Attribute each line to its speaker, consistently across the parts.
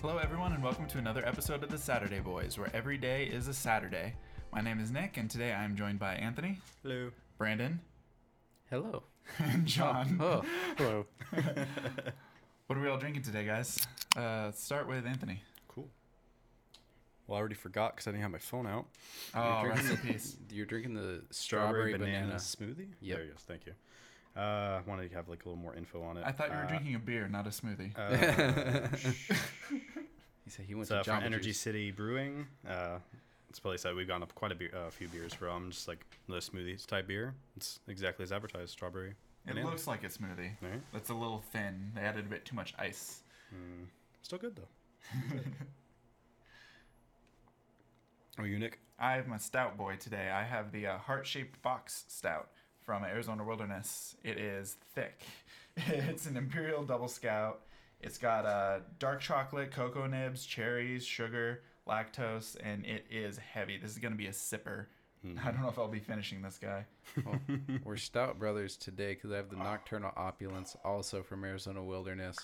Speaker 1: Hello, everyone, and welcome to another episode of the Saturday Boys, where every day is a Saturday. My name is Nick, and today I am joined by Anthony,
Speaker 2: Hello.
Speaker 1: Brandon,
Speaker 3: Hello.
Speaker 1: and John.
Speaker 3: Oh,
Speaker 2: Hello.
Speaker 1: What are we all drinking today, guys? Uh, let's start with Anthony.
Speaker 2: Cool. Well, I already forgot because I didn't have my phone out.
Speaker 1: Oh,
Speaker 3: drinking
Speaker 1: rest in
Speaker 3: the-
Speaker 1: peace.
Speaker 3: you're drinking the strawberry, banana.
Speaker 2: smoothie.
Speaker 3: Yep.
Speaker 2: There it is. Thank you. Uh, I wanted to have like a little more info on it.
Speaker 1: I thought you were
Speaker 2: Uh,
Speaker 1: drinking a beer, not a smoothie.
Speaker 2: Uh, sh-
Speaker 3: He said he went
Speaker 2: it's uh,
Speaker 3: to
Speaker 2: from
Speaker 3: Jamba
Speaker 2: Energy
Speaker 3: Juice. City.
Speaker 2: City Brewing. Uh, it's a place that we've gotten up quite a be- uh, few beers from. Just like the smoothies type beer. It's exactly as advertised. Strawberry.
Speaker 1: it
Speaker 2: banana.
Speaker 1: looks like a smoothie.
Speaker 2: Right.
Speaker 1: It's a little thin. They added a bit too much ice.
Speaker 2: Mm. Still good though. Are Oh, you Nick?
Speaker 1: I have my stout boy today. I have the uh, heart shaped box stout from Arizona Wilderness. It is thick. it's an imperial double scout. It's got uh, dark chocolate, cocoa nibs, cherries, sugar, lactose, and it is heavy. This is going to be a sipper.
Speaker 3: Mm-hmm.
Speaker 1: I don't know if I'll be finishing this guy.
Speaker 3: Well, we're Stout Brothers today because I have the Nocturnal Opulence, also from Arizona Wilderness.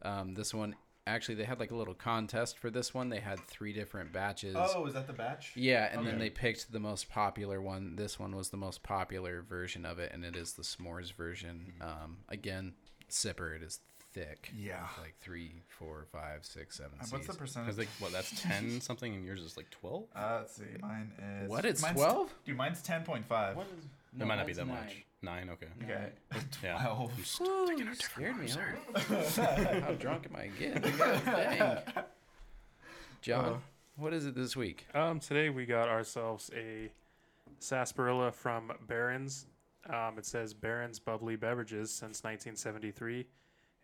Speaker 3: Um, this one, actually, they had like a little contest for this one. They had three different batches.
Speaker 1: Oh, is that the batch?
Speaker 3: Yeah, and then
Speaker 1: Okay.
Speaker 3: they picked the most popular one. This one was the most popular version of it, and it is the s'mores version. Um, again, sipper. It is thick.
Speaker 1: Yeah.
Speaker 3: Like three, four, five, six, seven.
Speaker 1: Uh, What's the
Speaker 3: Cs.
Speaker 2: I was
Speaker 1: percentage?
Speaker 2: like, what? That's ten something, and yours is like twelve.
Speaker 1: Uh, let's see. Mine is.
Speaker 3: What, it's
Speaker 1: mine's
Speaker 3: 12?
Speaker 1: Dude, mine's 10.5.
Speaker 3: What is?
Speaker 2: it might not be that much. Nine. Okay.
Speaker 1: Okay.
Speaker 2: Yeah.
Speaker 1: 12.
Speaker 3: Woo, you scared me. huh? How drunk am I again? Dang. John, what is it this week?
Speaker 4: Um, today we got ourselves a sarsaparilla from Barron's. Um, it says Barron's Bubbly Beverages since 1973,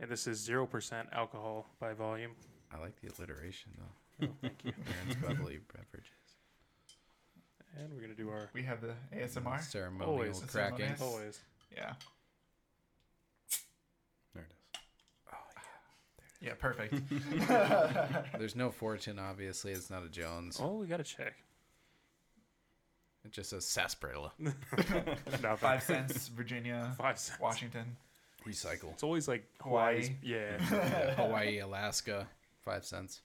Speaker 4: and this is zero percent alcohol by volume.
Speaker 3: I like the alliteration though. thank you. Aaron's bubbly beverages.
Speaker 4: And we're gonna do our
Speaker 1: We have the ASMR.
Speaker 3: Ceremonial
Speaker 4: Always.
Speaker 3: cracking.
Speaker 1: Yes.
Speaker 4: always.
Speaker 1: Yeah.
Speaker 2: There it is.
Speaker 1: Yeah, perfect.
Speaker 3: There's no fortune, obviously. It's not a Jones.
Speaker 4: Oh, we gotta check.
Speaker 3: It just says sarsaparilla.
Speaker 4: Nothing.
Speaker 1: Five cents, Virginia,
Speaker 4: Five cents.
Speaker 1: Washington.
Speaker 3: Recycle.
Speaker 4: It's always like
Speaker 1: Hawaii.
Speaker 4: Hawaii's. Yeah.
Speaker 3: Hawaii, Alaska, five cents.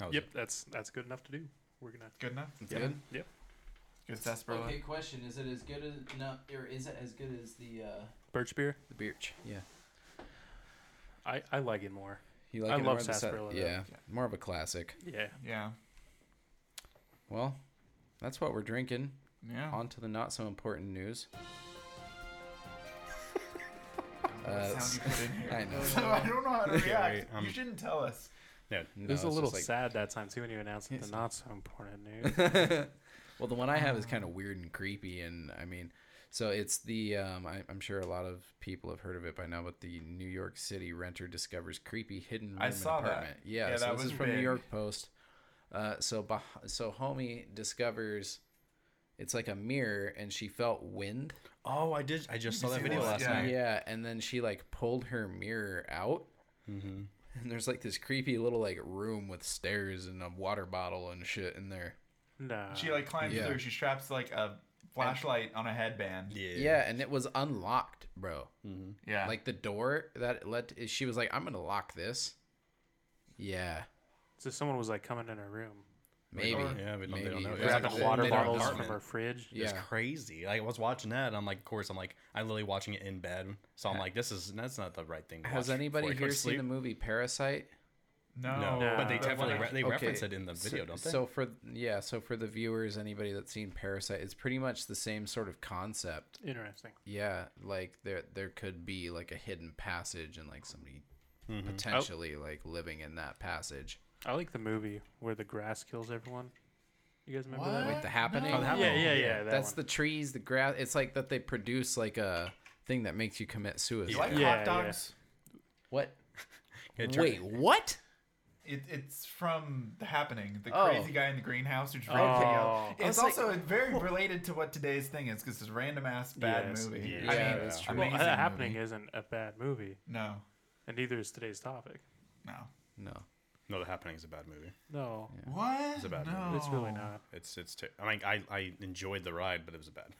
Speaker 2: That was
Speaker 4: yep.
Speaker 2: it.
Speaker 4: That's that's good enough to do. We're gonna.
Speaker 1: Good enough.
Speaker 3: That's
Speaker 1: Yeah.
Speaker 3: good.
Speaker 4: Yep.
Speaker 1: Good sarsaparilla.
Speaker 3: question: Is it as good as no, or is it as good as the uh...
Speaker 4: Birch beer.
Speaker 3: the birch? Yeah,
Speaker 4: I I like it more.
Speaker 3: you like
Speaker 4: I
Speaker 3: it
Speaker 4: love
Speaker 3: more than the sa-
Speaker 4: sarsaparilla, though.
Speaker 3: Yeah,
Speaker 1: Yeah.
Speaker 3: more of a classic.
Speaker 4: Yeah.
Speaker 1: Yeah.
Speaker 3: Well, that's what we're drinking.
Speaker 1: Yeah.
Speaker 3: On to the not so important news.
Speaker 1: What
Speaker 3: uh,
Speaker 1: sound you put in here.
Speaker 3: I know.
Speaker 1: So I don't know how to react.
Speaker 2: wait, um,
Speaker 1: you shouldn't tell us.
Speaker 2: Yeah.
Speaker 3: No,
Speaker 4: it was a
Speaker 3: it's
Speaker 4: little
Speaker 3: just like-
Speaker 4: sad that time too when you announced that the not so important news.
Speaker 3: well, the one I have is kind
Speaker 1: Um.
Speaker 3: of weird and creepy, and I mean, so it's the um, I, I'm sure a lot of people have heard of it by now, but the New York City renter discovers creepy hidden room
Speaker 1: I
Speaker 3: in
Speaker 1: saw that.
Speaker 3: apartment. Yeah,
Speaker 1: Yeah,
Speaker 3: so
Speaker 1: that
Speaker 3: this
Speaker 1: was
Speaker 3: is from
Speaker 1: big.
Speaker 3: New York Post. Uh, so bah- so homie discovers it's like a mirror, and she felt wind.
Speaker 2: Oh, I did. I just saw that
Speaker 1: see
Speaker 2: video
Speaker 1: that?
Speaker 2: last
Speaker 1: Yeah.
Speaker 2: night.
Speaker 3: Yeah, and then she like pulled her mirror out.
Speaker 1: Mm-hmm.
Speaker 3: And there's like this creepy little like room with stairs and a water bottle and shit in there.
Speaker 4: nah.
Speaker 1: She like climbs
Speaker 3: Yeah.
Speaker 1: through. She straps like a flashlight on a headband.
Speaker 2: Yeah.
Speaker 3: Yeah, and it was unlocked, bro.
Speaker 1: Yeah.
Speaker 3: Like the door that let she was like, I'm gonna lock this. Yeah,
Speaker 4: so someone was like coming in her room,
Speaker 3: maybe.
Speaker 2: oh, Yeah, we don't- they
Speaker 3: maybe.
Speaker 2: don't know.
Speaker 3: It was
Speaker 2: Grabbed
Speaker 3: like
Speaker 4: grabbing water
Speaker 3: in their
Speaker 4: bottles from
Speaker 3: apartment.
Speaker 4: her fridge.
Speaker 2: It's
Speaker 3: Yeah.
Speaker 2: crazy. Like I was watching that, and I'm like, of course, I'm like, I'm literally watching it in bed. So I'm like, this is that's not the right thing. To watch
Speaker 3: Has
Speaker 2: before I
Speaker 3: anybody
Speaker 2: go
Speaker 3: here
Speaker 2: to
Speaker 3: seen the
Speaker 2: sleep.
Speaker 3: movie Parasite?
Speaker 1: no.
Speaker 2: No, but they
Speaker 4: No.
Speaker 2: definitely re- they
Speaker 3: Okay,
Speaker 2: reference it in the video,
Speaker 3: so,
Speaker 2: don't they?
Speaker 3: So for yeah, so for the viewers, anybody that's seen Parasite, it's pretty much the same sort of concept.
Speaker 4: Interesting.
Speaker 3: Yeah, like there there could be like a hidden passage and like somebody
Speaker 2: Mm-hmm. Oh.
Speaker 3: potentially like living in that passage.
Speaker 4: I like the movie where the grass kills everyone. You guys remember that?
Speaker 1: What?
Speaker 3: Wait, the happening?
Speaker 2: Oh, The Happening.
Speaker 4: Yeah, yeah, yeah. That
Speaker 3: That's
Speaker 4: one.
Speaker 3: the trees, the grass. It's like that they produce like a thing that makes you commit suicide.
Speaker 1: You like
Speaker 4: Yeah,
Speaker 1: hot
Speaker 4: yeah.
Speaker 1: dogs?
Speaker 3: What?
Speaker 2: Yeah, try-
Speaker 3: Wait, what?
Speaker 1: It, it's from The Happening, the
Speaker 3: Oh.
Speaker 1: crazy guy in the greenhouse who's
Speaker 4: Oh.
Speaker 1: randomly out.
Speaker 3: I
Speaker 1: It's
Speaker 3: was like,
Speaker 1: also very related to what today's thing is because it's a random ass bad
Speaker 4: Yes.
Speaker 1: movie.
Speaker 4: Yeah.
Speaker 1: I
Speaker 3: Yeah,
Speaker 1: mean,
Speaker 3: that's
Speaker 4: Well,
Speaker 1: amazing
Speaker 4: that happening
Speaker 1: movie.
Speaker 4: isn't a bad movie,
Speaker 1: No,
Speaker 4: and neither is today's topic.
Speaker 1: no.
Speaker 3: No.
Speaker 2: no, The Happening is a bad movie.
Speaker 4: No,
Speaker 1: What?
Speaker 2: It's a bad
Speaker 1: no.
Speaker 2: movie.
Speaker 4: it's really not.
Speaker 2: It's it's. Ter- I mean, I I enjoyed the ride, but it was a bad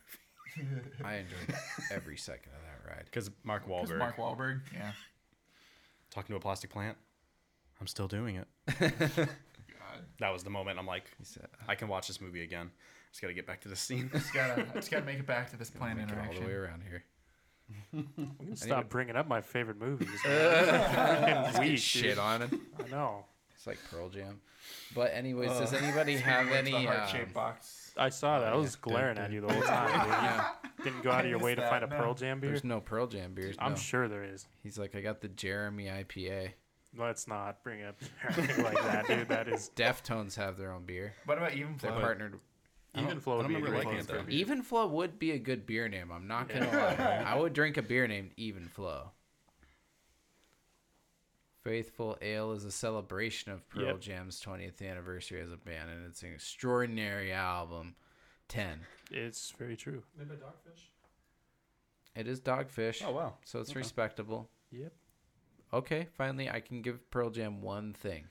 Speaker 2: movie
Speaker 3: I enjoyed every second of that ride.
Speaker 2: because Mark Wahlberg
Speaker 1: Mark Wahlberg. Yeah.
Speaker 2: talking to a plastic plant. I'm still doing it.
Speaker 1: God.
Speaker 2: That was the moment I'm like,
Speaker 3: He said,
Speaker 2: I can watch this movie again. Just gotta get back to this scene.
Speaker 1: Just gotta, just gotta make it back to this planned
Speaker 3: "Make it all the way
Speaker 1: interaction.
Speaker 3: around here.
Speaker 4: We can stop bringing up my favorite movies.
Speaker 3: Just get
Speaker 4: Weak,
Speaker 3: shit
Speaker 4: dude.
Speaker 3: on it.
Speaker 4: I know.
Speaker 3: It's like Pearl Jam. But anyways, does anybody have any?
Speaker 1: the heart
Speaker 3: um,
Speaker 1: shaped box.
Speaker 4: I saw that. I was glaring at you the whole time.
Speaker 3: yeah,
Speaker 4: Dude. Didn't go
Speaker 1: I
Speaker 4: out of your
Speaker 1: missed
Speaker 4: way to
Speaker 1: that,
Speaker 4: find a
Speaker 1: no.
Speaker 4: Pearl Jam beer.
Speaker 3: there's no Pearl Jam beers.
Speaker 4: I'm
Speaker 3: no.
Speaker 4: sure there is.
Speaker 3: He's like, I got the Jeremy IPA.
Speaker 4: Let's not bring up like that, dude. That is
Speaker 3: Deftones have their own beer.
Speaker 1: What about even
Speaker 3: They're
Speaker 1: flow?
Speaker 3: partnered.
Speaker 4: even flow.
Speaker 2: I don't
Speaker 4: would be a
Speaker 2: remember
Speaker 4: great
Speaker 2: liking
Speaker 4: place
Speaker 2: it, though.
Speaker 4: for a beer.
Speaker 3: Even Flow would be a good beer name. I'm not gonna lie. I would drink a beer named Even Flow. Faithful Ale is a celebration of Pearl
Speaker 4: Yep.
Speaker 3: Jam's 20th anniversary as a band, and it's an extraordinary album. Ten.
Speaker 4: It's very true.
Speaker 3: It is Dogfish,
Speaker 2: oh wow.
Speaker 3: so it's respectable.
Speaker 4: Yep.
Speaker 3: Okay, finally, I can give Pearl Jam one thing.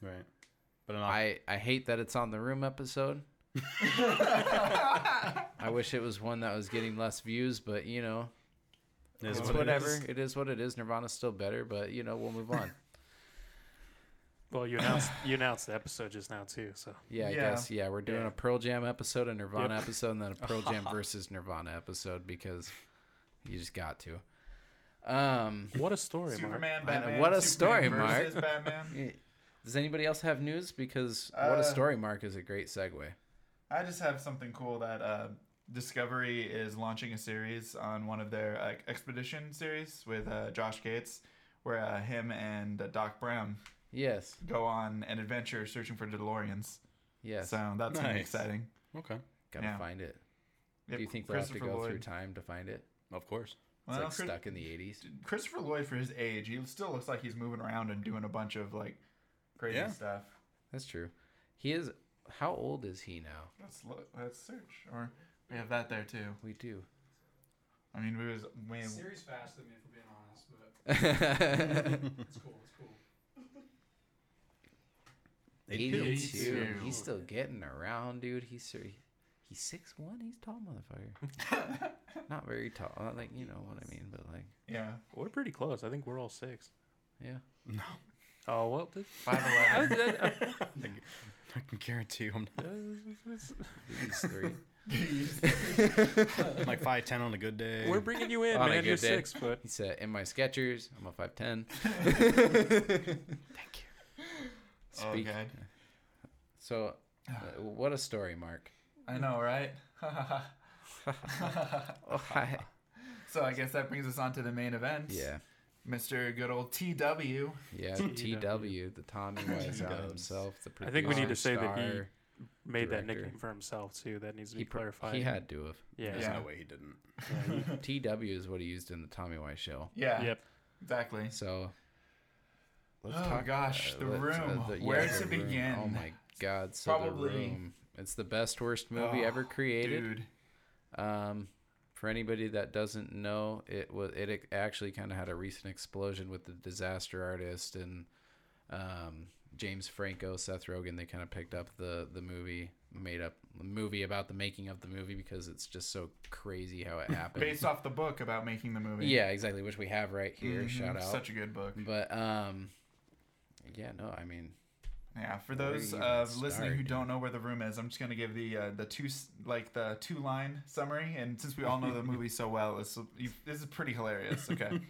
Speaker 2: Right. But an
Speaker 3: I, I hate that it's on the room episode. I wish it was one that was getting less views, but you know,
Speaker 2: it is
Speaker 3: it's
Speaker 2: what it
Speaker 3: whatever.
Speaker 2: is.
Speaker 3: it is what it is. Nirvana's still better, but you know, we'll move on.
Speaker 4: Well, you announced you announced the episode just now too. So
Speaker 3: Yeah, I
Speaker 1: Yeah.
Speaker 3: guess. Yeah, we're doing
Speaker 4: Yeah.
Speaker 3: a Pearl Jam episode, a Nirvana
Speaker 4: Yep.
Speaker 3: episode, and then a Pearl Jam versus Nirvana episode because you just got to. Um,
Speaker 4: what a story, Mark.
Speaker 1: Superman,
Speaker 3: I know.
Speaker 1: Batman.
Speaker 3: What a
Speaker 1: Superman
Speaker 3: story, Mark.
Speaker 1: versus Batman.
Speaker 3: y- does anybody else have news? Because what
Speaker 1: Uh,
Speaker 3: a story, Mark, is a great segue.
Speaker 1: I just have something cool that uh, Discovery is launching a series on one of their uh, expedition series with uh, Josh Gates, where uh, him and uh, Doc Brown
Speaker 3: Yes,
Speaker 1: go on an adventure searching for DeLoreans.
Speaker 3: yes.
Speaker 1: So that's gonna be
Speaker 2: Nice.
Speaker 1: exciting.
Speaker 2: Okay.
Speaker 3: Gotta
Speaker 1: yeah.
Speaker 3: find it.
Speaker 1: Yep,
Speaker 3: Do you think we'll have to
Speaker 1: Christopher
Speaker 3: go
Speaker 1: Lloyd.
Speaker 3: through time to find it?
Speaker 2: Of course.
Speaker 3: It's
Speaker 1: Well,
Speaker 3: like
Speaker 1: Chris-
Speaker 3: stuck in the 80s.
Speaker 1: Christopher Lloyd, for his age, he still looks like he's moving around and doing a bunch of like crazy
Speaker 2: Yeah.
Speaker 1: stuff.
Speaker 3: That's true. He is. How old is he now?
Speaker 1: Let's look. Let's search, or we have that there too.
Speaker 3: We do.
Speaker 1: I mean, we was we,
Speaker 5: Series fast, I mean, if we're being honest, but it's cool, it's cool.
Speaker 3: 82.
Speaker 1: Eighty-two.
Speaker 3: He's still getting around, dude. He's ser- he's six one. He's tall, motherfucker. Not very tall. Not Like you know what I mean, but like
Speaker 1: yeah,
Speaker 4: We're pretty close. I think we're all six.
Speaker 3: yeah.
Speaker 4: Oh well, th-
Speaker 1: five eleven.
Speaker 2: I can guarantee you I'm
Speaker 3: He's three.
Speaker 2: not, like five ten on a good day.
Speaker 4: we're bringing you in,
Speaker 3: On a
Speaker 4: man.
Speaker 3: good
Speaker 4: You're
Speaker 3: day.
Speaker 4: six, but
Speaker 3: he said, "In my Skechers, I'm a five ten. Thank you.
Speaker 1: oh
Speaker 3: Speak-
Speaker 1: god,
Speaker 3: So, uh, what a story, Mark.
Speaker 1: I know, right?
Speaker 3: Oh, hi.
Speaker 1: so I guess that brings us on to the main event.
Speaker 3: Yeah,
Speaker 1: Mr. Good old TW.
Speaker 3: yeah.
Speaker 4: TW.
Speaker 3: TW, the Tommy Wiseau
Speaker 2: T-dubs.
Speaker 3: himself, the
Speaker 4: I
Speaker 3: producer.
Speaker 4: think we need to say that he
Speaker 3: star.
Speaker 4: made that
Speaker 3: director.
Speaker 4: nickname for himself too. That needs to be
Speaker 3: He, pro-
Speaker 4: clarified.
Speaker 3: he had to have.
Speaker 4: yeah.
Speaker 2: There's
Speaker 1: Yeah.
Speaker 2: no way he didn't.
Speaker 3: TW is what he used in the Tommy Wiseau show.
Speaker 1: Yeah,
Speaker 4: Yep.
Speaker 1: exactly.
Speaker 3: So, let's uh,
Speaker 1: Oh gosh, The
Speaker 3: let's-
Speaker 1: Room.
Speaker 3: yeah,
Speaker 1: Where
Speaker 3: The
Speaker 1: to
Speaker 3: Room.
Speaker 1: begin?
Speaker 3: Oh my God! So
Speaker 1: Probably-
Speaker 3: the room. It's the best worst movie
Speaker 4: Ah,
Speaker 1: Oh,
Speaker 3: ever created.
Speaker 1: Dude,
Speaker 3: Um, for anybody that doesn't know, it was it ac- actually kind of had a recent explosion with the disaster artist and um, James Franco, Seth Rogen. They kind of picked up the the movie, made up a movie about the making of the movie because it's just so crazy how it happened.
Speaker 1: based off the book about making the movie.
Speaker 3: yeah, exactly. Which we have right here.
Speaker 2: Mm-hmm.
Speaker 1: Mhm,
Speaker 3: Shout out.
Speaker 1: Such a good book.
Speaker 3: But um, yeah, no, I mean,
Speaker 1: Yeah, for
Speaker 3: Where do
Speaker 1: those
Speaker 3: you
Speaker 1: uh,
Speaker 3: even
Speaker 1: listening
Speaker 3: start,
Speaker 1: who don't
Speaker 3: dude?
Speaker 1: know where the room is, I'm just gonna give the uh, the two s- like the two line summary. And since we all know the movie so well, it's, you, this is pretty hilarious. Okay,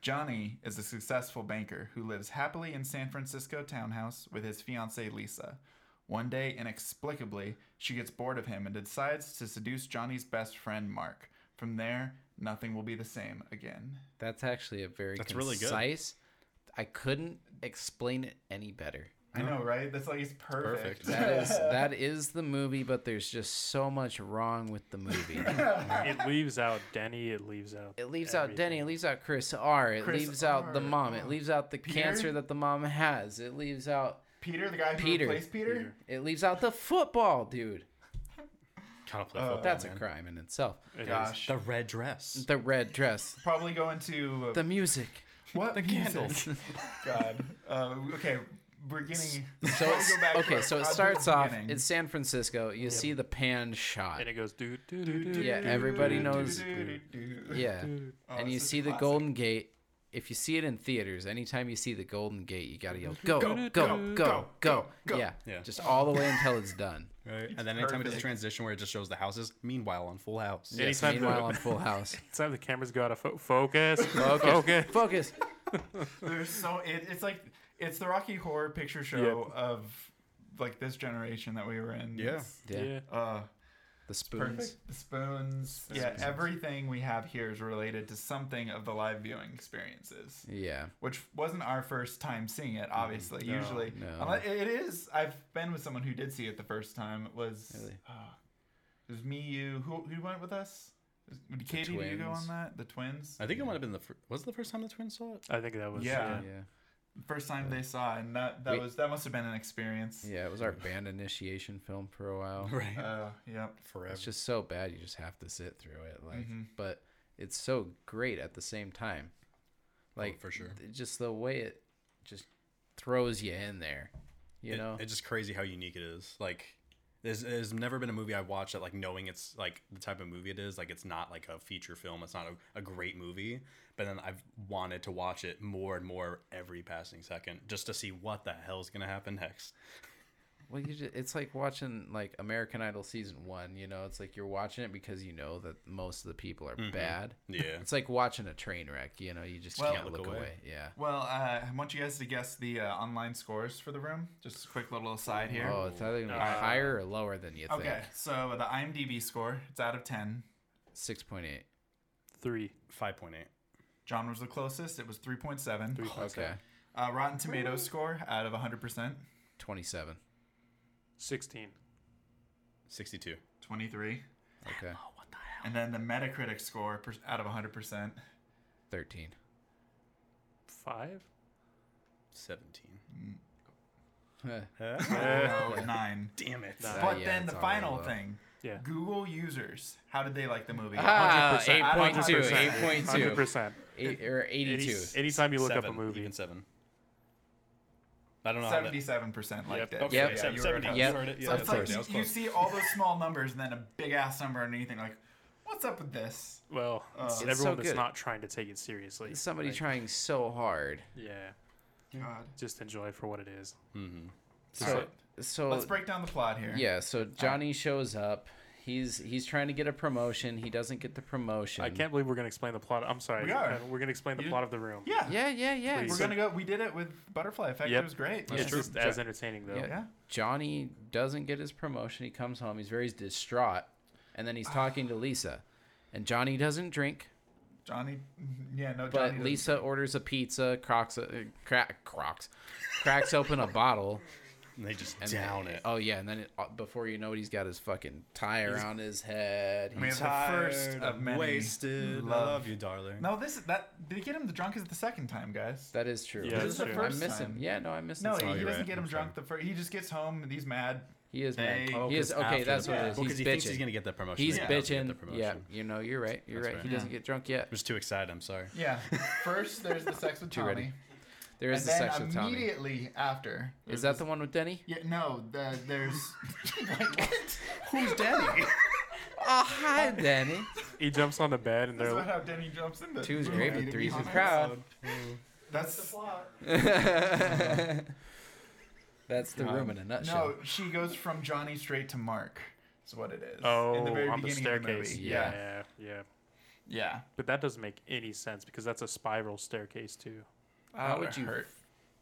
Speaker 1: Johnny is a successful banker who lives happily in San Francisco townhouse with his fiancee Lisa. One day, inexplicably, she gets bored of him and decides to seduce Johnny's best friend Mark. From there, nothing will be the same again.
Speaker 3: that's actually a very
Speaker 2: That's really
Speaker 3: concise.
Speaker 2: good.
Speaker 3: I couldn't explain it any better.
Speaker 1: I know, right? That's like it's perfect.
Speaker 2: perfect.
Speaker 3: That is that is the movie, but there's just so much wrong with the movie.
Speaker 4: It leaves out Denny. It leaves out.
Speaker 3: It leaves out
Speaker 4: everything.
Speaker 3: Denny, it leaves out Chris R, it
Speaker 1: Chris
Speaker 3: leaves out the
Speaker 1: R,
Speaker 3: mom, it
Speaker 1: oh.
Speaker 3: leaves out the
Speaker 1: Peter?
Speaker 3: cancer that the mom has, it leaves out
Speaker 1: Peter, the guy who
Speaker 3: Peter.
Speaker 1: replaced Peter.
Speaker 3: it leaves out the football, dude.
Speaker 2: Gotta play
Speaker 1: Uh,
Speaker 2: football.
Speaker 3: That's a
Speaker 2: man.
Speaker 3: crime in itself.
Speaker 4: It is.
Speaker 1: Gosh,
Speaker 2: The red dress.
Speaker 3: The red dress,
Speaker 1: probably going to uh,
Speaker 3: the music.
Speaker 1: What the candles? God. Uh, okay, we're getting.
Speaker 3: So it's,
Speaker 1: go back to
Speaker 3: okay,
Speaker 1: our-
Speaker 3: so
Speaker 1: I'll
Speaker 3: it
Speaker 1: do the
Speaker 3: starts off.
Speaker 1: beginning.
Speaker 3: It's San Francisco. You see the pan shot.
Speaker 4: And it goes do do do do.
Speaker 3: Yeah, everybody knows.
Speaker 1: Do, do, do, do, do.
Speaker 3: Yeah,
Speaker 1: Oh,
Speaker 3: and you
Speaker 1: it's a
Speaker 3: see the
Speaker 1: classic.
Speaker 3: Golden Gate, if you see it in theaters, anytime you see the Golden Gate, you gotta yell go, go, go, go, go.
Speaker 1: go.
Speaker 3: Yeah,
Speaker 2: Yeah.
Speaker 3: just all the way until it's done.
Speaker 2: Right. And then anytime it does
Speaker 1: perfect.
Speaker 2: transition where it just shows the houses, meanwhile on Full House.
Speaker 4: Yeah.
Speaker 3: Yes,
Speaker 4: Anytime the-
Speaker 3: meanwhile, on Full House,
Speaker 4: It's time the cameras go out of fo- focus.
Speaker 3: focus,
Speaker 4: Okay.
Speaker 3: focus.
Speaker 1: There's so it, it's like it's the Rocky Horror Picture Show of like this generation that we were in.
Speaker 2: Yeah.
Speaker 1: It's,
Speaker 3: Yeah,
Speaker 4: yeah.
Speaker 1: uh,
Speaker 3: the spoons.
Speaker 1: perfect. The spoons. Yeah, everything we have here is related to something of the live viewing experiences,
Speaker 3: Yeah,
Speaker 1: which wasn't our first time seeing it. Obviously, usually
Speaker 3: No.
Speaker 1: unless- it is. I've been with someone who did see it the first time. It was
Speaker 3: Really?
Speaker 1: uh, it was me, you. Who who went with us? Was- Katie, did you go on
Speaker 3: twins.
Speaker 1: that? The twins.
Speaker 2: I think it might have been the fir- was it the first time the twins saw it.
Speaker 4: I think that was
Speaker 1: Yeah.
Speaker 2: Uh,
Speaker 3: yeah,
Speaker 1: First time they saw, it, and that that
Speaker 3: We-
Speaker 1: was that must have been an experience.
Speaker 3: yeah. It was our band initiation film for a while.
Speaker 2: Right.
Speaker 1: Uh, yep.
Speaker 2: Forever.
Speaker 3: It's just so bad you just have to sit through it. Like,
Speaker 2: Mm-hmm.
Speaker 1: Mhm.
Speaker 3: but it's so great at the same time. Like
Speaker 2: Oh, for sure.
Speaker 3: th- just the way it just throws you in there. You
Speaker 2: It-
Speaker 3: know,
Speaker 2: it's just crazy how unique it is. Like, there's, there's never been a movie I've watched that like knowing it's like the type of movie it is. Like, it's not like a feature film. It's not a, a great movie. But then I've wanted to watch it more and more every passing second, just to see what the hell's gonna happen next.
Speaker 3: Well, you just, it's like watching like American Idol season one. You know, it's like you're watching it because you know that most of the people are bad.
Speaker 2: Yeah.
Speaker 3: It's like watching a train wreck. You know, you just
Speaker 1: Well-
Speaker 3: can't
Speaker 2: Look
Speaker 3: look
Speaker 2: away.
Speaker 3: away. Yeah.
Speaker 1: Well, uh, I want you guys to guess the uh, online scores for the room. Just a quick little aside here.
Speaker 3: Oh, it's either gonna be
Speaker 1: Uh,
Speaker 3: higher or lower than you
Speaker 1: okay,
Speaker 3: think.
Speaker 1: so the IMDb score, it's out of 10.
Speaker 3: Six point eight.
Speaker 4: three.
Speaker 2: Five point eight.
Speaker 1: John was the closest, it was 3.7.
Speaker 3: Oh, Okay.
Speaker 1: Uh, Rotten Tomatoes score, out of 100%,
Speaker 3: Twenty seven.
Speaker 4: 16.
Speaker 2: 62.
Speaker 1: 23.
Speaker 3: Okay.
Speaker 1: And then the Metacritic score, per- out of 100%,
Speaker 3: Thirteen.
Speaker 4: Five?
Speaker 2: 17.
Speaker 1: oh, 9.
Speaker 2: Damn it.
Speaker 4: Nah.
Speaker 1: But
Speaker 3: yeah,
Speaker 1: then the
Speaker 3: it's already
Speaker 1: final
Speaker 3: low.
Speaker 1: thing
Speaker 4: Yeah.
Speaker 1: Google users, how did they like the movie?
Speaker 3: Ah,
Speaker 4: 100%.
Speaker 3: 8.2,
Speaker 4: 100%.
Speaker 3: 8.2.
Speaker 4: 100%.
Speaker 3: Eight or eighty two.
Speaker 4: Any- anytime you look up a
Speaker 2: Seven,
Speaker 4: movie.
Speaker 2: Even seven. I don't know. how that-
Speaker 1: 77% liked it.
Speaker 2: Okay,
Speaker 3: Yep.
Speaker 2: yeah, you were-
Speaker 3: Yep.
Speaker 2: you heard it.
Speaker 1: So it's
Speaker 2: Yeah, that's
Speaker 3: Of
Speaker 1: like
Speaker 3: course.
Speaker 2: right.
Speaker 1: you,
Speaker 2: That
Speaker 1: you
Speaker 2: was
Speaker 1: see all those small numbers and then a big ass number underneath, and you're like, what's up with this?
Speaker 4: Well, it's
Speaker 3: Uh, It's
Speaker 4: everyone
Speaker 3: so
Speaker 4: that's
Speaker 3: good.
Speaker 4: not trying to take it seriously.
Speaker 3: Somebody
Speaker 4: Like,
Speaker 3: trying so hard.
Speaker 4: Yeah.
Speaker 1: God.
Speaker 4: Just enjoy it for what it is.
Speaker 3: So, so
Speaker 1: Let's break down the plot here.
Speaker 3: yeah. So Johnny shows up. He's he's trying to get a promotion. He doesn't get the promotion.
Speaker 4: I can't believe we're going to explain the plot. I'm sorry.
Speaker 1: We are.
Speaker 4: Uh, We're going to explain the
Speaker 1: You-
Speaker 4: plot of the room.
Speaker 1: Yeah.
Speaker 3: Yeah, yeah, yeah.
Speaker 4: Please.
Speaker 1: We're going to go. We did it with Butterfly Effect.
Speaker 4: Yep.
Speaker 1: It was great.
Speaker 4: It's just as entertaining, though.
Speaker 3: Yeah.
Speaker 1: Yeah.
Speaker 3: Johnny doesn't get his promotion. He comes home. He's very distraught. And then he's talking to Lisa. And Johnny doesn't drink,
Speaker 1: Johnny. Yeah, no,
Speaker 3: but
Speaker 1: Johnny.
Speaker 3: Lisa orders a pizza, crocks, uh, cra- crocs, cracks open a bottle.
Speaker 2: And they just
Speaker 3: And
Speaker 2: down
Speaker 3: then-
Speaker 2: it.
Speaker 3: Oh, yeah. And then it, uh, before you know it, he's got his fucking tie around his head.
Speaker 1: mean,
Speaker 3: He's-
Speaker 1: it's- the first
Speaker 2: Tired,
Speaker 1: of
Speaker 2: I'm
Speaker 1: many.
Speaker 2: Wasted. I
Speaker 1: Love.
Speaker 2: love you, darling.
Speaker 1: No, this that they get him the drunk is the second time, guys.
Speaker 3: that is true.
Speaker 4: Yeah, This
Speaker 1: is that's the true.
Speaker 3: I
Speaker 1: first
Speaker 3: miss him.
Speaker 1: time.
Speaker 3: Yeah, no, I miss him.
Speaker 1: no,
Speaker 3: so
Speaker 1: he,
Speaker 3: much.
Speaker 1: he
Speaker 2: you're
Speaker 1: doesn't
Speaker 2: right.
Speaker 1: get him
Speaker 2: I'm
Speaker 1: drunk the first. He just gets home and he's mad.
Speaker 3: He is
Speaker 1: They-
Speaker 3: mad.
Speaker 1: Oh,
Speaker 3: He is
Speaker 2: Because
Speaker 3: okay.
Speaker 2: after
Speaker 3: That's
Speaker 2: the-
Speaker 3: what
Speaker 2: yeah.
Speaker 3: it is.
Speaker 2: Well, 'cause
Speaker 3: He's
Speaker 2: he thinks
Speaker 3: bitching.
Speaker 2: he's gonna get that promotion.
Speaker 3: He's
Speaker 2: He doesn't get the
Speaker 3: bitching.
Speaker 2: promotion.
Speaker 3: Yeah, you know, you're right. You're
Speaker 2: That's
Speaker 3: right.
Speaker 2: right.
Speaker 3: He doesn't get drunk yet.
Speaker 2: I'm just too excited. I'm sorry.
Speaker 1: Yeah. First, there's the sex with
Speaker 3: Too
Speaker 1: Tommy.
Speaker 3: ready. There is
Speaker 1: and
Speaker 3: the
Speaker 1: then
Speaker 3: sex with Tommy.
Speaker 1: immediately after.
Speaker 3: Is
Speaker 1: there's
Speaker 3: that the one with Denny?
Speaker 1: Yeah, no, the, there's.
Speaker 2: Who's Daddy?
Speaker 3: Oh, hi, Denny.
Speaker 4: He jumps on the bed and
Speaker 1: That's not
Speaker 4: they're.
Speaker 1: how Denny jumps in the
Speaker 3: Two's
Speaker 1: movie,
Speaker 3: great,
Speaker 1: to
Speaker 3: but
Speaker 1: be
Speaker 3: three's a
Speaker 1: honest.
Speaker 3: crowd.
Speaker 1: That's the
Speaker 5: Plot.
Speaker 3: That's the room in a nutshell.
Speaker 1: No, she goes from Johnny straight to Mark. Is what it is.
Speaker 4: Oh,
Speaker 1: in the very
Speaker 4: on the
Speaker 1: beginning
Speaker 4: staircase.
Speaker 1: Of the movie.
Speaker 4: yeah.
Speaker 1: yeah,
Speaker 4: yeah, yeah.
Speaker 1: yeah.
Speaker 4: But that doesn't make any sense because that's a spiral staircase too.
Speaker 1: That
Speaker 3: How would
Speaker 1: would've
Speaker 3: you?
Speaker 1: hurt.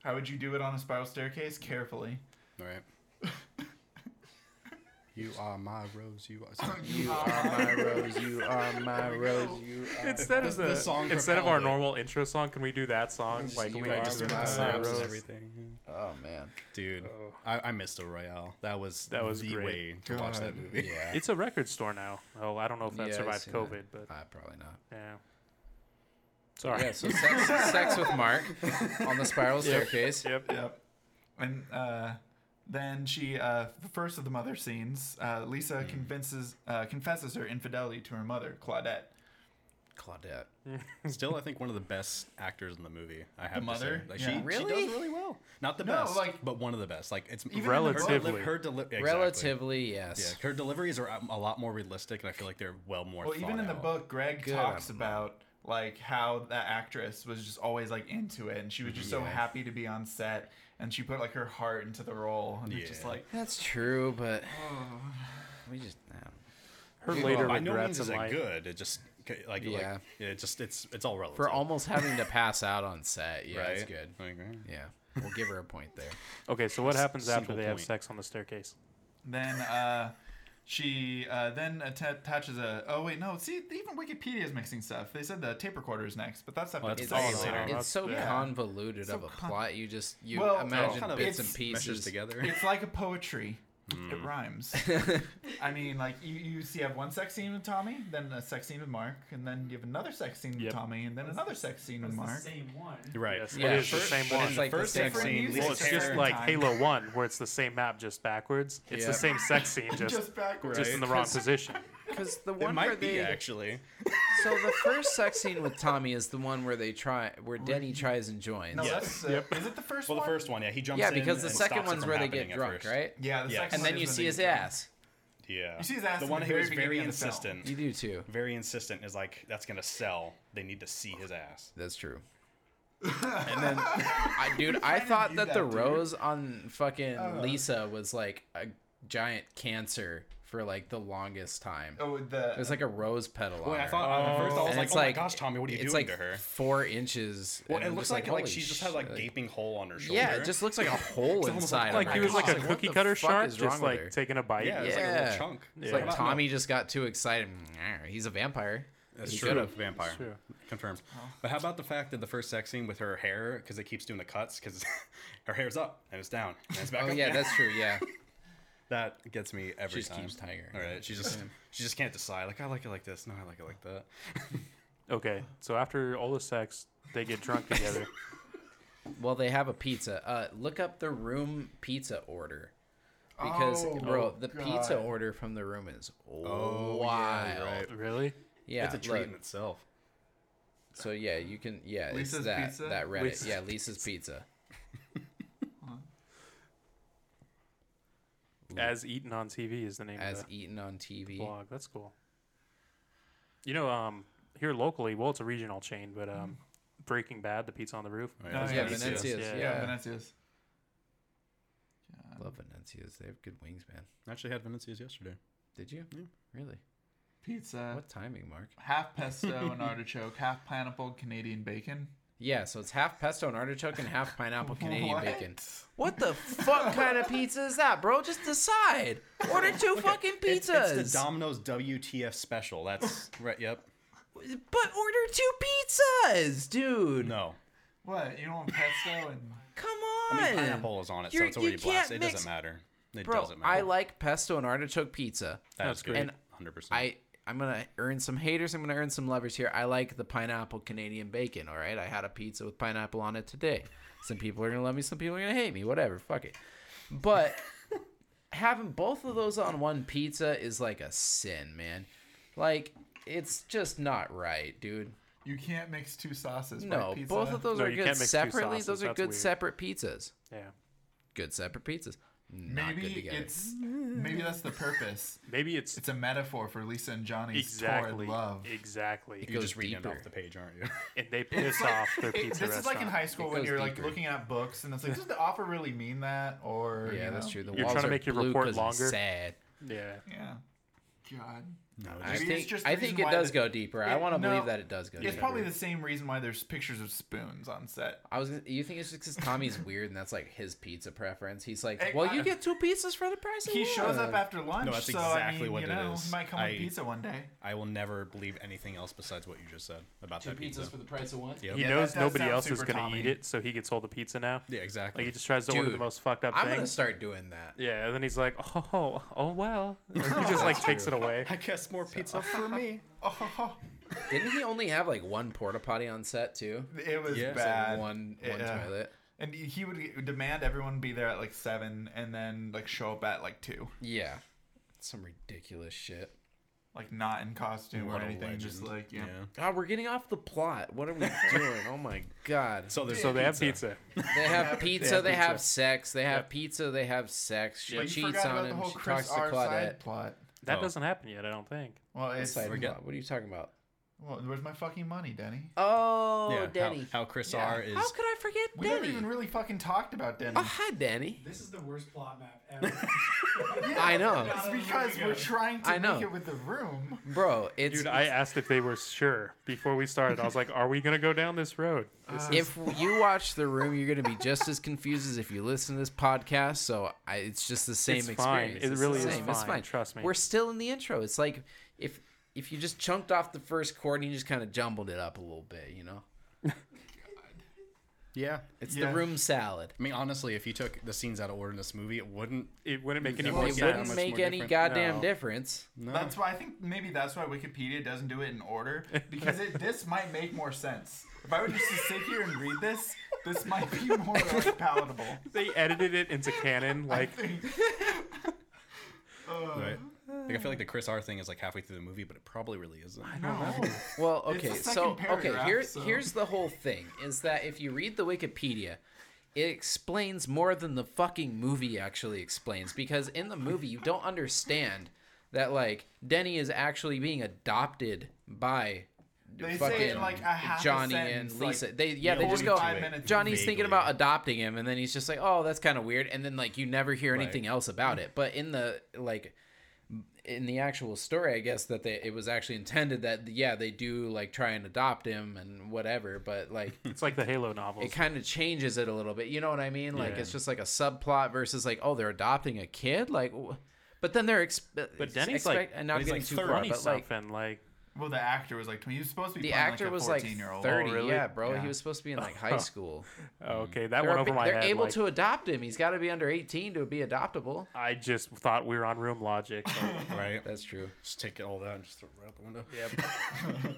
Speaker 1: How would you do it on a spiral staircase? Carefully.
Speaker 2: All right. You are my rose. You are.
Speaker 3: You are my rose. You are my rose. You
Speaker 1: Uh,
Speaker 3: are.
Speaker 4: Instead of
Speaker 2: The- the
Speaker 4: the
Speaker 2: song
Speaker 4: instead of our
Speaker 2: propelled it.
Speaker 4: normal intro song, can we do that song?
Speaker 3: Just
Speaker 4: Like
Speaker 3: you
Speaker 4: we
Speaker 3: guys
Speaker 4: are
Speaker 3: just
Speaker 4: the
Speaker 3: do
Speaker 4: Rose.
Speaker 3: that.
Speaker 4: Rose.
Speaker 2: everything.
Speaker 3: Oh man.
Speaker 2: Dude,
Speaker 1: Oh.
Speaker 2: I, I missed a Royale. That was
Speaker 4: That was
Speaker 2: the
Speaker 4: great.
Speaker 2: way to watch that movie.
Speaker 3: Yeah.
Speaker 4: It's a record store now. Oh, I don't know if that
Speaker 3: Yeah, I
Speaker 4: survived
Speaker 3: seen
Speaker 4: COVID,
Speaker 3: that.
Speaker 4: but
Speaker 3: Uh, probably not.
Speaker 4: yeah. Sorry.
Speaker 3: Yeah. So sex, sex with Mark on the spiral staircase.
Speaker 4: Yep.
Speaker 1: Yep. And uh, then she, uh, the first of the mother scenes, uh, Lisa
Speaker 2: Hmm.
Speaker 1: convinces, uh, confesses her infidelity to her mother, Claudette.
Speaker 3: Claudette.
Speaker 2: Still, I think one of the best actors in the movie. I have to
Speaker 1: mother?
Speaker 2: say, like
Speaker 1: Yeah.
Speaker 2: she,
Speaker 3: Really?
Speaker 2: she does really well. Not the
Speaker 1: No,
Speaker 2: best,
Speaker 1: like-
Speaker 2: but one of the best. Like it's
Speaker 1: Even in the
Speaker 2: her,
Speaker 4: Relatively.
Speaker 2: deli- her deli- exactly.
Speaker 3: Relatively,
Speaker 2: Yeah,
Speaker 3: yes.
Speaker 2: her deliveries are um, a lot more realistic, and I feel like they're well more.
Speaker 1: Well, even
Speaker 2: thought
Speaker 1: in the
Speaker 2: out.
Speaker 1: book, Greg
Speaker 3: Good,
Speaker 1: talks
Speaker 3: I'm-
Speaker 1: about like how that actress was just always like into it and she was just so
Speaker 2: Yeah.
Speaker 1: happy to be on set and she put like her heart into the role and it's just
Speaker 2: Yeah.
Speaker 1: like
Speaker 3: That's true, but
Speaker 1: oh.
Speaker 3: we just I don't know.
Speaker 4: Her
Speaker 1: Well,
Speaker 4: later
Speaker 2: By no means
Speaker 4: regrets
Speaker 2: is
Speaker 4: in
Speaker 2: it
Speaker 4: life.
Speaker 2: good. It just c- like
Speaker 3: Yeah.
Speaker 2: like it just it's it's all relative.
Speaker 3: for almost having to pass out on set. Yeah, it's
Speaker 2: right?
Speaker 3: good.
Speaker 2: Like, eh.
Speaker 3: Yeah, we'll give her a point there.
Speaker 4: Okay, so what happens after
Speaker 2: simple
Speaker 4: they have
Speaker 2: point.
Speaker 4: sex on the staircase?
Speaker 1: then uh she uh, then atta- attaches a. Oh wait, no. See, even Wikipedia is mixing stuff. They said the tape recorder is next, but that stuff
Speaker 2: Well,
Speaker 1: gets
Speaker 2: It's
Speaker 3: It's,
Speaker 2: all
Speaker 1: solved
Speaker 3: it's,
Speaker 2: later.
Speaker 3: it's so
Speaker 1: Yeah.
Speaker 3: convoluted
Speaker 1: So
Speaker 3: of a
Speaker 1: con-
Speaker 3: plot. You just you
Speaker 1: Well,
Speaker 3: imagine
Speaker 2: kind of
Speaker 3: bits
Speaker 1: it's-
Speaker 3: and
Speaker 2: meshes
Speaker 3: pieces.
Speaker 2: together.
Speaker 1: It's like a poetry. It rhymes. I mean, like you, you see, you have one sex scene with Tommy, then a sex scene with Mark, and then you have another sex scene with
Speaker 4: Yep.
Speaker 1: Tommy, and then another sex scene with
Speaker 5: It's the
Speaker 1: Mark.
Speaker 5: same one.
Speaker 2: Right.
Speaker 4: Yes,
Speaker 3: Yeah,
Speaker 4: it is the
Speaker 3: sure.
Speaker 4: same
Speaker 3: But
Speaker 4: one.
Speaker 3: it's like the
Speaker 2: first
Speaker 3: same
Speaker 2: sex scene,
Speaker 1: music.
Speaker 2: Lisa
Speaker 4: well, it's just
Speaker 1: Tarantino.
Speaker 2: Tarrant-
Speaker 4: like Halo One, where it's the same map just backwards. It's
Speaker 3: Yeah.
Speaker 4: the same sex scene, just just,
Speaker 1: Just backwards.
Speaker 4: in the wrong position.
Speaker 3: Because the
Speaker 2: It
Speaker 3: one where
Speaker 2: might be
Speaker 3: they
Speaker 2: actually.
Speaker 3: so the first sex scene with Tommy is the one where they try where Denny tries and joins.
Speaker 1: No,
Speaker 2: Yeah.
Speaker 1: that's uh, is it the first
Speaker 2: Well, the
Speaker 1: one?
Speaker 2: first one, yeah, he jumps.
Speaker 3: yeah,
Speaker 2: in
Speaker 3: because the
Speaker 2: and
Speaker 3: second
Speaker 2: stops it
Speaker 3: one's
Speaker 2: from
Speaker 3: where they
Speaker 2: happening
Speaker 3: get
Speaker 2: at
Speaker 3: drunk,
Speaker 2: first.
Speaker 3: right?
Speaker 1: Yeah, the
Speaker 2: Yes.
Speaker 1: second one
Speaker 3: And then
Speaker 1: is
Speaker 3: you
Speaker 1: when
Speaker 3: see
Speaker 1: they
Speaker 3: his
Speaker 1: get drunk.
Speaker 3: ass.
Speaker 2: Yeah.
Speaker 1: You see his ass
Speaker 2: The
Speaker 1: at
Speaker 2: one
Speaker 1: the
Speaker 2: who
Speaker 1: very
Speaker 2: was very
Speaker 1: beginning of the film.
Speaker 2: insistent.
Speaker 3: You do too.
Speaker 2: Very insistent is like that's gonna sell. They need to see his ass.
Speaker 3: That's true.
Speaker 2: And then
Speaker 3: I, dude, I
Speaker 1: kinda
Speaker 3: thought
Speaker 1: knew
Speaker 3: that,
Speaker 1: that,
Speaker 3: the
Speaker 1: dude.
Speaker 3: rose on fucking
Speaker 2: Uh-huh.
Speaker 3: Lisa was like a giant cancer for like the longest time.
Speaker 1: Oh, the
Speaker 3: It was like a rose petal.
Speaker 2: when
Speaker 3: on
Speaker 2: I
Speaker 3: her.
Speaker 2: thought at first I was
Speaker 3: And
Speaker 2: like,
Speaker 3: it's
Speaker 2: oh my gosh, Tommy, what are you
Speaker 3: it's
Speaker 2: doing to
Speaker 3: like
Speaker 2: her?
Speaker 3: Four inches.
Speaker 2: Well,
Speaker 3: and
Speaker 2: it
Speaker 3: I'm
Speaker 2: looks
Speaker 3: just
Speaker 2: like like
Speaker 3: holy
Speaker 2: she just had like
Speaker 3: shit.
Speaker 2: gaping hole on her shoulder.
Speaker 3: Yeah, it just looks like a hole inside. of
Speaker 4: Like
Speaker 3: her.
Speaker 4: he was
Speaker 3: It's
Speaker 4: like a
Speaker 3: what
Speaker 4: cookie
Speaker 3: the
Speaker 4: cutter
Speaker 3: fuck
Speaker 4: shark,
Speaker 3: is wrong
Speaker 4: just
Speaker 3: with
Speaker 4: like
Speaker 3: her?
Speaker 4: taking a bite.
Speaker 2: yeah, it's
Speaker 4: It's-
Speaker 2: like a
Speaker 3: Yeah.
Speaker 2: little chunk.
Speaker 3: It's
Speaker 2: Yeah.
Speaker 3: like
Speaker 2: Not-
Speaker 3: Tommy just got too excited. He's a vampire.
Speaker 2: That's
Speaker 3: He's
Speaker 2: true.
Speaker 3: got a-
Speaker 2: vampire.
Speaker 4: It's true.
Speaker 2: Confirms. But how about the fact that the first sex scene with her hair, because it keeps doing the cuts, because her hair's up and it's down and it's back
Speaker 3: Oh
Speaker 2: up.
Speaker 3: yeah,
Speaker 2: again.
Speaker 3: that's true. Yeah,
Speaker 2: that gets me every
Speaker 3: just
Speaker 2: time.
Speaker 3: keeps tiger.
Speaker 2: All right, she just she just can't decide. Like I like it like this. No, I like it like that.
Speaker 4: Okay, so after all the sex, they get drunk together.
Speaker 3: Well, they have a pizza. Uh, look up the room pizza order. Because
Speaker 1: Oh,
Speaker 3: bro, the pizza
Speaker 1: God.
Speaker 3: order from the room is
Speaker 2: Oh,
Speaker 3: wild.
Speaker 2: yeah,
Speaker 3: Yeah,
Speaker 2: you're right.
Speaker 4: really?
Speaker 2: it's a treat
Speaker 3: look,
Speaker 2: in itself.
Speaker 3: so yeah, you can yeah,
Speaker 1: Lisa's
Speaker 3: it's that
Speaker 1: Pizza?
Speaker 3: that Reddit.
Speaker 4: Lisa's
Speaker 3: yeah, Lisa's pizza.
Speaker 4: As eaten on TV is the name
Speaker 3: as
Speaker 4: of the
Speaker 3: eaten on TV.
Speaker 4: blog. That's cool. You know, um, here locally, well, it's a regional chain, but um, Breaking Bad, the pizza on the roof.
Speaker 2: Oh,
Speaker 1: Oh,
Speaker 2: that's
Speaker 1: yeah,
Speaker 2: what it
Speaker 1: Venezia's,
Speaker 2: says.
Speaker 3: Venezia's,
Speaker 4: yeah.
Speaker 3: yeah.
Speaker 1: yeah, Venezia's.
Speaker 3: Love Venezia's. They have good wings, man.
Speaker 2: I actually had Venezia's yesterday.
Speaker 3: Did you? Really?
Speaker 1: Pizza.
Speaker 3: What timing, Mark?
Speaker 1: Half pesto and artichoke, half pineapple, Canadian bacon.
Speaker 3: Yeah, so it's half pesto and artichoke and half pineapple Canadian
Speaker 1: What?
Speaker 3: bacon. What the fuck kind of pizza is that, bro? Just decide. Order two fucking
Speaker 2: It's,
Speaker 3: pizzas.
Speaker 2: it's the Domino's WTF special. That's right. Yep.
Speaker 3: but order two pizzas, dude.
Speaker 2: No.
Speaker 1: What? You don't want pesto and
Speaker 3: Come on.
Speaker 2: I mean, pineapple is on it, so
Speaker 3: You're-
Speaker 2: it's already
Speaker 3: you can't
Speaker 2: blasted. It
Speaker 3: mix-
Speaker 2: doesn't matter. It
Speaker 3: Bro,
Speaker 2: doesn't matter.
Speaker 3: I like pesto and artichoke pizza.
Speaker 2: that's
Speaker 4: great.
Speaker 2: great.
Speaker 3: And
Speaker 2: 100%.
Speaker 3: I I'm gonna earn some haters. I'm gonna earn some lovers here. I like the pineapple Canadian bacon. All right, I had a pizza with pineapple on it today. Some people are gonna love me. Some people are gonna hate me. Whatever. Fuck it. But having both of those on one pizza is like a sin, man. Like it's just not right, dude.
Speaker 1: you can't mix two sauces.
Speaker 3: No,
Speaker 1: right? Pizza?
Speaker 3: both of those
Speaker 4: No,
Speaker 3: are
Speaker 4: you
Speaker 3: good
Speaker 4: can't mix two
Speaker 3: separately.
Speaker 4: sauces.
Speaker 3: Those are
Speaker 4: That's
Speaker 3: good
Speaker 4: weird.
Speaker 3: separate pizzas.
Speaker 4: Yeah.
Speaker 3: Good separate pizzas. Not good
Speaker 1: Maybe
Speaker 3: together.
Speaker 1: it's maybe that's the purpose.
Speaker 4: Maybe it's
Speaker 1: It's a metaphor for Lisa and Johnny's
Speaker 4: exactly,
Speaker 1: torrid love.
Speaker 4: exactly,
Speaker 2: You're
Speaker 3: goes
Speaker 2: just reading it
Speaker 3: deeper.
Speaker 2: off the page, aren't you?
Speaker 4: and they piss
Speaker 1: like-
Speaker 4: off their
Speaker 1: it-
Speaker 4: pizza
Speaker 1: this is like in
Speaker 4: restaurant.
Speaker 1: high school
Speaker 3: It
Speaker 1: when
Speaker 3: goes
Speaker 1: you're like
Speaker 3: deeper.
Speaker 1: looking at books and it's like, does the offer really mean that? Or
Speaker 3: yeah,
Speaker 1: you
Speaker 3: that's
Speaker 1: know?
Speaker 3: true. The
Speaker 4: You're
Speaker 3: walls
Speaker 4: trying to
Speaker 3: are
Speaker 4: make your
Speaker 3: blue
Speaker 4: report
Speaker 3: 'cause I'm
Speaker 4: longer?
Speaker 3: Sad.
Speaker 4: Yeah.
Speaker 1: Yeah. God.
Speaker 2: no,
Speaker 1: Maybe
Speaker 3: I
Speaker 1: it's
Speaker 3: think,
Speaker 1: just the
Speaker 3: I
Speaker 1: reason
Speaker 3: think it
Speaker 1: why
Speaker 3: does
Speaker 1: the-
Speaker 3: go deeper. I
Speaker 1: it-
Speaker 3: want to
Speaker 1: no,
Speaker 3: believe that it does go
Speaker 1: It's
Speaker 3: deeper.
Speaker 1: probably the same reason why there's pictures of spoons on set.
Speaker 3: I was. gonna- You think it's just because Tommy's weird and that's like his pizza preference? He's
Speaker 1: Hey,
Speaker 3: like, well,
Speaker 1: I-
Speaker 3: you get two pizzas for the price. of
Speaker 1: He
Speaker 3: one."
Speaker 1: shows up after lunch,
Speaker 2: No, that's
Speaker 1: so I
Speaker 2: exactly
Speaker 1: mean,
Speaker 2: what
Speaker 1: you
Speaker 2: it
Speaker 1: know,
Speaker 2: is.
Speaker 1: he might come with
Speaker 2: I-
Speaker 1: pizza one day.
Speaker 2: I will never believe anything else besides what you just said about
Speaker 3: two
Speaker 2: that pizza.
Speaker 3: pizzas for the price of one.
Speaker 2: Yeah.
Speaker 4: He
Speaker 1: Yeah,
Speaker 4: knows
Speaker 1: that- that
Speaker 4: nobody
Speaker 1: sounds
Speaker 4: else is
Speaker 1: super
Speaker 4: going to
Speaker 1: Tommy.
Speaker 4: eat it, so he gets all the pizza now.
Speaker 2: Yeah,
Speaker 4: Like
Speaker 2: exactly.
Speaker 4: he just tries to order the
Speaker 3: Dude,
Speaker 4: most fucked up
Speaker 3: I'm
Speaker 4: things.
Speaker 3: gonna start doing that.
Speaker 4: Yeah, and then he's like, oh, oh well. he just like takes it away.
Speaker 2: I guess more pizza for me.
Speaker 1: Oh,
Speaker 3: Didn't he only have like one porta potty on set too?
Speaker 1: it was
Speaker 2: Yeah, so
Speaker 1: bad.
Speaker 3: One
Speaker 1: It,
Speaker 3: one
Speaker 1: uh,
Speaker 3: toilet.
Speaker 1: And he would demand everyone be there at like seven, and then like show up at like two,
Speaker 3: Yeah, some ridiculous shit.
Speaker 1: like not in costume
Speaker 2: What
Speaker 1: or
Speaker 2: a
Speaker 1: anything, just
Speaker 2: legend.
Speaker 1: like yeah.
Speaker 3: God, we're getting off the plot. What are we doing? Oh my god.
Speaker 2: So there's
Speaker 4: So they have pizza.
Speaker 3: They have pizza. They have
Speaker 4: pizza.
Speaker 3: sex. They have pizza. They have sex. She
Speaker 1: But you
Speaker 3: cheats
Speaker 1: forgot about
Speaker 3: on
Speaker 1: the
Speaker 3: him.
Speaker 1: whole
Speaker 3: She
Speaker 1: Chris
Speaker 3: talks to
Speaker 1: R
Speaker 3: Claudette.
Speaker 1: side plot.
Speaker 4: That
Speaker 2: Oh.
Speaker 4: doesn't happen yet, I don't think.
Speaker 1: Well, it's
Speaker 3: Side
Speaker 2: Forget-
Speaker 3: plot. What are you talking about?
Speaker 1: Well, where's my fucking money, Denny?
Speaker 6: Oh,
Speaker 2: yeah,
Speaker 6: Denny.
Speaker 2: How, how Chris
Speaker 1: Yeah.
Speaker 2: R is
Speaker 6: How, could I forget
Speaker 1: We
Speaker 6: Denny?
Speaker 1: never even really fucking talked about Denny.
Speaker 6: oh,
Speaker 3: Ah!
Speaker 6: hi, Denny.
Speaker 5: This is the worst plot map ever.
Speaker 6: I know.
Speaker 1: It's because we're trying to
Speaker 6: I know.
Speaker 1: make it with the room.
Speaker 6: Bro, it's.
Speaker 4: Dude, I asked if they were sure before we started. I was like, "Are we gonna go down this road?"
Speaker 3: Uh,
Speaker 4: This is-
Speaker 6: if
Speaker 3: You watch The Room, you're going to be just as confused as if you listen to this podcast. So I, it's just the same
Speaker 4: It's fine.
Speaker 3: experience.
Speaker 4: It
Speaker 3: It's the
Speaker 4: really is
Speaker 3: same. It's
Speaker 4: fine. Trust me.
Speaker 3: We're
Speaker 4: We're
Speaker 3: still in the intro. It's like if if you just chunked off the first chord and you just kind of jumbled it up a little bit, you know?
Speaker 2: yeah.
Speaker 3: It's
Speaker 1: Yeah.
Speaker 3: the room salad.
Speaker 2: I mean, honestly, if you took the scenes out of order in this movie, it wouldn't.
Speaker 4: it wouldn't make any
Speaker 2: It
Speaker 4: more
Speaker 3: It
Speaker 2: wouldn't
Speaker 4: sense.
Speaker 3: wouldn't
Speaker 2: much
Speaker 3: make
Speaker 2: more
Speaker 3: any
Speaker 2: different.
Speaker 3: goddamn
Speaker 4: No.
Speaker 3: difference.
Speaker 2: No.
Speaker 1: That's why I think maybe that's why Wikipedia doesn't do it in order because it, this might make more sense. If I were just to sit here and read this, this might be more like, palatable.
Speaker 4: They edited it into canon. Like,
Speaker 1: Uh,
Speaker 3: Uh-huh.
Speaker 2: right. Like I feel like the Chris R thing is like halfway through the movie, but it probably really isn't.
Speaker 1: no.
Speaker 3: Well,
Speaker 1: It's
Speaker 3: okay,
Speaker 1: the
Speaker 3: so
Speaker 1: second
Speaker 3: okay,
Speaker 1: paragraph,
Speaker 3: here,
Speaker 1: so-
Speaker 3: here's the whole thing: is that if you read the Wikipedia, it explains more than the fucking movie actually explains because in the movie you don't understand that like Denny is actually being adopted by
Speaker 1: They say it in like a half a
Speaker 3: Johnny
Speaker 1: sentence,
Speaker 3: and
Speaker 1: like,
Speaker 3: Lisa. they yeah, they
Speaker 2: only
Speaker 3: just go.
Speaker 2: five
Speaker 1: minutes
Speaker 3: Johnny's thinking
Speaker 2: vaguely.
Speaker 3: about adopting him, and then he's just like, "Oh, that's kind of weird." And then like you never hear
Speaker 2: Right.
Speaker 3: anything else about it. But in the like in the actual story, I guess that they it was actually intended that yeah they do like try and adopt him and whatever. But like
Speaker 4: it's like the Halo novels.
Speaker 3: it kind of changes it a little bit. You know what I mean? Like
Speaker 2: Yeah.
Speaker 3: it's just like a subplot versus like oh they're adopting a kid like. wh- But then they're exp-
Speaker 4: But Denny's like-
Speaker 3: and not
Speaker 2: he's
Speaker 3: getting
Speaker 2: like
Speaker 3: too far,
Speaker 2: 30
Speaker 3: but like
Speaker 4: something like
Speaker 1: Well, the actor was like 20. He was supposed to be
Speaker 3: the
Speaker 1: playing
Speaker 3: actor
Speaker 1: like a
Speaker 3: was like
Speaker 1: 14 year old.
Speaker 3: thirty,
Speaker 4: really?
Speaker 3: yeah, bro.
Speaker 4: Yeah.
Speaker 3: He was supposed to be in like high school.
Speaker 4: oh, okay,
Speaker 3: they're
Speaker 4: that went
Speaker 3: ab-
Speaker 4: over my
Speaker 3: they're
Speaker 4: head.
Speaker 3: able
Speaker 4: like,
Speaker 3: to adopt him. He's got to be under eighteen to be adoptable.
Speaker 4: I just thought we were on room logic.
Speaker 2: Right.
Speaker 3: That's true.
Speaker 2: Just take all that and just throw it out the window.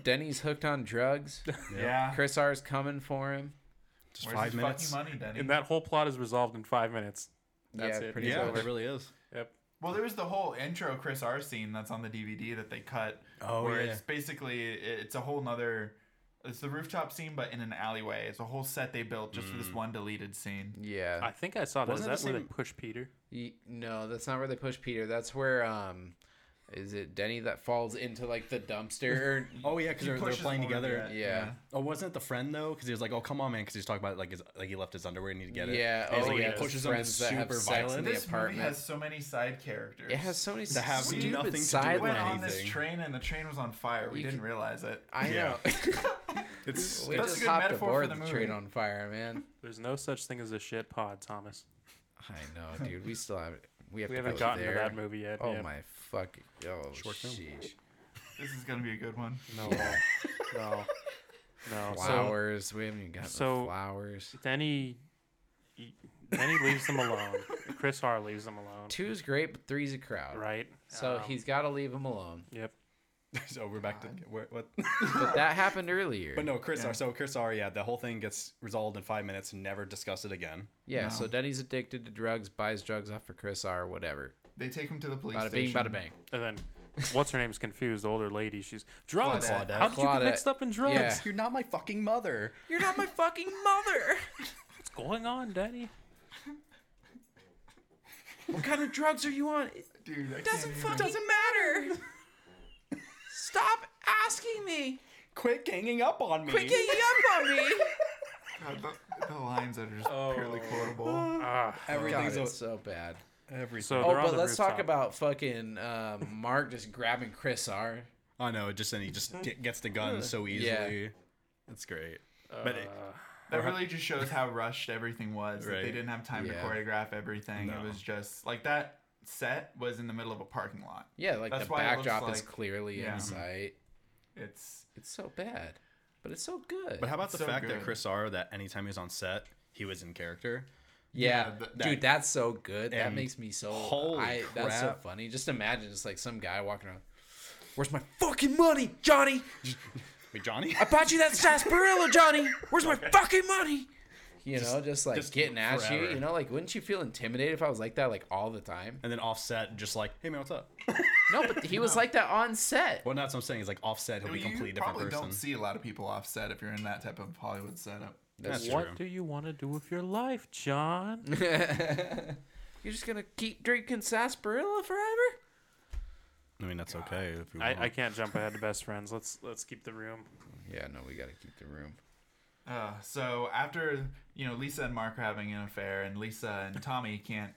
Speaker 3: Denny's hooked on drugs.
Speaker 1: Yeah.
Speaker 3: Chris R's coming for him.
Speaker 2: Just
Speaker 1: Where's
Speaker 2: five
Speaker 1: his
Speaker 2: minutes.
Speaker 1: fucking money, Denny?
Speaker 4: and that whole plot is resolved in five minutes. That's
Speaker 3: yeah,
Speaker 4: it.
Speaker 3: pretty
Speaker 2: Yeah,
Speaker 3: much.
Speaker 2: it really is.
Speaker 4: Yep.
Speaker 1: Well, there was the whole intro Chris R scene that's on the DVD that they cut.
Speaker 2: Oh,
Speaker 1: where
Speaker 2: yeah.
Speaker 1: it's basically it's a whole nother. It's the rooftop scene, but in an alleyway. It's a whole set they built just
Speaker 3: Mm.
Speaker 1: for this one deleted scene.
Speaker 3: Yeah.
Speaker 4: I think I saw that. Is
Speaker 2: Wasn't that
Speaker 4: that
Speaker 2: the
Speaker 4: where they
Speaker 2: same-
Speaker 4: push Peter?
Speaker 3: Y- no, that's not where they push Peter. That's where um, is it Denny that falls into like the dumpster?
Speaker 2: Oh yeah, because
Speaker 1: He
Speaker 2: they're, they're
Speaker 1: pushes
Speaker 2: playing
Speaker 1: him over
Speaker 2: together.
Speaker 1: that,
Speaker 3: Yeah.
Speaker 2: Oh, wasn't it the friend though? Because he was like, "Oh, come on, man!" Because he was talking about like his like he left his underwear and he needed to get it.
Speaker 3: Yeah,
Speaker 2: And he's
Speaker 3: oh,
Speaker 2: like,
Speaker 3: yeah,
Speaker 2: He
Speaker 3: those
Speaker 2: pushes him
Speaker 3: friends that have
Speaker 2: super
Speaker 3: sex in
Speaker 2: violent.
Speaker 3: the
Speaker 1: This
Speaker 3: apartment.
Speaker 1: movie has so many side characters.
Speaker 3: it has so many
Speaker 2: That have
Speaker 3: stupid
Speaker 1: We
Speaker 2: nothing to do with
Speaker 1: went
Speaker 3: sidelines.
Speaker 1: on this
Speaker 2: anything.
Speaker 1: train and the train was on fire. We
Speaker 3: You
Speaker 1: didn't
Speaker 3: can-
Speaker 1: realize it.
Speaker 3: I know.
Speaker 2: Yeah. It's
Speaker 3: we
Speaker 1: That's a
Speaker 3: just
Speaker 1: good
Speaker 3: hopped
Speaker 1: metaphor for
Speaker 3: aboard
Speaker 1: the
Speaker 3: the
Speaker 1: movie.
Speaker 3: train on fire, man.
Speaker 4: There's no such thing as a shit pod, Thomas.
Speaker 3: I know, dude. We still have we have
Speaker 4: We
Speaker 3: to
Speaker 4: haven't
Speaker 3: go
Speaker 4: gotten
Speaker 3: there.
Speaker 4: to that movie yet.
Speaker 3: Oh
Speaker 4: yeah.
Speaker 3: my fuck! Oh
Speaker 2: Short film.
Speaker 3: sheesh.
Speaker 1: This is gonna be a good one.
Speaker 4: No. No. No. So
Speaker 3: Flowers. we haven't even gotten
Speaker 4: so-
Speaker 3: the flowers.
Speaker 4: Denny, he- Denny leaves them alone. Chris R leaves them alone.
Speaker 3: Two's great, but three's a crowd.
Speaker 4: Right.
Speaker 3: So
Speaker 4: Um,
Speaker 3: he's got to leave him alone.
Speaker 4: Yep.
Speaker 2: so we're back to where, what?
Speaker 3: But that happened earlier.
Speaker 2: but no, Chris
Speaker 1: Yeah.
Speaker 2: R. So Chris R. Yeah, the whole thing gets resolved in five minutes. Never discuss it again.
Speaker 3: yeah.
Speaker 1: No.
Speaker 3: So Denny's addicted to drugs, buys drugs off for Chris R. Whatever.
Speaker 1: They take him to the police
Speaker 3: Bada bing,
Speaker 1: station.
Speaker 3: bada bang.
Speaker 4: And then, what's her name's confused? The older lady. She's drugs.
Speaker 1: Claudette.
Speaker 4: How did you get
Speaker 3: Claudette.
Speaker 4: mixed up in drugs?
Speaker 3: Yeah.
Speaker 2: You're not my fucking mother.
Speaker 3: You're not my fucking mother.
Speaker 4: What's going on, Denny?
Speaker 3: what kind of drugs are you on? It
Speaker 1: Dude, I
Speaker 3: doesn't
Speaker 1: can't
Speaker 3: fucking matter. Stop asking me.
Speaker 2: Quit ganging up on me.
Speaker 3: Quit getting up on me.
Speaker 1: even- God, the, the lines that are just purely
Speaker 2: Oh.
Speaker 3: Oh,
Speaker 1: quotable.
Speaker 4: Ah.
Speaker 2: Everything's
Speaker 3: God,
Speaker 2: a-
Speaker 3: it's so bad.
Speaker 2: everything.
Speaker 4: So
Speaker 2: So,
Speaker 3: Oh,
Speaker 4: they're on
Speaker 3: but
Speaker 4: the
Speaker 3: let's talk
Speaker 4: rooftop.
Speaker 3: about fucking um, Mark just grabbing Chris R.
Speaker 2: I know. Just and he just get, gets the gun so easily. That's great. but it,
Speaker 1: That really just shows how rushed everything was. That they
Speaker 2: Right.
Speaker 1: didn't have time
Speaker 3: Yeah.
Speaker 1: to choreograph everything.
Speaker 2: No.
Speaker 1: It was just like that set was in the middle of a parking lot.
Speaker 3: Yeah, like
Speaker 1: That's
Speaker 3: the
Speaker 1: why it
Speaker 3: backdrop
Speaker 1: looks
Speaker 3: is
Speaker 1: like-
Speaker 3: clearly
Speaker 1: yeah.
Speaker 3: in sight.
Speaker 1: It's
Speaker 3: It's so bad, but it's so good.
Speaker 2: But how about the
Speaker 1: so
Speaker 2: fact
Speaker 1: good.
Speaker 2: that Chris R. That anytime he was on set, he was in character.
Speaker 3: yeah,
Speaker 1: yeah, th-
Speaker 3: dude,
Speaker 2: that-
Speaker 3: that's so good. That
Speaker 2: and
Speaker 3: makes me so.
Speaker 2: holy
Speaker 3: I, That's so
Speaker 2: crap.
Speaker 3: funny. Just imagine, just like some guy walking around. Where's my fucking money, Johnny?
Speaker 2: Wait, Johnny.
Speaker 3: I bought you that sarsaparilla, Johnny. Where's my fucking money? You know, just like
Speaker 2: just
Speaker 3: getting at you.
Speaker 2: forever.
Speaker 3: You know, like wouldn't you feel intimidated if I was like that, like all the time?
Speaker 2: And then offset, just like, hey man, what's up?
Speaker 3: No, but he was like that on set.
Speaker 2: Well, that's what I'm saying. Is like offset, he'll be a
Speaker 1: you
Speaker 2: completely different
Speaker 1: probably
Speaker 2: person.
Speaker 1: don't see a lot of people offset if you're in that type of Hollywood setup.
Speaker 2: that's
Speaker 4: what
Speaker 2: true.
Speaker 4: do you want to do with your life, John?
Speaker 3: You're just gonna keep drinking sarsaparilla forever?
Speaker 2: no, I mean, that's okay if you want.
Speaker 4: I, I can't jump ahead to best friends. Let's let's keep the room.
Speaker 3: Yeah, no, we got to keep the room.
Speaker 1: Uh, so after you know Lisa and Mark are having an affair, and Lisa and Tommy can't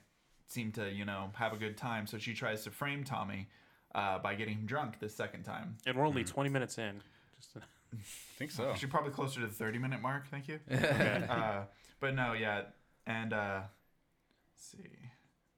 Speaker 1: seem to you know have a good time, so she tries to frame Tommy uh, by getting him drunk this second time.
Speaker 4: And we're
Speaker 2: Mm.
Speaker 4: only 20 minutes in. Just to-
Speaker 2: think so.
Speaker 1: She's probably closer to the thirty minute mark. Thank you.
Speaker 4: okay.
Speaker 1: uh, but no, yeah, and uh, let's see,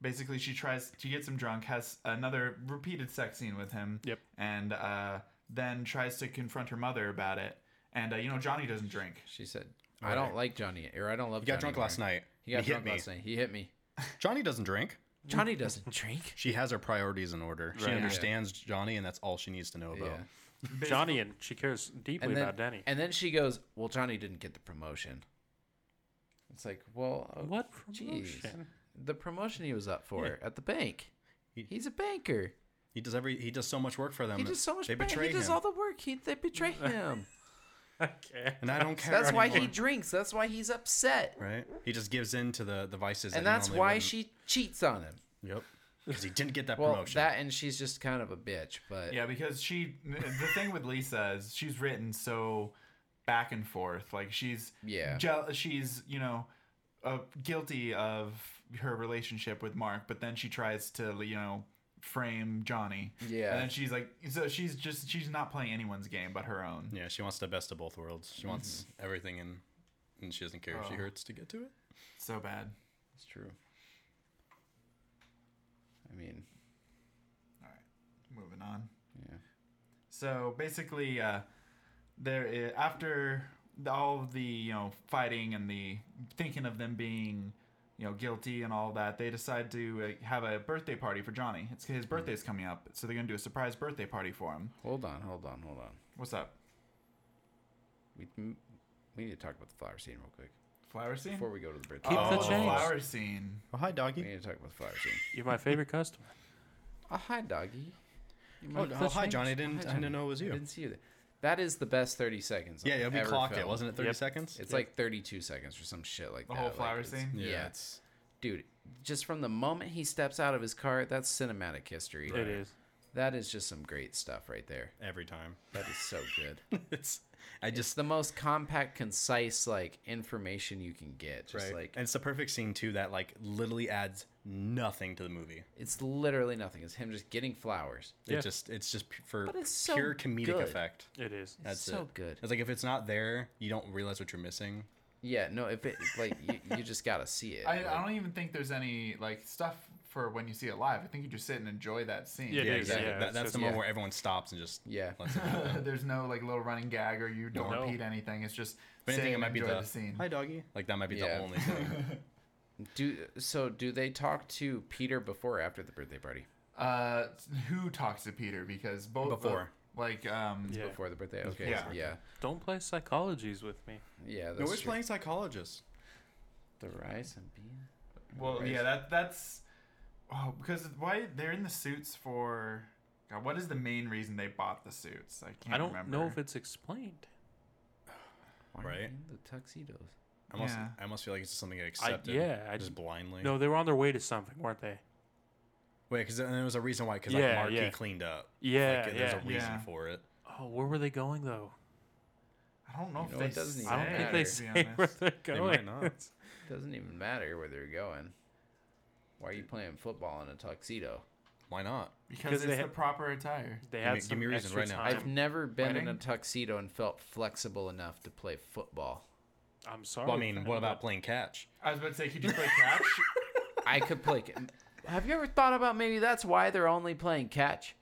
Speaker 1: basically she tries she gets him drunk, has another repeated sex scene with him.
Speaker 4: Yep.
Speaker 1: And uh, then tries to confront her mother about it. And uh, you know Johnny doesn't drink.
Speaker 3: She said, "I don't like Johnny, or I don't love."
Speaker 2: He got
Speaker 3: Johnny
Speaker 2: drunk last
Speaker 3: anymore.
Speaker 2: night.
Speaker 3: He got
Speaker 2: hit
Speaker 3: drunk
Speaker 2: me.
Speaker 3: last night. He hit me.
Speaker 2: Johnny doesn't drink.
Speaker 6: Johnny doesn't drink.
Speaker 2: She has her priorities in order. She
Speaker 4: Right. Yeah.
Speaker 2: understands Johnny, and that's all she needs to know about.
Speaker 3: Yeah.
Speaker 4: Johnny and she cares deeply
Speaker 3: and then,
Speaker 4: about Denny.
Speaker 3: And then she goes, "Well, Johnny didn't get the promotion." It's like, well, uh,
Speaker 4: what
Speaker 3: jeez.
Speaker 4: promotion?
Speaker 3: The promotion he was up for at the bank.
Speaker 2: He-
Speaker 3: He's a banker.
Speaker 2: He does every. He does so much work for them.
Speaker 3: He does so much.
Speaker 2: They
Speaker 3: bank.
Speaker 2: betray
Speaker 3: He does
Speaker 2: him,
Speaker 3: all the work. He they betray him.
Speaker 4: Okay.
Speaker 2: and I don't care.
Speaker 3: That's why he
Speaker 2: anymore.
Speaker 3: drinks. That's why he's upset.
Speaker 2: Right. He just gives in to the the vices.
Speaker 3: And
Speaker 2: that he
Speaker 3: that's
Speaker 2: normally
Speaker 3: why
Speaker 2: wouldn't.
Speaker 3: she cheats on him.
Speaker 2: Yep. Because he didn't get that
Speaker 3: Well,
Speaker 2: promotion.
Speaker 3: that and she's just kind of a bitch. But
Speaker 1: Yeah, because she the thing with Lisa is she's written so back and forth. Like she's
Speaker 3: Yeah.
Speaker 1: jeal- she's you know uh, guilty of her relationship with Mark, but then she tries to you know frame Johnny.
Speaker 3: Yeah.
Speaker 1: and then she's like, so she's just she's not playing anyone's game but her own.
Speaker 2: Yeah, she wants the best of both worlds. She wants
Speaker 3: Mm-hmm.
Speaker 2: everything, and and she doesn't care if she
Speaker 1: Oh.
Speaker 2: hurts to get to it.
Speaker 1: So bad.
Speaker 3: it's true. I mean,
Speaker 1: Moving on.
Speaker 3: yeah.
Speaker 1: So basically, uh, there is, after all of the you know fighting and the thinking of them being you know guilty and all that, they decide to uh, have a birthday party for Johnny. It's his
Speaker 2: Hmm.
Speaker 1: birthday's coming up, so they're gonna do a surprise birthday party for him.
Speaker 3: Hold on, hold on, hold on.
Speaker 1: What's up?
Speaker 3: We m- we need to talk about the flower scene real quick
Speaker 1: Flower scene.
Speaker 3: before we go to the birthday.
Speaker 4: Keep
Speaker 1: oh,
Speaker 4: the change.
Speaker 1: flower scene.
Speaker 2: Oh, hi,
Speaker 3: We
Speaker 2: doggy.
Speaker 3: need to talk about the flower scene.
Speaker 4: You're my favorite customer.
Speaker 3: Oh, hi, doggy. You
Speaker 2: Oh,
Speaker 3: mind if
Speaker 2: oh,
Speaker 3: I
Speaker 2: hi,
Speaker 3: change?
Speaker 2: Johnny. I didn't,
Speaker 3: Hi,
Speaker 2: I
Speaker 3: Johnny.
Speaker 2: didn't know it was
Speaker 3: I
Speaker 2: you.
Speaker 3: didn't see you there. That is the best 30 seconds.
Speaker 2: Yeah, yeah,
Speaker 3: I've
Speaker 2: we
Speaker 3: ever
Speaker 2: clocked it.
Speaker 3: filmed.
Speaker 2: Wasn't it 30
Speaker 4: Yep.
Speaker 2: seconds?
Speaker 3: It's like 32 seconds or some shit like
Speaker 1: The
Speaker 3: that.
Speaker 1: whole
Speaker 3: like,
Speaker 1: flower
Speaker 3: it's-
Speaker 1: scene?
Speaker 3: Yeah.
Speaker 2: it's
Speaker 3: Dude, just from the moment he steps out of his car, that's cinematic history.
Speaker 4: It is.
Speaker 3: That is just some great stuff right there.
Speaker 2: every time.
Speaker 3: That is so good.
Speaker 2: it's I
Speaker 3: it's
Speaker 2: just
Speaker 3: the most compact, concise, like information you can get. Just
Speaker 2: right.
Speaker 3: like
Speaker 2: and it's the perfect scene too that like literally adds nothing to the movie.
Speaker 3: it's literally nothing. It's him just getting flowers.
Speaker 4: Yeah.
Speaker 2: It just it's just p- for
Speaker 3: But it's so
Speaker 2: pure comedic
Speaker 3: good.
Speaker 2: effect.
Speaker 4: It is.
Speaker 3: It's
Speaker 2: That's
Speaker 3: so
Speaker 2: it.
Speaker 3: good.
Speaker 2: It's like if it's not there, you don't realize what you're missing.
Speaker 3: Yeah, no, if it like you, you just gotta see it.
Speaker 1: I,
Speaker 3: like-
Speaker 1: I don't even think there's any like stuff for when you see it live. I think you just sit and enjoy that scene.
Speaker 4: Yeah, It
Speaker 2: yeah,
Speaker 4: is,
Speaker 2: exactly.
Speaker 4: yeah,
Speaker 2: that,
Speaker 4: it's
Speaker 2: that's
Speaker 4: just-
Speaker 2: the moment
Speaker 3: yeah.
Speaker 2: where everyone stops and just
Speaker 3: Yeah.
Speaker 2: lets it happen.
Speaker 1: There's no like little running gag or you don't
Speaker 4: No.
Speaker 1: repeat anything. It's just
Speaker 2: If anything,
Speaker 1: sit
Speaker 2: it
Speaker 1: and
Speaker 2: might be
Speaker 1: enjoy
Speaker 2: the,
Speaker 1: the scene.
Speaker 2: hi doggy. Like that might be
Speaker 3: Yeah.
Speaker 2: the only thing.
Speaker 3: Do so? Do they talk to Peter before or after the birthday party?
Speaker 1: Uh, who talks to Peter? Because both
Speaker 2: Before.
Speaker 1: the- like um,
Speaker 4: Yeah.
Speaker 3: Before the birthday? Okay. Yeah.
Speaker 1: Yeah.
Speaker 3: Yeah.
Speaker 4: Don't play psychologies with me.
Speaker 3: Yeah.
Speaker 2: no,
Speaker 3: That's
Speaker 2: we're
Speaker 3: true.
Speaker 2: playing psychologist.
Speaker 3: the rice and bean.
Speaker 1: well,
Speaker 3: Right.
Speaker 1: yeah, that that's oh, because why they're in the suits for? God, what is the main reason they bought the suits? I can't
Speaker 4: I don't
Speaker 1: remember.
Speaker 4: know if it's explained.
Speaker 3: Why are
Speaker 2: Right.
Speaker 3: they in the tuxedos.
Speaker 2: I almost,
Speaker 1: Yeah.
Speaker 2: I almost feel like it's just something I accepted.
Speaker 4: yeah, I-
Speaker 2: just blindly.
Speaker 4: No, they were on their way to something, weren't they?
Speaker 2: Wait, because there was a reason why. Because
Speaker 4: Yeah,
Speaker 2: like Marky
Speaker 4: yeah.
Speaker 2: cleaned up.
Speaker 4: Yeah,
Speaker 2: like, There's
Speaker 4: yeah.
Speaker 2: a reason
Speaker 1: Yeah.
Speaker 2: for it.
Speaker 4: Oh, where were they going though?
Speaker 1: I don't know
Speaker 3: You
Speaker 1: if
Speaker 3: know,
Speaker 1: they.
Speaker 3: it doesn't even
Speaker 1: say,
Speaker 4: I don't think they
Speaker 3: matter,
Speaker 1: to be
Speaker 4: say where
Speaker 1: honest.
Speaker 4: they're
Speaker 2: They
Speaker 4: going.
Speaker 2: might not.
Speaker 3: Doesn't even matter where they're going. Why are you playing football in a tuxedo?
Speaker 2: Why not?
Speaker 1: because it's
Speaker 4: they
Speaker 1: the
Speaker 4: had-
Speaker 1: proper attire.
Speaker 4: They
Speaker 2: Give
Speaker 4: had
Speaker 2: me- give
Speaker 4: some
Speaker 2: me a reason
Speaker 4: extra
Speaker 2: right now.
Speaker 4: time.
Speaker 3: I've never been in a
Speaker 1: wedding?
Speaker 3: tuxedo and felt flexible enough to play football.
Speaker 4: I'm sorry.
Speaker 2: Well, I mean, what
Speaker 4: but-
Speaker 2: about playing catch?
Speaker 1: I was about to say, could you play catch?
Speaker 3: I could play. ca- Have you ever thought about maybe that's why they're only playing catch?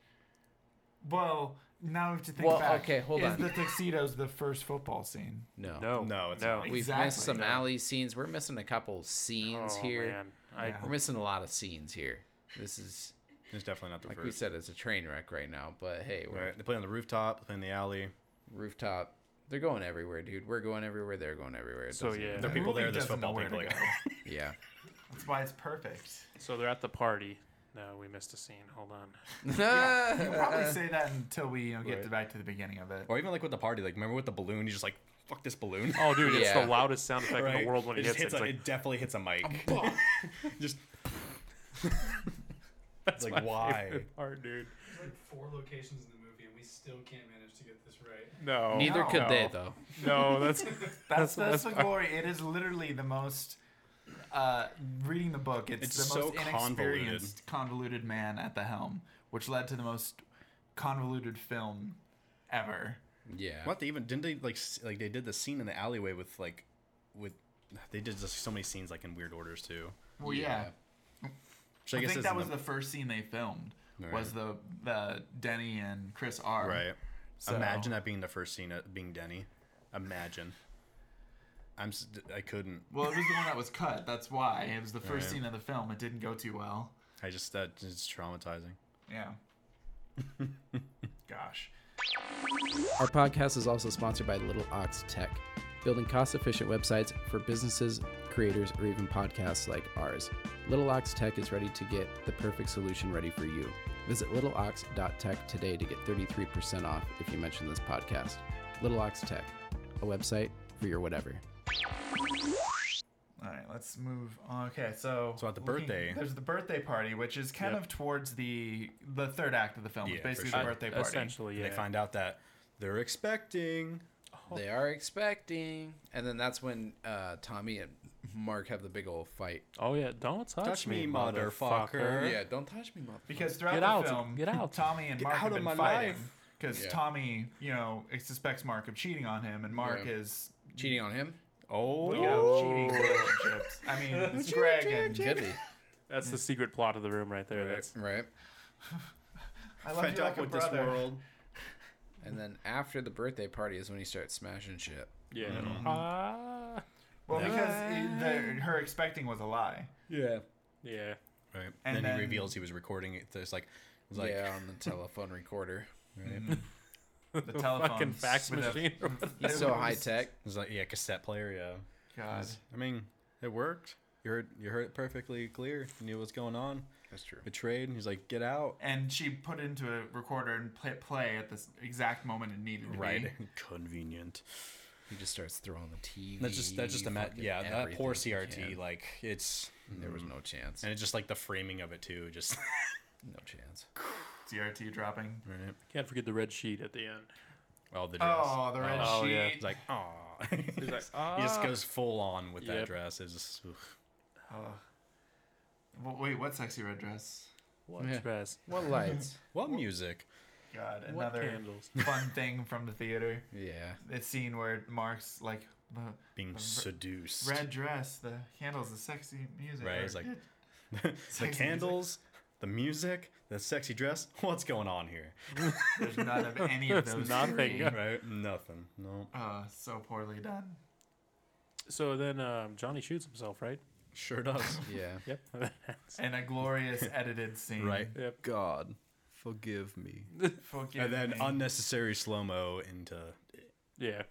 Speaker 1: well, now we have to think
Speaker 3: Well,
Speaker 1: back.
Speaker 3: okay, hold
Speaker 1: is
Speaker 3: on.
Speaker 1: the tuxedos the first football scene?
Speaker 3: No.
Speaker 4: No,
Speaker 2: No, it's
Speaker 4: no.
Speaker 2: not.
Speaker 3: We've missed
Speaker 1: Exactly.
Speaker 3: some alley scenes. We're missing a couple scenes
Speaker 4: oh,
Speaker 3: here.
Speaker 4: Man. I,
Speaker 1: Yeah.
Speaker 3: We're missing a lot of scenes here. This is
Speaker 2: It's definitely not the
Speaker 3: like we
Speaker 2: first.
Speaker 3: said, it's a train wreck right now. But hey, we're
Speaker 2: Right. They play on the rooftop. They play in the alley.
Speaker 3: rooftop. They're going everywhere, dude. We're going everywhere. They're going everywhere. It
Speaker 4: So,
Speaker 3: doesn't
Speaker 4: yeah.
Speaker 2: The
Speaker 1: The
Speaker 3: matter.
Speaker 2: people
Speaker 1: movie
Speaker 2: there, there's
Speaker 1: doesn't know
Speaker 2: football
Speaker 1: where
Speaker 2: people.
Speaker 1: to
Speaker 2: Like,
Speaker 1: go.
Speaker 3: yeah.
Speaker 1: That's why it's perfect.
Speaker 4: So they're at the party. No, we missed a scene. Hold on.
Speaker 1: Yeah, you'll probably
Speaker 3: Uh,
Speaker 1: say that until we you know, get to back to the beginning of it.
Speaker 2: or even like with the party. Like remember with the balloon? You just like fuck this balloon.
Speaker 4: Oh, dude, it's
Speaker 3: Yeah.
Speaker 4: the loudest sound effect in
Speaker 2: Right?
Speaker 4: the world when
Speaker 2: it
Speaker 4: it,
Speaker 2: just
Speaker 4: hits. it.
Speaker 2: hits.
Speaker 4: It's
Speaker 2: a,
Speaker 4: like,
Speaker 2: It definitely hits a mic. just
Speaker 4: that's
Speaker 2: like,
Speaker 4: my
Speaker 2: why?
Speaker 4: favorite part, dude.
Speaker 5: There's like four locations in the movie, and we still can't manage to get this right.
Speaker 4: No.
Speaker 3: Neither could
Speaker 4: no.
Speaker 3: they though.
Speaker 4: No, that's
Speaker 1: That's,
Speaker 4: That's-
Speaker 1: that's,
Speaker 4: that's-
Speaker 1: the glory. It is literally the most. Uh, reading the book, it's,
Speaker 2: It's
Speaker 1: the most
Speaker 2: so convoluted.
Speaker 1: inexperienced, convoluted man at the helm, which led to the most convoluted film ever.
Speaker 3: Yeah.
Speaker 2: What they even didn't they like s- like they did the scene in the alleyway with like with they did just so many scenes like in weird orders too.
Speaker 1: Well, yeah.
Speaker 2: Which I,
Speaker 1: I,
Speaker 2: guess
Speaker 1: think
Speaker 2: is
Speaker 1: that was the, first scene they filmed. Was the the Denny and Chris R.
Speaker 2: right.
Speaker 1: So-
Speaker 2: Imagine that being the first scene uh, being Denny. Imagine. I'm s- I couldn't.
Speaker 1: Well, it was the one that was cut. That's why it was the first
Speaker 2: Right.
Speaker 1: scene of the film. It didn't go too well.
Speaker 2: I just that it's traumatizing.
Speaker 1: Yeah. Gosh.
Speaker 3: Our podcast is also sponsored by Little Ox Tech, building cost efficient websites for businesses, creators, or even podcasts like ours. Little Ox Tech is ready to get the perfect solution ready for you. Visit littleox.tech today to get 33% off if you mention this podcast. Little Ox Tech, a website for your whatever.
Speaker 1: All right, let's move on. Okay, so
Speaker 2: So at the birthday-
Speaker 1: there's the birthday party, which is kind
Speaker 2: Yep.
Speaker 1: of towards the the third act of the film.
Speaker 2: Yeah,
Speaker 1: It's
Speaker 2: for
Speaker 1: basically
Speaker 2: sure.
Speaker 1: the birthday party.
Speaker 4: essentially yeah.
Speaker 2: They find out that they're expecting.
Speaker 3: They are expecting. And then that's when uh, Tommy and Mark have the big old fight.
Speaker 4: oh yeah, don't touch,
Speaker 2: Touch
Speaker 4: me,
Speaker 2: me,
Speaker 4: motherfucker.
Speaker 2: motherfucker.
Speaker 3: Yeah, don't touch me, motherfucker.
Speaker 1: Because throughout
Speaker 4: Get
Speaker 1: the
Speaker 4: out,
Speaker 1: film,
Speaker 4: get out.
Speaker 1: Tommy and
Speaker 2: Get
Speaker 1: Mark
Speaker 2: out
Speaker 1: have
Speaker 2: of
Speaker 1: been
Speaker 2: my
Speaker 1: fighting
Speaker 2: life.
Speaker 1: because
Speaker 3: Yeah.
Speaker 1: Tommy, you know, suspects Mark of cheating on him, and Mark
Speaker 3: Yeah.
Speaker 1: is
Speaker 3: Cheating on him?
Speaker 2: Oh,
Speaker 1: you know, cheating relationships. I mean, it's Greg and
Speaker 3: Could be.
Speaker 4: That's the secret plot of the room right there. That's
Speaker 3: Right.
Speaker 1: I love you like a brother.
Speaker 3: And then after the birthday party is when he starts smashing shit.
Speaker 4: yeah. Ah,
Speaker 1: Well, because it, the, her expecting was a lie.
Speaker 3: Yeah.
Speaker 4: yeah.
Speaker 2: Right.
Speaker 1: And
Speaker 2: And then,
Speaker 1: then-
Speaker 2: he reveals he was recording it. It's like, it's like
Speaker 3: yeah, on the telephone recorder.
Speaker 1: Mm-hmm. The telephone
Speaker 4: Fucking fax
Speaker 1: with a-
Speaker 4: machine.
Speaker 3: He's so high tech.
Speaker 2: it's like yeah, cassette player. Yeah.
Speaker 1: God.
Speaker 2: I mean, it worked. You heard you heard it perfectly clear. You knew what's going on.
Speaker 3: That's true.
Speaker 2: Betrayed. And he's like, get out.
Speaker 1: And she put it into a recorder and play, play at this exact moment it needed to be.
Speaker 2: Convenient.
Speaker 3: He just starts throwing the TV.
Speaker 2: That's just that's just the ma-
Speaker 3: fucking
Speaker 2: yeah that poor
Speaker 3: everything he
Speaker 2: CRT.
Speaker 3: can.
Speaker 2: Like it's
Speaker 3: There was no chance.
Speaker 2: and it's just like the framing of it too. Just
Speaker 3: No chance.
Speaker 1: CRT dropping.
Speaker 2: right.
Speaker 4: Can't forget the red sheet at the end.
Speaker 2: Oh the dress.
Speaker 1: Oh, the red
Speaker 4: Oh,
Speaker 1: sheet.
Speaker 4: yeah.
Speaker 2: He's like oh. he
Speaker 4: "Ah."
Speaker 2: just goes full on with that
Speaker 4: Yep.
Speaker 2: dress. It's just, oof.
Speaker 1: Oh. Well, wait, what sexy red dress?
Speaker 4: What
Speaker 3: Yeah.
Speaker 4: dress?
Speaker 3: What lights?
Speaker 2: what music?
Speaker 1: God,
Speaker 4: What
Speaker 1: another
Speaker 4: candles?
Speaker 1: fun thing from the theater.
Speaker 3: yeah.
Speaker 1: That scene where Mark's like the
Speaker 2: Being seduced.
Speaker 1: red dress, the candles, the sexy music.
Speaker 2: Right,
Speaker 1: or-
Speaker 2: it's like- the
Speaker 1: Sexy
Speaker 2: candles, the music, the sexy dress. What's going on here?
Speaker 1: there's none of any of
Speaker 4: There's
Speaker 1: those.
Speaker 4: nothing.
Speaker 1: three.
Speaker 2: Right? Nothing. No.
Speaker 1: Oh, so poorly done.
Speaker 4: So then um, Johnny shoots himself, right?
Speaker 2: Sure does.
Speaker 3: Yeah.
Speaker 4: Yep.
Speaker 1: And a glorious edited scene.
Speaker 2: right.
Speaker 4: Yep.
Speaker 2: God, forgive me.
Speaker 1: Forgive
Speaker 2: And then
Speaker 1: me.
Speaker 2: unnecessary slow mo into.
Speaker 4: yeah.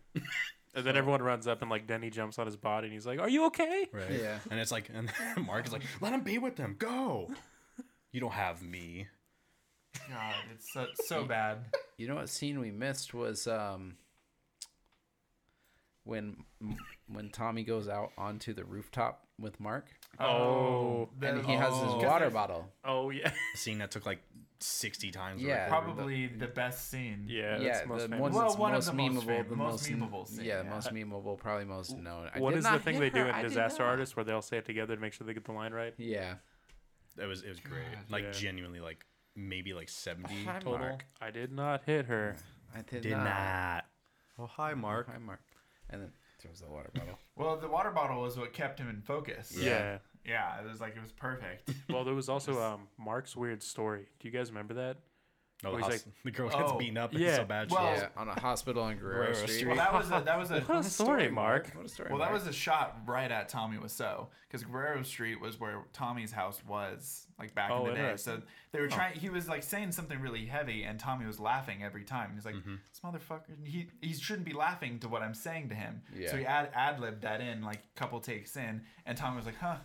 Speaker 4: And then everyone runs up and like Denny jumps on his body and he's like, "Are you okay?"
Speaker 2: Right.
Speaker 3: Yeah.
Speaker 2: And it's like, and Mark is like, let him be with them. Go. You don't have me.
Speaker 1: God, it's so, so bad.
Speaker 3: You know what scene we missed was um when when Tommy goes out onto the rooftop with Mark
Speaker 4: Oh.
Speaker 1: the-
Speaker 3: and he has
Speaker 1: oh.
Speaker 3: his water bottle.
Speaker 4: Oh yeah.
Speaker 2: A scene that took like 60 times. to
Speaker 3: Yeah.
Speaker 2: record.
Speaker 1: Probably the best scene.
Speaker 4: Yeah.
Speaker 3: yeah,
Speaker 4: that's most
Speaker 3: the
Speaker 4: famous.
Speaker 3: one
Speaker 1: Well,
Speaker 3: that's
Speaker 1: one of
Speaker 3: most
Speaker 1: the most
Speaker 3: memeable,
Speaker 1: fam-
Speaker 3: the
Speaker 1: most
Speaker 3: most,
Speaker 1: memeable scene,
Speaker 3: Yeah,
Speaker 1: yeah.
Speaker 3: most mememeable, probably most known. I
Speaker 4: what
Speaker 3: did
Speaker 4: is the
Speaker 3: not
Speaker 4: thing
Speaker 3: hit
Speaker 4: they
Speaker 3: her,
Speaker 4: do
Speaker 3: I
Speaker 4: in
Speaker 3: did
Speaker 4: Disaster
Speaker 3: not.
Speaker 4: Artist where they all say it together to make sure they get the line right?
Speaker 3: Yeah,
Speaker 2: It was, it was great.
Speaker 1: God.
Speaker 2: Like
Speaker 4: Yeah.
Speaker 2: genuinely like maybe like 70
Speaker 3: Hi,
Speaker 2: total.
Speaker 3: Mark.
Speaker 4: I did not hit her.
Speaker 3: I did,
Speaker 2: Did
Speaker 3: not.
Speaker 2: not. Oh, hi, Mark.
Speaker 3: Hi, Mark. And then throws the water bottle.
Speaker 1: Well, the water bottle was what kept him in focus.
Speaker 4: Yeah.
Speaker 1: Yeah, it was like it was perfect.
Speaker 4: Well, there was also um, Mark's weird story. Do you guys remember that?
Speaker 2: No,
Speaker 4: Well,
Speaker 2: the,
Speaker 4: he's
Speaker 2: hos- the girl gets
Speaker 1: Oh,
Speaker 2: beaten up
Speaker 4: yeah.
Speaker 2: so bad. she
Speaker 1: Well-
Speaker 2: lost-
Speaker 3: yeah, on a hospital on Guerrero
Speaker 2: Guerrero
Speaker 3: Street.
Speaker 2: Street.
Speaker 1: Well, that was a, that was a
Speaker 4: What a story, Mark.
Speaker 3: What a story.
Speaker 1: Well, that
Speaker 3: Mark.
Speaker 1: was a shot right at Tommy Wiseau because Guerrero Street was where Tommy's house was, like back in
Speaker 4: Oh,
Speaker 1: the day. So
Speaker 4: interesting.
Speaker 1: they were trying. He was like saying something really heavy, and Tommy was laughing every time. He's like, "This motherfucker, he he shouldn't be laughing to what I'm saying to him." So
Speaker 3: Yeah.
Speaker 1: he ad ad libbed that in, like couple takes in, and Tommy was like, "Huh."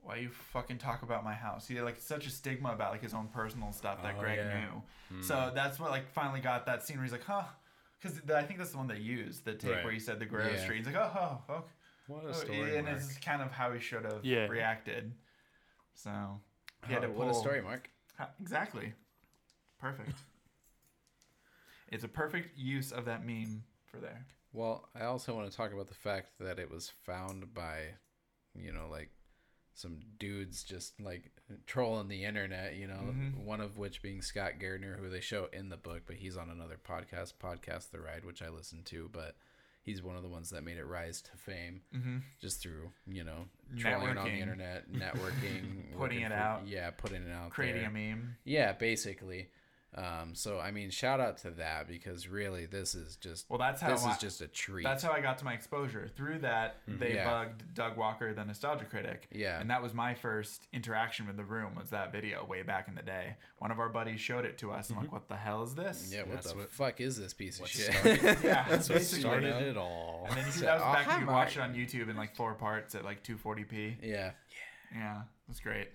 Speaker 1: Why you fucking talk about my house? He had like such a stigma about like his own personal stuff that
Speaker 2: Oh,
Speaker 1: Greg
Speaker 2: yeah.
Speaker 1: knew. So that's what like finally got that scene where he's like, huh? Because I think that's the one they used, the take
Speaker 2: Right.
Speaker 1: where he said the Guerrero
Speaker 3: Yeah.
Speaker 1: Street. He's like, oh, oh, okay.
Speaker 2: What
Speaker 1: Oh,
Speaker 2: a story,
Speaker 1: and
Speaker 2: Mark.
Speaker 1: it's kind of how he should have
Speaker 4: Yeah.
Speaker 1: reacted. So he had to
Speaker 3: what a
Speaker 1: pull-
Speaker 3: story, Mark.
Speaker 1: Ha- Exactly. Perfect. it's a perfect use of that meme for there.
Speaker 3: Well, I also want to talk about the fact that it was found by, you know, like some dudes just like trolling the internet, you know,
Speaker 1: Mhm.
Speaker 3: one of which being Scott Gardner, who they show in the book, but he's on another podcast, Podcast The Ride, which I listen to, but he's one of the ones that made it rise to fame
Speaker 1: Mm-hmm.
Speaker 3: just through, you know, trolling on
Speaker 1: Networking.
Speaker 3: the internet, networking,
Speaker 1: Putting
Speaker 3: working
Speaker 1: it out.
Speaker 3: Yeah, putting it out
Speaker 1: Creating
Speaker 3: there.
Speaker 1: a meme.
Speaker 3: Yeah, basically. Um, so I mean, shout out to that because really, this is just
Speaker 1: Well, that's how
Speaker 3: this
Speaker 1: I-
Speaker 3: is just a treat.
Speaker 1: That's how I got to my exposure. Through that, they
Speaker 3: Yeah.
Speaker 1: bugged Doug Walker, the nostalgia critic.
Speaker 3: Yeah.
Speaker 1: And that was my first interaction with the room was that video way back in the day. One of our buddies showed it to us. I'm like, what the hell is this?
Speaker 3: Mm-hmm. yeah, what
Speaker 2: that's
Speaker 3: the
Speaker 2: what-
Speaker 3: fuck is this piece of
Speaker 2: what
Speaker 3: shit?
Speaker 2: started-
Speaker 1: Yeah,
Speaker 2: That's what
Speaker 1: basically.
Speaker 2: started it all.
Speaker 1: And then you see
Speaker 3: So,
Speaker 1: that was
Speaker 3: oh,
Speaker 1: back
Speaker 3: hi,
Speaker 1: when you
Speaker 3: Mark.
Speaker 1: watch it on YouTube in like four parts at like 240p.
Speaker 3: yeah.
Speaker 1: Yeah, that's great.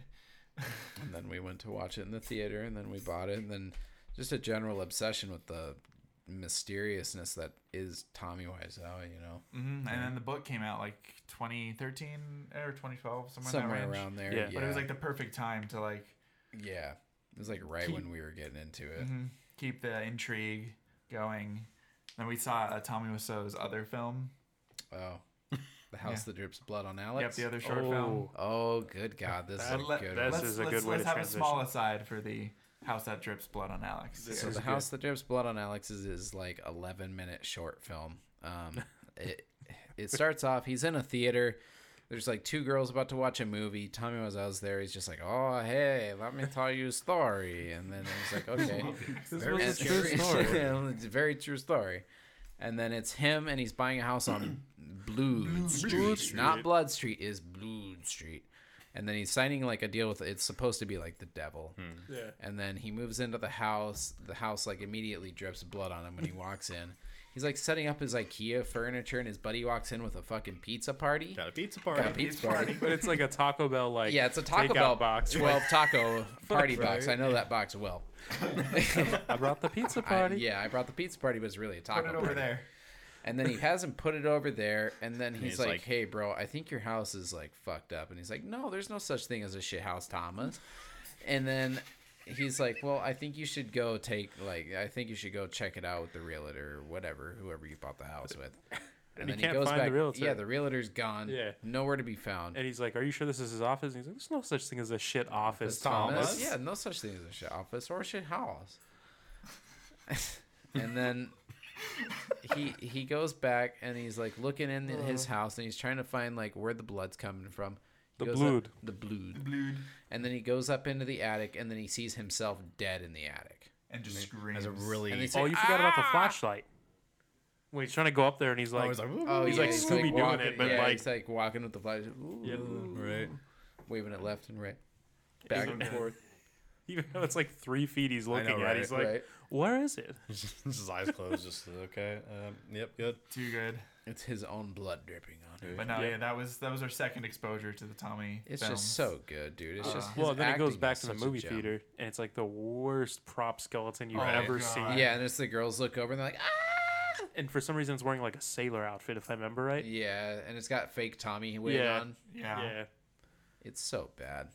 Speaker 3: And then we went to watch it in the theater, and then we bought it, and then just a general obsession with the mysteriousness that is Tommy Wiseau. You know,
Speaker 1: hmm And then the book came out like 2013 or 2012, somewhere, in
Speaker 3: somewhere
Speaker 1: that range.
Speaker 3: around there. Yeah.
Speaker 4: Yeah.
Speaker 1: But it was like the perfect time to like
Speaker 3: yeah, it was like right
Speaker 1: Keep-
Speaker 3: when we were getting into it.
Speaker 1: mhm, keep the intrigue going. Then we saw uh, Tommy Wiseau's other film.
Speaker 3: Oh, the house that drips blood on Alex.
Speaker 1: Mm-hmm. Yep, the other short film.
Speaker 3: Oh, good God, this is a
Speaker 4: That-
Speaker 3: good
Speaker 1: Let-
Speaker 3: one.
Speaker 4: This
Speaker 1: let's,
Speaker 4: is a
Speaker 1: let's-
Speaker 4: good way
Speaker 1: let's
Speaker 4: to
Speaker 1: have
Speaker 4: transition.
Speaker 1: a small aside for the house that drips blood on Alex. here.
Speaker 4: This
Speaker 3: So
Speaker 4: is
Speaker 3: the
Speaker 4: good.
Speaker 3: house that drips blood on Alex is, is like eleven minute short film. Um, it it starts off. He's in a theater. There's like two girls about to watch a movie. Tommy was I was there. He's just like, oh hey, let me tell you a story. And then it's like, okay, very
Speaker 4: was a true
Speaker 3: scary. it's a very true story. And then it's him and he's buying a house on Blue Street, not Blood Street, is Blue Street. And then he's signing like a deal with it's supposed to be like the devil.
Speaker 4: Yeah.
Speaker 3: And then he moves into the house. The house like immediately drips blood on him when he walks in. He's like setting up his IKEA furniture, and his buddy walks in with a fucking pizza party.
Speaker 2: Got a pizza party.
Speaker 3: Got a pizza party.
Speaker 4: But it's like a Taco Bell like
Speaker 3: Yeah, it's a Taco
Speaker 4: takeout
Speaker 3: Bell
Speaker 4: box.
Speaker 3: twelve taco party box. I know that box well.
Speaker 4: I brought the pizza
Speaker 3: I,
Speaker 4: party.
Speaker 3: yeah, I brought the pizza party, but it's really a taco
Speaker 1: Put it over
Speaker 3: party.
Speaker 1: there.
Speaker 3: And then he has him put it over there, and then he's,
Speaker 2: he's
Speaker 3: like,
Speaker 2: like-
Speaker 3: "Hey, bro, I think your house is like fucked up." And he's like, "No, there's no such thing as a shit house, Thomas." And then he's like, "Well, I think you should go take like I think you should go check it out with the realtor or whatever, whoever you bought the house with." And,
Speaker 4: he can't find the realtor.
Speaker 3: Yeah, the realtor's gone.
Speaker 4: Yeah.
Speaker 3: nowhere to be found.
Speaker 4: And he's like, "Are you sure this is his office?" And he's like, "There's no such thing as a shit office, Thomas."
Speaker 2: Thomas.
Speaker 3: Yeah, no such thing as a shit office or a shit house. and then he he goes back and he's like looking in his house and he's trying to find like where the blood's coming from. He
Speaker 4: The
Speaker 3: goes up-
Speaker 4: blood.
Speaker 3: the blood. And then he goes up into the attic and then he sees himself dead in the attic.
Speaker 1: And just
Speaker 2: That's
Speaker 1: screams.
Speaker 2: a really.
Speaker 3: And they say,
Speaker 4: Oh, you forgot about the flashlight. When he's trying to go up there, and he's
Speaker 2: I
Speaker 4: like,
Speaker 2: was like,
Speaker 3: Oh,
Speaker 4: He's
Speaker 3: yeah,
Speaker 4: like Scooby doing
Speaker 3: walking-
Speaker 4: it, but
Speaker 3: yeah,
Speaker 4: like-
Speaker 3: he's like walking with the flash, ooh,
Speaker 4: Yeah.
Speaker 2: right.
Speaker 3: waving it left and right, back and forth.
Speaker 4: even though it's like three feet, he's looking at.
Speaker 2: right?
Speaker 4: He's like,
Speaker 3: right,
Speaker 4: "Where is it?"
Speaker 2: His eyes closed. Just okay. Um, yep. Good.
Speaker 1: too good.
Speaker 3: it's his own blood dripping on him.
Speaker 1: But no,
Speaker 4: Yeah.
Speaker 1: yeah, that was that was our second exposure to the Tommy.
Speaker 3: It's
Speaker 1: films.
Speaker 3: just so good, dude. It's just his
Speaker 4: Uh, well, then it goes
Speaker 3: acting
Speaker 4: back
Speaker 3: is
Speaker 4: to the
Speaker 3: such a
Speaker 4: movie
Speaker 3: gem.
Speaker 4: theater, and it's like the worst prop skeleton you've
Speaker 1: Oh,
Speaker 4: ever
Speaker 1: God.
Speaker 4: seen.
Speaker 3: Yeah, and it's the girls look over and they're like, ah!
Speaker 4: And for some reason, it's wearing like a sailor outfit, if I remember right.
Speaker 3: yeah, and it's got fake Tommy wig
Speaker 4: Yeah.
Speaker 3: on.
Speaker 1: Yeah.
Speaker 4: yeah.
Speaker 3: It's so bad,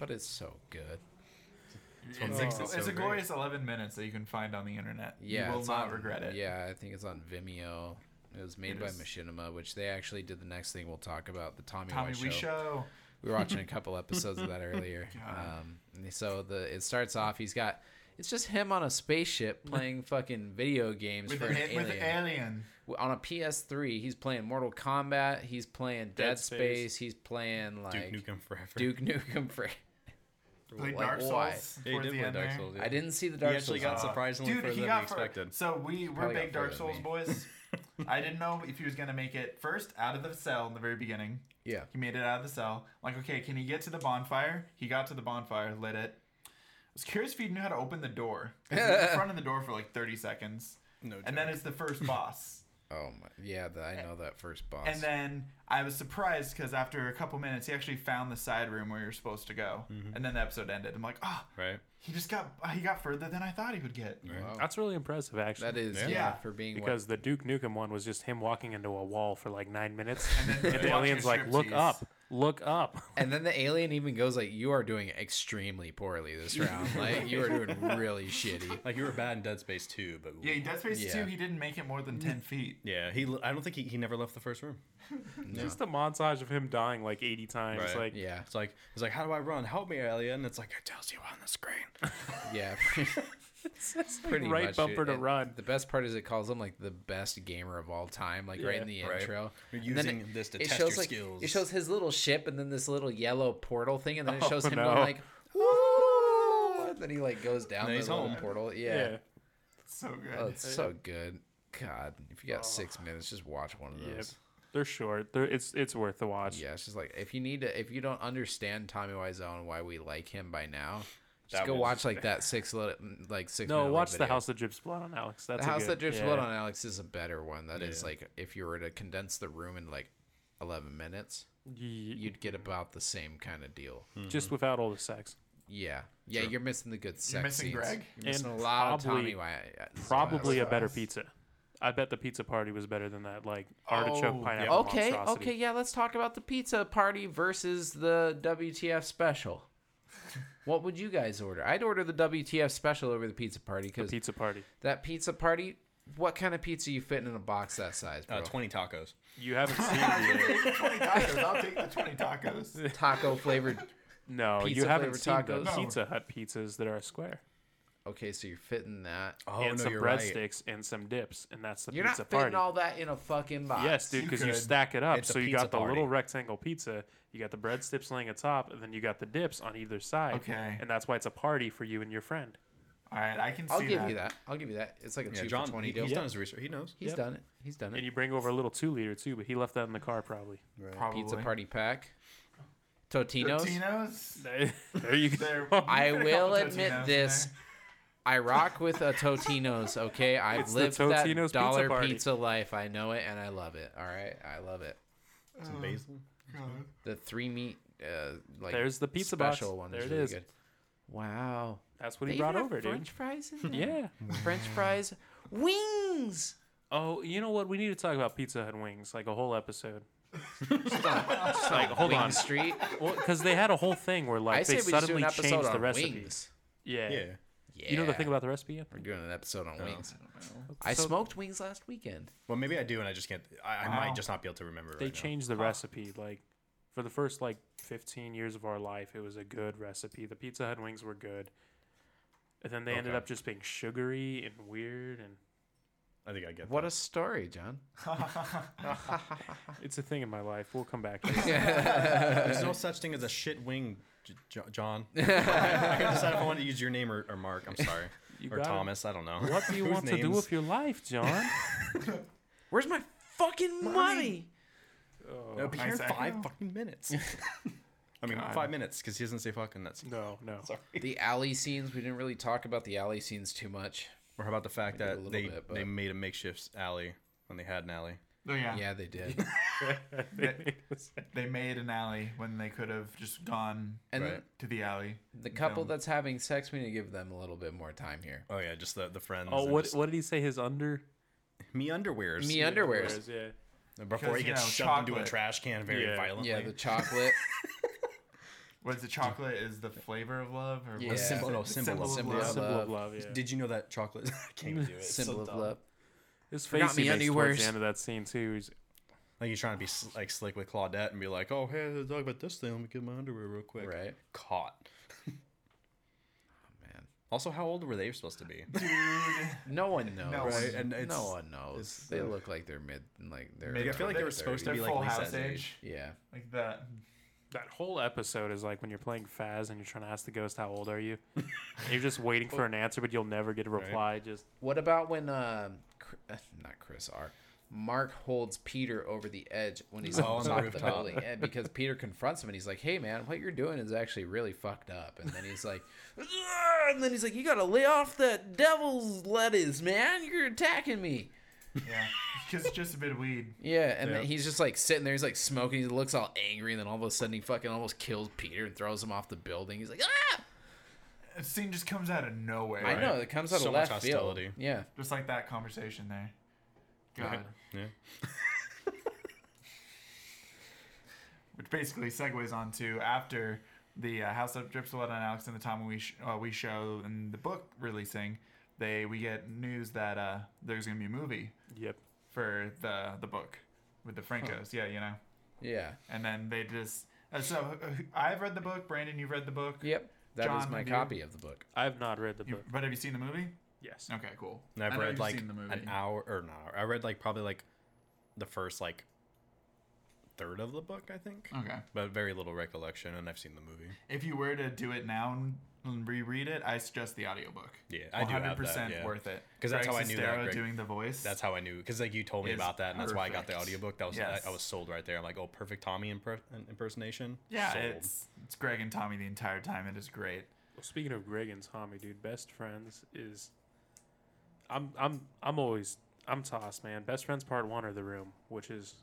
Speaker 3: but it's so good.
Speaker 1: It's,
Speaker 2: what
Speaker 1: it's
Speaker 2: makes
Speaker 1: a-
Speaker 2: it so
Speaker 1: it's a
Speaker 2: great.
Speaker 1: glorious 11 minutes that you can find on the internet.
Speaker 3: Yeah,
Speaker 1: you will
Speaker 3: it's
Speaker 1: not
Speaker 3: on-
Speaker 1: regret it.
Speaker 3: Yeah, I think it's on Vimeo. It was made
Speaker 1: It
Speaker 3: by
Speaker 1: is.
Speaker 3: Machinima, which they actually did the next thing we'll talk about the Tommy,
Speaker 1: Tommy,
Speaker 3: Wiseau.
Speaker 1: we show.
Speaker 3: We were watching a couple episodes of that earlier.
Speaker 1: God.
Speaker 3: Um, and so the it starts off. He's got it's just him on a spaceship playing fucking video games
Speaker 1: With,
Speaker 3: for
Speaker 1: an,
Speaker 3: an
Speaker 1: with an alien.
Speaker 3: on a PS3, he's playing Mortal Kombat, he's playing Dead, Space.
Speaker 4: Space.
Speaker 3: he's playing like
Speaker 2: Duke Nukem Forever.
Speaker 3: Duke Nukem. For
Speaker 1: Played
Speaker 3: Like,
Speaker 1: Dark Souls.
Speaker 3: why?
Speaker 2: Yeah, he
Speaker 1: towards
Speaker 2: did
Speaker 1: the
Speaker 2: play
Speaker 1: end
Speaker 2: Dark
Speaker 1: there.
Speaker 2: Souls. Yeah.
Speaker 3: I didn't see the
Speaker 2: He
Speaker 3: Dark
Speaker 2: actually
Speaker 3: Souls. Ah.
Speaker 2: got
Speaker 1: Uh,
Speaker 2: surprisingly
Speaker 1: dude,
Speaker 2: further
Speaker 1: he
Speaker 2: than
Speaker 1: got
Speaker 2: we
Speaker 1: fur-
Speaker 2: expected.
Speaker 1: So we were
Speaker 3: probably got
Speaker 1: big Dark
Speaker 3: further than
Speaker 1: Souls
Speaker 3: me.
Speaker 1: boys. I didn't know if he was gonna make it first out of the cell in the very beginning.
Speaker 3: yeah.
Speaker 1: He made it out of the cell. Like, okay, can he get to the bonfire? He got to the bonfire, lit it. I was curious if he knew how to open the door. 'Cause He was in front of the door for like 30 seconds.
Speaker 2: No
Speaker 1: And then it's the first boss.
Speaker 3: Oh my. Yeah, the, I know that first boss.
Speaker 1: And then I was surprised because after a couple minutes, he actually found the side room where you're supposed to go. And then the episode ended. I'm like, oh,
Speaker 2: right.
Speaker 1: he just got he got further than I thought he would get.
Speaker 3: Wow.
Speaker 4: That's really impressive, actually.
Speaker 3: Oh. That is
Speaker 2: Yeah.
Speaker 3: yeah,
Speaker 1: Yeah.
Speaker 3: for being what-
Speaker 4: Because the Duke Nukem one was just him walking into a wall for like nine minutes,
Speaker 1: And then
Speaker 4: and the
Speaker 1: watching
Speaker 4: alien's like, "Look
Speaker 1: striptease.
Speaker 4: up, look up."
Speaker 3: and then the alien even goes like, "You are doing extremely poorly this round. Like you are doing really shitty."
Speaker 2: Like you were bad in Dead Space 2, but
Speaker 1: Yeah, Dead Space 2,
Speaker 3: Yeah.
Speaker 1: he didn't make it more than 10 feet.
Speaker 2: yeah, he. I don't think he, he never left the first room.
Speaker 4: Just a montage of him dying like eighty times.
Speaker 2: Right.
Speaker 4: Like,
Speaker 3: Yeah,
Speaker 2: It's like it's like how do I run? Help me, alien! It's like it tells you on the screen.
Speaker 3: yeah.
Speaker 4: it's like
Speaker 3: pretty
Speaker 4: right
Speaker 3: much,
Speaker 4: bumper
Speaker 3: dude.
Speaker 4: to
Speaker 3: And
Speaker 4: run.
Speaker 3: The best part is it calls him like the best gamer of all time, like right in the
Speaker 4: Yeah.
Speaker 2: Right.
Speaker 3: intro.
Speaker 2: You're
Speaker 3: And then
Speaker 2: using
Speaker 3: it-
Speaker 2: this to
Speaker 3: it
Speaker 2: test
Speaker 3: shows
Speaker 2: your
Speaker 3: like
Speaker 2: skills.
Speaker 3: it shows his little ship, and then this little yellow portal thing, and then it
Speaker 4: Oh,
Speaker 3: shows him
Speaker 4: no.
Speaker 3: going like,
Speaker 2: Uh,
Speaker 3: "Woo!" And then he like goes down
Speaker 2: Then
Speaker 3: the
Speaker 2: he's
Speaker 3: little
Speaker 2: home.
Speaker 3: portal.
Speaker 4: Yeah.
Speaker 3: Yeah,
Speaker 1: It's so good.
Speaker 3: oh, it's so good. God, if you got six minutes, just watch one of
Speaker 4: Yep.
Speaker 3: those.
Speaker 4: they're short. They're, it's it's worth the watch.
Speaker 3: Yeah, it's just like if you need to, if you don't understand Tommy Wiseau and why we like him by now, just
Speaker 2: That
Speaker 3: go
Speaker 2: was-
Speaker 3: watch like that six li- like six. minute
Speaker 4: No,
Speaker 3: little
Speaker 4: watch the
Speaker 3: video.
Speaker 4: House that Drips Blood on Alex. That's
Speaker 3: The
Speaker 4: a
Speaker 3: house
Speaker 4: good-
Speaker 3: that drips
Speaker 4: yeah.
Speaker 3: blood on Alex is a better one. That is
Speaker 2: Yeah.
Speaker 3: like if you were to condense the room in like eleven minutes,
Speaker 4: Ye-
Speaker 3: you'd get about the same kind of deal.
Speaker 4: just without all the sex.
Speaker 3: Yeah, yeah, you're missing the good sex.
Speaker 1: missing
Speaker 3: scenes.
Speaker 1: Greg?
Speaker 3: You're missing
Speaker 4: And
Speaker 3: a lot
Speaker 4: probably-
Speaker 3: of Tommy. uh, Wiseau.
Speaker 4: Probably a
Speaker 1: that's
Speaker 4: better
Speaker 1: nice.
Speaker 4: pizza. I bet the pizza party was better than that, like artichoke
Speaker 1: Oh,
Speaker 4: pineapple.
Speaker 3: Okay,
Speaker 4: monstrosity.
Speaker 3: okay, yeah. Let's talk about the pizza party versus the WTF special. what would you guys order? I'd order the WTF special over the pizza party because
Speaker 4: Pizza party.
Speaker 3: that pizza party. What kind of pizza you fitting in a box that size, bro?
Speaker 2: Uh, Twenty tacos.
Speaker 4: You haven't seen the uh,
Speaker 1: 20 tacos. I'll take the 20 tacos.
Speaker 3: Taco flavored.
Speaker 4: no, you
Speaker 3: Pizza
Speaker 4: haven't seen
Speaker 3: flavored
Speaker 4: the
Speaker 3: tacos?
Speaker 1: No.
Speaker 4: Pizza Hut pizzas that are square
Speaker 3: Okay, so you're fitting that.
Speaker 2: Oh
Speaker 4: and
Speaker 2: no,
Speaker 4: some
Speaker 2: you're right.
Speaker 4: breadsticks and some dips, and that's the
Speaker 3: You're not
Speaker 4: pizza
Speaker 3: fitting
Speaker 4: party.
Speaker 3: all that in a fucking box.
Speaker 4: yes, dude,
Speaker 1: You
Speaker 4: because you,
Speaker 1: could.
Speaker 4: stack it up.
Speaker 2: It's a
Speaker 4: so you
Speaker 2: pizza
Speaker 4: got the
Speaker 2: party.
Speaker 4: little rectangle pizza, you got the breadsticks laying atop, and then you got the dips on either side.
Speaker 1: Okay.
Speaker 4: and that's why it's a party for you and your friend.
Speaker 1: All right, I can see
Speaker 3: I'll give you that. I'll give you that. It's like a
Speaker 2: Yeah,
Speaker 3: two
Speaker 2: John.
Speaker 3: for twenty
Speaker 2: he-
Speaker 3: deal.
Speaker 2: he's
Speaker 3: He's,
Speaker 2: done his research. He knows.
Speaker 4: Yep.
Speaker 3: done it. He's done
Speaker 4: And
Speaker 3: it.
Speaker 4: you bring over a little two liter too, but he left that in the car probably.
Speaker 1: Probably.
Speaker 3: Pizza party pack. Totinos.
Speaker 1: Totinos.
Speaker 4: there you go.
Speaker 1: They're-
Speaker 3: I
Speaker 1: you get a
Speaker 3: will
Speaker 1: couple
Speaker 3: admit
Speaker 1: Totinos in
Speaker 3: this.
Speaker 1: there.
Speaker 3: I rock with a Totinos. Okay, I've
Speaker 4: It's the
Speaker 3: lived
Speaker 4: Totino's
Speaker 3: that
Speaker 4: pizza
Speaker 3: dollar pizza,
Speaker 4: party.
Speaker 3: life. I know it, and I love it. All right, I love it.
Speaker 2: Some basil.
Speaker 1: God.
Speaker 3: The three meat, uh, like
Speaker 4: There's the pizza box.
Speaker 3: special one.
Speaker 4: There
Speaker 3: is
Speaker 4: it
Speaker 3: really
Speaker 4: is.
Speaker 3: Good. Wow.
Speaker 4: That's what
Speaker 3: They
Speaker 4: he
Speaker 3: even
Speaker 4: brought
Speaker 3: have
Speaker 4: over, dude.
Speaker 3: French fries in there?
Speaker 4: Yeah.
Speaker 3: French fries, wings.
Speaker 4: Oh, you know what? We need to talk about Pizza Hut wings, like a whole episode. Just like, hold
Speaker 3: Wing
Speaker 4: on.
Speaker 3: Street.
Speaker 4: Well, because they had a whole thing where
Speaker 3: I
Speaker 4: like
Speaker 3: say
Speaker 4: they
Speaker 3: we just do
Speaker 4: suddenly
Speaker 3: an episode
Speaker 4: changed
Speaker 3: on
Speaker 4: the recipe.
Speaker 3: wings.
Speaker 4: Yeah.
Speaker 2: Yeah.
Speaker 3: Yeah.
Speaker 4: You know the thing about the recipe? Ian?
Speaker 3: We're doing an episode
Speaker 2: Oh,
Speaker 3: on wings. I
Speaker 4: So-
Speaker 3: smoked wings last weekend.
Speaker 2: Well, maybe I do, and I just can't. I, I
Speaker 1: Wow.
Speaker 2: might just not be able to remember.
Speaker 4: They
Speaker 2: right now.
Speaker 4: changed the recipe. Like for the first like 15 years of our life, it was a good recipe. The Pizza Hut wings were good. And then they ended
Speaker 2: Okay.
Speaker 4: up just being sugary and weird and
Speaker 2: I think I get
Speaker 3: What
Speaker 2: that.
Speaker 3: a story, John. Ah.
Speaker 4: it's a thing in my life. We'll come back. to it.
Speaker 2: There's no such thing as a shit wing, J- J- John. I gotta decide if I want to use your name or, or Mark. I'm sorry,
Speaker 4: You
Speaker 2: or
Speaker 4: got it.
Speaker 2: Thomas. I don't know.
Speaker 4: What do you
Speaker 2: Whose
Speaker 4: want to do
Speaker 2: names-
Speaker 4: with your life, John?
Speaker 3: Where's my fucking money?
Speaker 2: It'll be here in
Speaker 1: Nice
Speaker 2: five
Speaker 1: echo.
Speaker 2: fucking minutes. I mean, five minutes because he doesn't say fucking. That's
Speaker 4: No, Oh, no.
Speaker 3: The alley scenes. We didn't really talk about the alley scenes too much.
Speaker 2: Or how about the fact
Speaker 3: did a
Speaker 2: that
Speaker 3: little
Speaker 2: they
Speaker 3: bit,
Speaker 2: they
Speaker 3: but-
Speaker 2: made a makeshift alley when they had an alley?
Speaker 1: Oh, yeah.
Speaker 3: Yeah, they did.
Speaker 1: They made an alley when they could have just gone
Speaker 3: And
Speaker 2: Right.
Speaker 1: to the alley.
Speaker 3: the couple
Speaker 1: No.
Speaker 3: that's having sex, we need to give them a little bit more time here.
Speaker 2: Oh yeah, just the the friends.
Speaker 4: Oh,
Speaker 2: and
Speaker 4: what
Speaker 2: just-
Speaker 4: what did he say? His under
Speaker 2: Me underwears.
Speaker 3: Me underwears.
Speaker 4: underwears, yeah.
Speaker 2: Before
Speaker 1: Because,
Speaker 2: he
Speaker 1: you
Speaker 2: gets
Speaker 1: know,
Speaker 2: shoved into a
Speaker 1: chocolate.
Speaker 2: trash can very
Speaker 4: Yeah.
Speaker 2: violently.
Speaker 3: Yeah, the chocolate.
Speaker 1: What's the chocolate? Is the flavor of love? Or
Speaker 3: Yeah.
Speaker 1: what is
Speaker 2: Symbol-
Speaker 1: it?
Speaker 2: no,
Speaker 1: The
Speaker 2: symbol of-
Speaker 3: symbol of
Speaker 1: love.
Speaker 4: Symbol
Speaker 3: love.
Speaker 4: of love, yeah.
Speaker 2: Did you know that chocolate? I can't even do it. It's so
Speaker 3: symbol of
Speaker 2: dumb.
Speaker 3: love.
Speaker 4: His
Speaker 3: Forgot
Speaker 4: face
Speaker 3: me
Speaker 4: he makes towards
Speaker 3: underwears.
Speaker 4: the end of that scene too. He's
Speaker 2: Like you're trying to be sl- like slick with Claudette and be like, "Oh, hey, let's talk about this thing. Let me get my underwear real quick."
Speaker 3: Right.
Speaker 2: Caught.
Speaker 3: Man,
Speaker 2: Also, how old were they supposed to be?
Speaker 3: no one knows.
Speaker 1: No one. Right,
Speaker 2: and it's-
Speaker 3: no one knows.
Speaker 2: it's,
Speaker 3: They
Speaker 2: uh,
Speaker 3: look like they're mid, like they're.
Speaker 1: Mid-
Speaker 2: I feel like they were supposed to
Speaker 1: They're
Speaker 2: be
Speaker 1: full
Speaker 2: like
Speaker 1: house
Speaker 2: Lisa's
Speaker 1: age.
Speaker 2: age.
Speaker 3: Yeah.
Speaker 1: Like that.
Speaker 4: That whole episode is like when you're playing Faz and you're trying to ask the ghost how old are you, and you're just waiting for an answer, but you'll never get a reply. Just
Speaker 3: What about when uh, Cr- uh, not Chris R. Mark holds Peter over the edge when he's
Speaker 2: Oh,
Speaker 3: on
Speaker 2: on the
Speaker 3: top of the
Speaker 2: rooftop.
Speaker 3: building and because Peter confronts him and he's like, "Hey man, what you're doing is actually really fucked up." And then he's like, "Ugh," and then he's like, "You gotta lay off that devil's lettuce, man. You're attacking me."
Speaker 1: Yeah. Just, just a bit of weed.
Speaker 3: Yeah, and then he's just like sitting there. He's like smoking. He looks all angry, and then all of a sudden he fucking almost kills Peter and throws him off the building. He's like, "Ah!"
Speaker 1: a scene just comes out of nowhere.
Speaker 3: I
Speaker 1: right?
Speaker 3: know it comes out
Speaker 2: So
Speaker 3: of
Speaker 2: much
Speaker 3: left
Speaker 2: hostility.
Speaker 3: field. Yeah.
Speaker 1: Just like that conversation there. God.
Speaker 2: Yeah.
Speaker 1: Which basically segues onto after the uh, House of Drips Blood on Alex and the time we sh- uh, we show and the book releasing, they we get news that uh, there's gonna be a movie
Speaker 4: Yep.
Speaker 1: for the the book with the Francos. Yeah, you know.
Speaker 3: Yeah.
Speaker 1: And then they just uh, so uh, I've read the book. Brandon, you've read the book.
Speaker 3: Yep. That is
Speaker 1: John,
Speaker 3: my
Speaker 1: have you-
Speaker 3: copy of the book.
Speaker 4: I've not read the
Speaker 1: You,
Speaker 4: book.
Speaker 1: but have you seen the movie?
Speaker 4: Yes.
Speaker 1: Okay, cool.
Speaker 2: And I've
Speaker 1: I know
Speaker 2: read
Speaker 1: you've
Speaker 2: like
Speaker 1: seen the movie.
Speaker 2: an hour or an hour. I read like probably like the first like third of the book, I think.
Speaker 1: Okay.
Speaker 2: But very little recollection, and I've seen the movie.
Speaker 1: If you were to do it now and- and reread it, I suggest the audiobook.
Speaker 2: Yeah, I do have that, yeah.
Speaker 1: worth it.
Speaker 2: 'Cause that's
Speaker 1: Greg
Speaker 2: how I knew that,
Speaker 1: Sestero
Speaker 2: Greg.
Speaker 1: doing the voice.
Speaker 2: That's how I knew because like you told me
Speaker 1: It's
Speaker 2: about that, and that's why I got the
Speaker 1: perfect.
Speaker 2: audiobook. That was
Speaker 1: Yes.
Speaker 2: I, I was sold right there. I'm like, oh, perfect Tommy imper- impersonation.
Speaker 1: yeah.
Speaker 2: sold.
Speaker 1: It's it's Greg and Tommy the entire time. It is great.
Speaker 4: Well, speaking of Greg and Tommy, dude, best friends is. I'm I'm I'm always I'm tossed, man. Best friends part one or the room, which is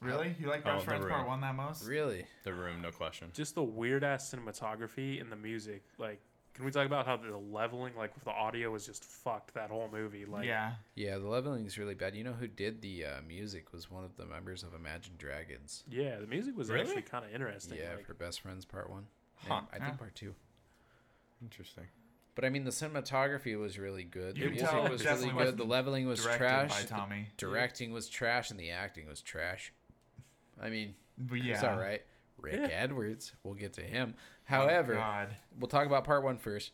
Speaker 1: Really, you like
Speaker 2: Oh,
Speaker 1: Best
Speaker 2: The
Speaker 1: Friends Part
Speaker 2: Room.
Speaker 1: One that most?
Speaker 3: Really?
Speaker 2: the room, no question.
Speaker 4: just the weird ass cinematography and the music. Like, can we talk about how the leveling, like the audio, was just fucked that whole movie? Like,
Speaker 1: yeah.
Speaker 3: Yeah, the leveling is really bad. You know who did the uh, music was one of the members of Imagine Dragons.
Speaker 4: yeah, the music was
Speaker 2: Really?
Speaker 4: actually kind of interesting.
Speaker 3: Yeah,
Speaker 4: like,
Speaker 3: for Best Friends Part One.
Speaker 2: Huh.
Speaker 3: And I think
Speaker 1: Yeah.
Speaker 3: Part Two.
Speaker 2: Interesting.
Speaker 3: But I mean, the cinematography was really good.
Speaker 1: You
Speaker 3: the
Speaker 1: can
Speaker 3: music
Speaker 1: tell it
Speaker 3: was really
Speaker 1: definitely
Speaker 3: good. The
Speaker 1: wasn't
Speaker 3: leveling was
Speaker 1: Directed
Speaker 3: trash.
Speaker 1: by
Speaker 3: the
Speaker 1: Tommy.
Speaker 3: directing was trash, and the acting was trash. I mean,
Speaker 1: But yeah.
Speaker 3: it's all right. Rick
Speaker 4: Yeah.
Speaker 3: Edwards. We'll get to him.
Speaker 1: Oh,
Speaker 3: However,
Speaker 1: God.
Speaker 3: we'll talk about Part One first.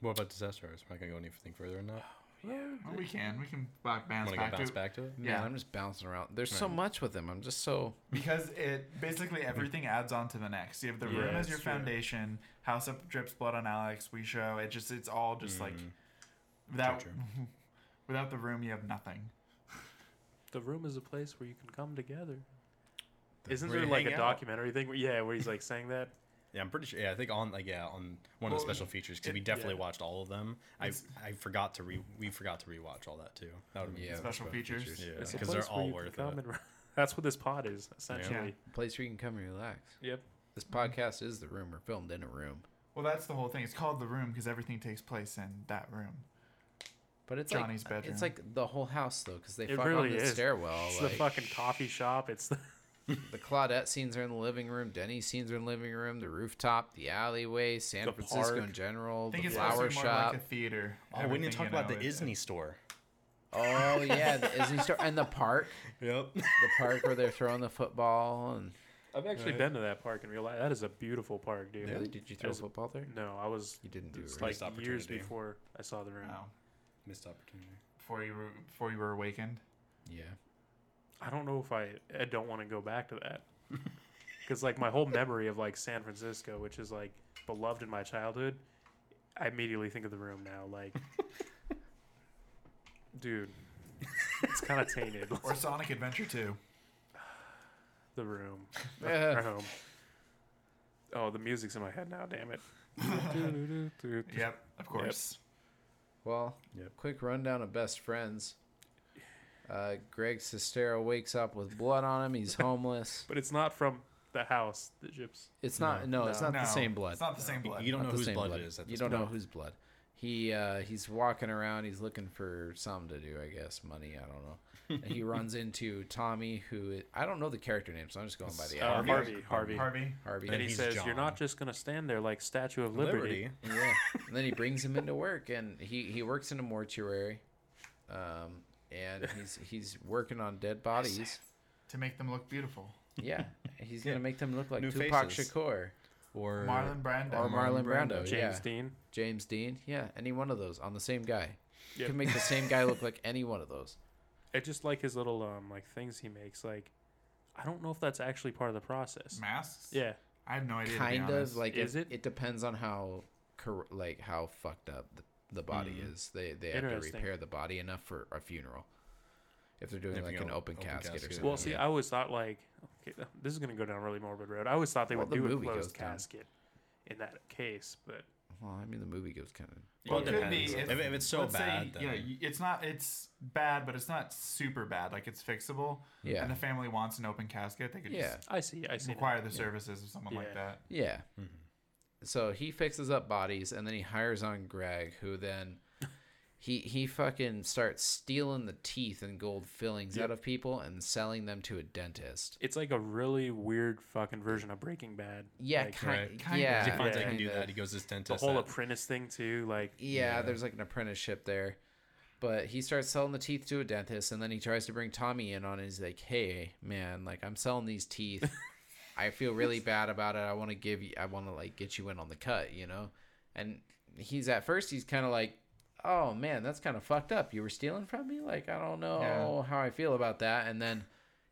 Speaker 2: What about disaster artist? Am I gonna go anything further than that?
Speaker 4: oh,
Speaker 1: Well, we can we can back
Speaker 2: I'm
Speaker 1: bounce
Speaker 2: gonna
Speaker 1: back
Speaker 2: go
Speaker 1: to
Speaker 2: bounce back to it.
Speaker 3: Yeah,
Speaker 1: yeah
Speaker 3: I'm just bouncing around. There's so much with him. I'm just so
Speaker 1: because it basically everything adds on to the next. You have the
Speaker 4: Yeah,
Speaker 1: room as
Speaker 4: that's
Speaker 1: your
Speaker 4: true.
Speaker 1: foundation. House up drips blood on Alex. We show it just it's all just like without
Speaker 2: Mm. True,
Speaker 1: without the room you have nothing.
Speaker 4: the room is a place where you can come together.
Speaker 2: The-
Speaker 4: Isn't
Speaker 1: where
Speaker 4: there
Speaker 1: you
Speaker 4: like
Speaker 1: hang
Speaker 4: a
Speaker 1: out.
Speaker 4: documentary thing? Where, yeah, where he's like saying that.
Speaker 2: Yeah, I'm pretty sure. Yeah, I think on like yeah on
Speaker 1: Well,
Speaker 2: one of the special features
Speaker 1: it-
Speaker 2: because we definitely
Speaker 4: yeah.
Speaker 2: watched all of them. I I forgot to re we forgot to rewatch all that too. That would
Speaker 3: yeah.
Speaker 1: Special features.
Speaker 2: yeah
Speaker 4: It's a
Speaker 2: because they're
Speaker 4: place where
Speaker 2: all
Speaker 4: you can
Speaker 2: worth
Speaker 4: come
Speaker 2: it.
Speaker 4: and- that's what this pod is essentially.
Speaker 3: place where you can come and relax.
Speaker 4: Yep.
Speaker 3: This
Speaker 1: Mm-hmm.
Speaker 3: podcast is the room. We're filmed in a room,
Speaker 1: Well, that's the whole thing. It's called the room because everything takes place in that room.
Speaker 3: but it's
Speaker 1: Johnny's
Speaker 3: like,
Speaker 1: bedroom.
Speaker 3: It's like the whole house though, because they
Speaker 4: It
Speaker 3: fuck
Speaker 4: really
Speaker 3: on the
Speaker 4: is.
Speaker 3: stairwell.
Speaker 4: It's
Speaker 3: like,
Speaker 4: the fucking coffee shop. It's the
Speaker 3: The Claudette scenes are in the living room. Denny's scenes are in the living room. The rooftop, the alleyway, San
Speaker 4: The
Speaker 3: Francisco
Speaker 4: park.
Speaker 3: in general,
Speaker 1: I think
Speaker 3: the
Speaker 1: it's
Speaker 3: flower
Speaker 1: also more
Speaker 3: shop.
Speaker 1: like a theater.
Speaker 2: Oh, we didn't
Speaker 1: Everything,
Speaker 2: talk
Speaker 1: you
Speaker 2: about
Speaker 1: know,
Speaker 2: the
Speaker 1: it-
Speaker 2: Disney store.
Speaker 3: oh yeah, the Disney store and the park.
Speaker 2: Yep.
Speaker 3: The park where they're throwing the football and
Speaker 4: I've actually
Speaker 2: Right.
Speaker 4: been to that park in real life. That is a beautiful park, dude.
Speaker 3: really, did you throw
Speaker 4: As-
Speaker 3: football there?
Speaker 4: No, I was
Speaker 3: You didn't do it.
Speaker 2: It's
Speaker 3: right?
Speaker 4: like
Speaker 2: Missed
Speaker 4: years
Speaker 2: opportunity.
Speaker 4: before I saw the room.
Speaker 1: Oh,
Speaker 2: Missed opportunity.
Speaker 1: before you were before you were awakened.
Speaker 3: yeah.
Speaker 4: I don't know if I I don't want to go back to that because like my whole memory of like San Francisco, which is like beloved in my childhood, I immediately think of the room now. Like, dude, it's kind of tainted.
Speaker 1: Or Sonic Adventure 2.
Speaker 4: the room,
Speaker 3: Yeah.
Speaker 4: our home. Oh, the music's in my head now. Damn it.
Speaker 1: Yep, of course.
Speaker 3: Well,
Speaker 2: Yep.
Speaker 3: quick rundown of best friends. Uh, Greg Sestero wakes up with blood on him. He's homeless.
Speaker 4: but it's not from the house. The gyps.
Speaker 3: It's not. No, it's not
Speaker 1: No,
Speaker 3: the same blood.
Speaker 1: It's not the same blood.
Speaker 2: You don't
Speaker 3: Not
Speaker 2: know
Speaker 3: the
Speaker 2: whose
Speaker 3: same
Speaker 2: blood it is. At
Speaker 3: you
Speaker 2: this
Speaker 3: don't know
Speaker 2: point.
Speaker 3: whose blood. He uh, he's walking around. He's looking for something to do. I guess money. I don't know. And he runs into Tommy, who i- I don't know the character name, so I'm just going by the
Speaker 4: Uh,
Speaker 3: actor.
Speaker 4: Harvey. Harvey. Harvey.
Speaker 1: Harvey.
Speaker 3: Harvey.
Speaker 4: And
Speaker 2: And
Speaker 4: he
Speaker 2: he's
Speaker 4: says, "You're
Speaker 2: John.
Speaker 4: not just gonna stand there like Statue of Liberty."
Speaker 3: Yeah. And then he brings him into work, and he he works in a mortuary, um, and he's he's working on dead bodies.
Speaker 1: To make them look beautiful.
Speaker 3: Yeah, he's gonna make them look like
Speaker 2: New
Speaker 3: Tupac
Speaker 2: faces.
Speaker 3: Shakur
Speaker 2: Or
Speaker 1: Marlon Brando.
Speaker 3: or Marlon Brando.
Speaker 4: James
Speaker 3: yeah,
Speaker 4: Dean.
Speaker 3: James Dean. Yeah, any one of those on the same guy. You
Speaker 4: Yep.
Speaker 3: can make the same guy look like any one of those.
Speaker 4: I just like his little um like things he makes. Like, I don't know if that's actually part of the process.
Speaker 1: Masks?
Speaker 4: Yeah,
Speaker 1: I have no idea. to
Speaker 3: kind
Speaker 1: be
Speaker 3: of
Speaker 1: honest.
Speaker 3: like
Speaker 4: Is
Speaker 3: it,
Speaker 4: it?
Speaker 3: it depends on how cor- like how fucked up the, the body is they they have to
Speaker 4: Hmm. Interesting.
Speaker 3: repair the body enough for a funeral if they're doing
Speaker 2: If you
Speaker 3: like an
Speaker 2: go
Speaker 3: open,
Speaker 2: open
Speaker 3: casket, or
Speaker 2: casket.
Speaker 3: something
Speaker 4: Well, see,
Speaker 3: yeah.
Speaker 4: I always thought like, okay, th- this is gonna go down a really morbid road. I always thought they
Speaker 3: Well,
Speaker 4: would
Speaker 3: the
Speaker 4: do a
Speaker 3: movie
Speaker 4: closed
Speaker 3: goes down.
Speaker 4: casket in that case, but
Speaker 3: well i mean the movie goes kind of
Speaker 1: Well, it
Speaker 2: Yeah,
Speaker 1: could
Speaker 2: depends.
Speaker 1: be if-
Speaker 2: If, if it's so
Speaker 1: let's
Speaker 2: bad,
Speaker 1: Say,
Speaker 2: then
Speaker 1: yeah, y- it's not. It's bad, but it's not super bad. Like it's fixable.
Speaker 3: Yeah.
Speaker 1: And the family wants an open casket. They could
Speaker 3: yeah
Speaker 1: just
Speaker 4: I see, I see. now.
Speaker 1: require the services of someone like
Speaker 4: Yeah.
Speaker 1: that.
Speaker 3: yeah so he fixes up bodies and then he hires on Greg, who then he he fucking starts stealing the teeth and gold fillings out of people and selling them to a dentist.
Speaker 4: It's like a really weird fucking version of Breaking Bad.
Speaker 3: Yeah,
Speaker 4: Like,
Speaker 3: kind,
Speaker 2: right.
Speaker 1: Kinda.
Speaker 3: yeah,
Speaker 2: he finds out he can do
Speaker 3: kinda.
Speaker 2: that. He goes to his
Speaker 4: the
Speaker 2: dentist.
Speaker 4: whole
Speaker 2: that-
Speaker 4: apprentice thing too. Like
Speaker 3: Yeah, there's like an apprenticeship there. But he starts selling the teeth to a dentist, and then he tries to bring Tommy in on it. He's like, "Hey, man, like I'm selling these teeth. I feel really bad about it. I want to give you. I want to like get you in on the cut, you know." And he's at first he's kind of like, "Oh man, that's kind of fucked up. You were stealing from me. Like I don't know
Speaker 1: Yeah.
Speaker 3: how I feel about that." And then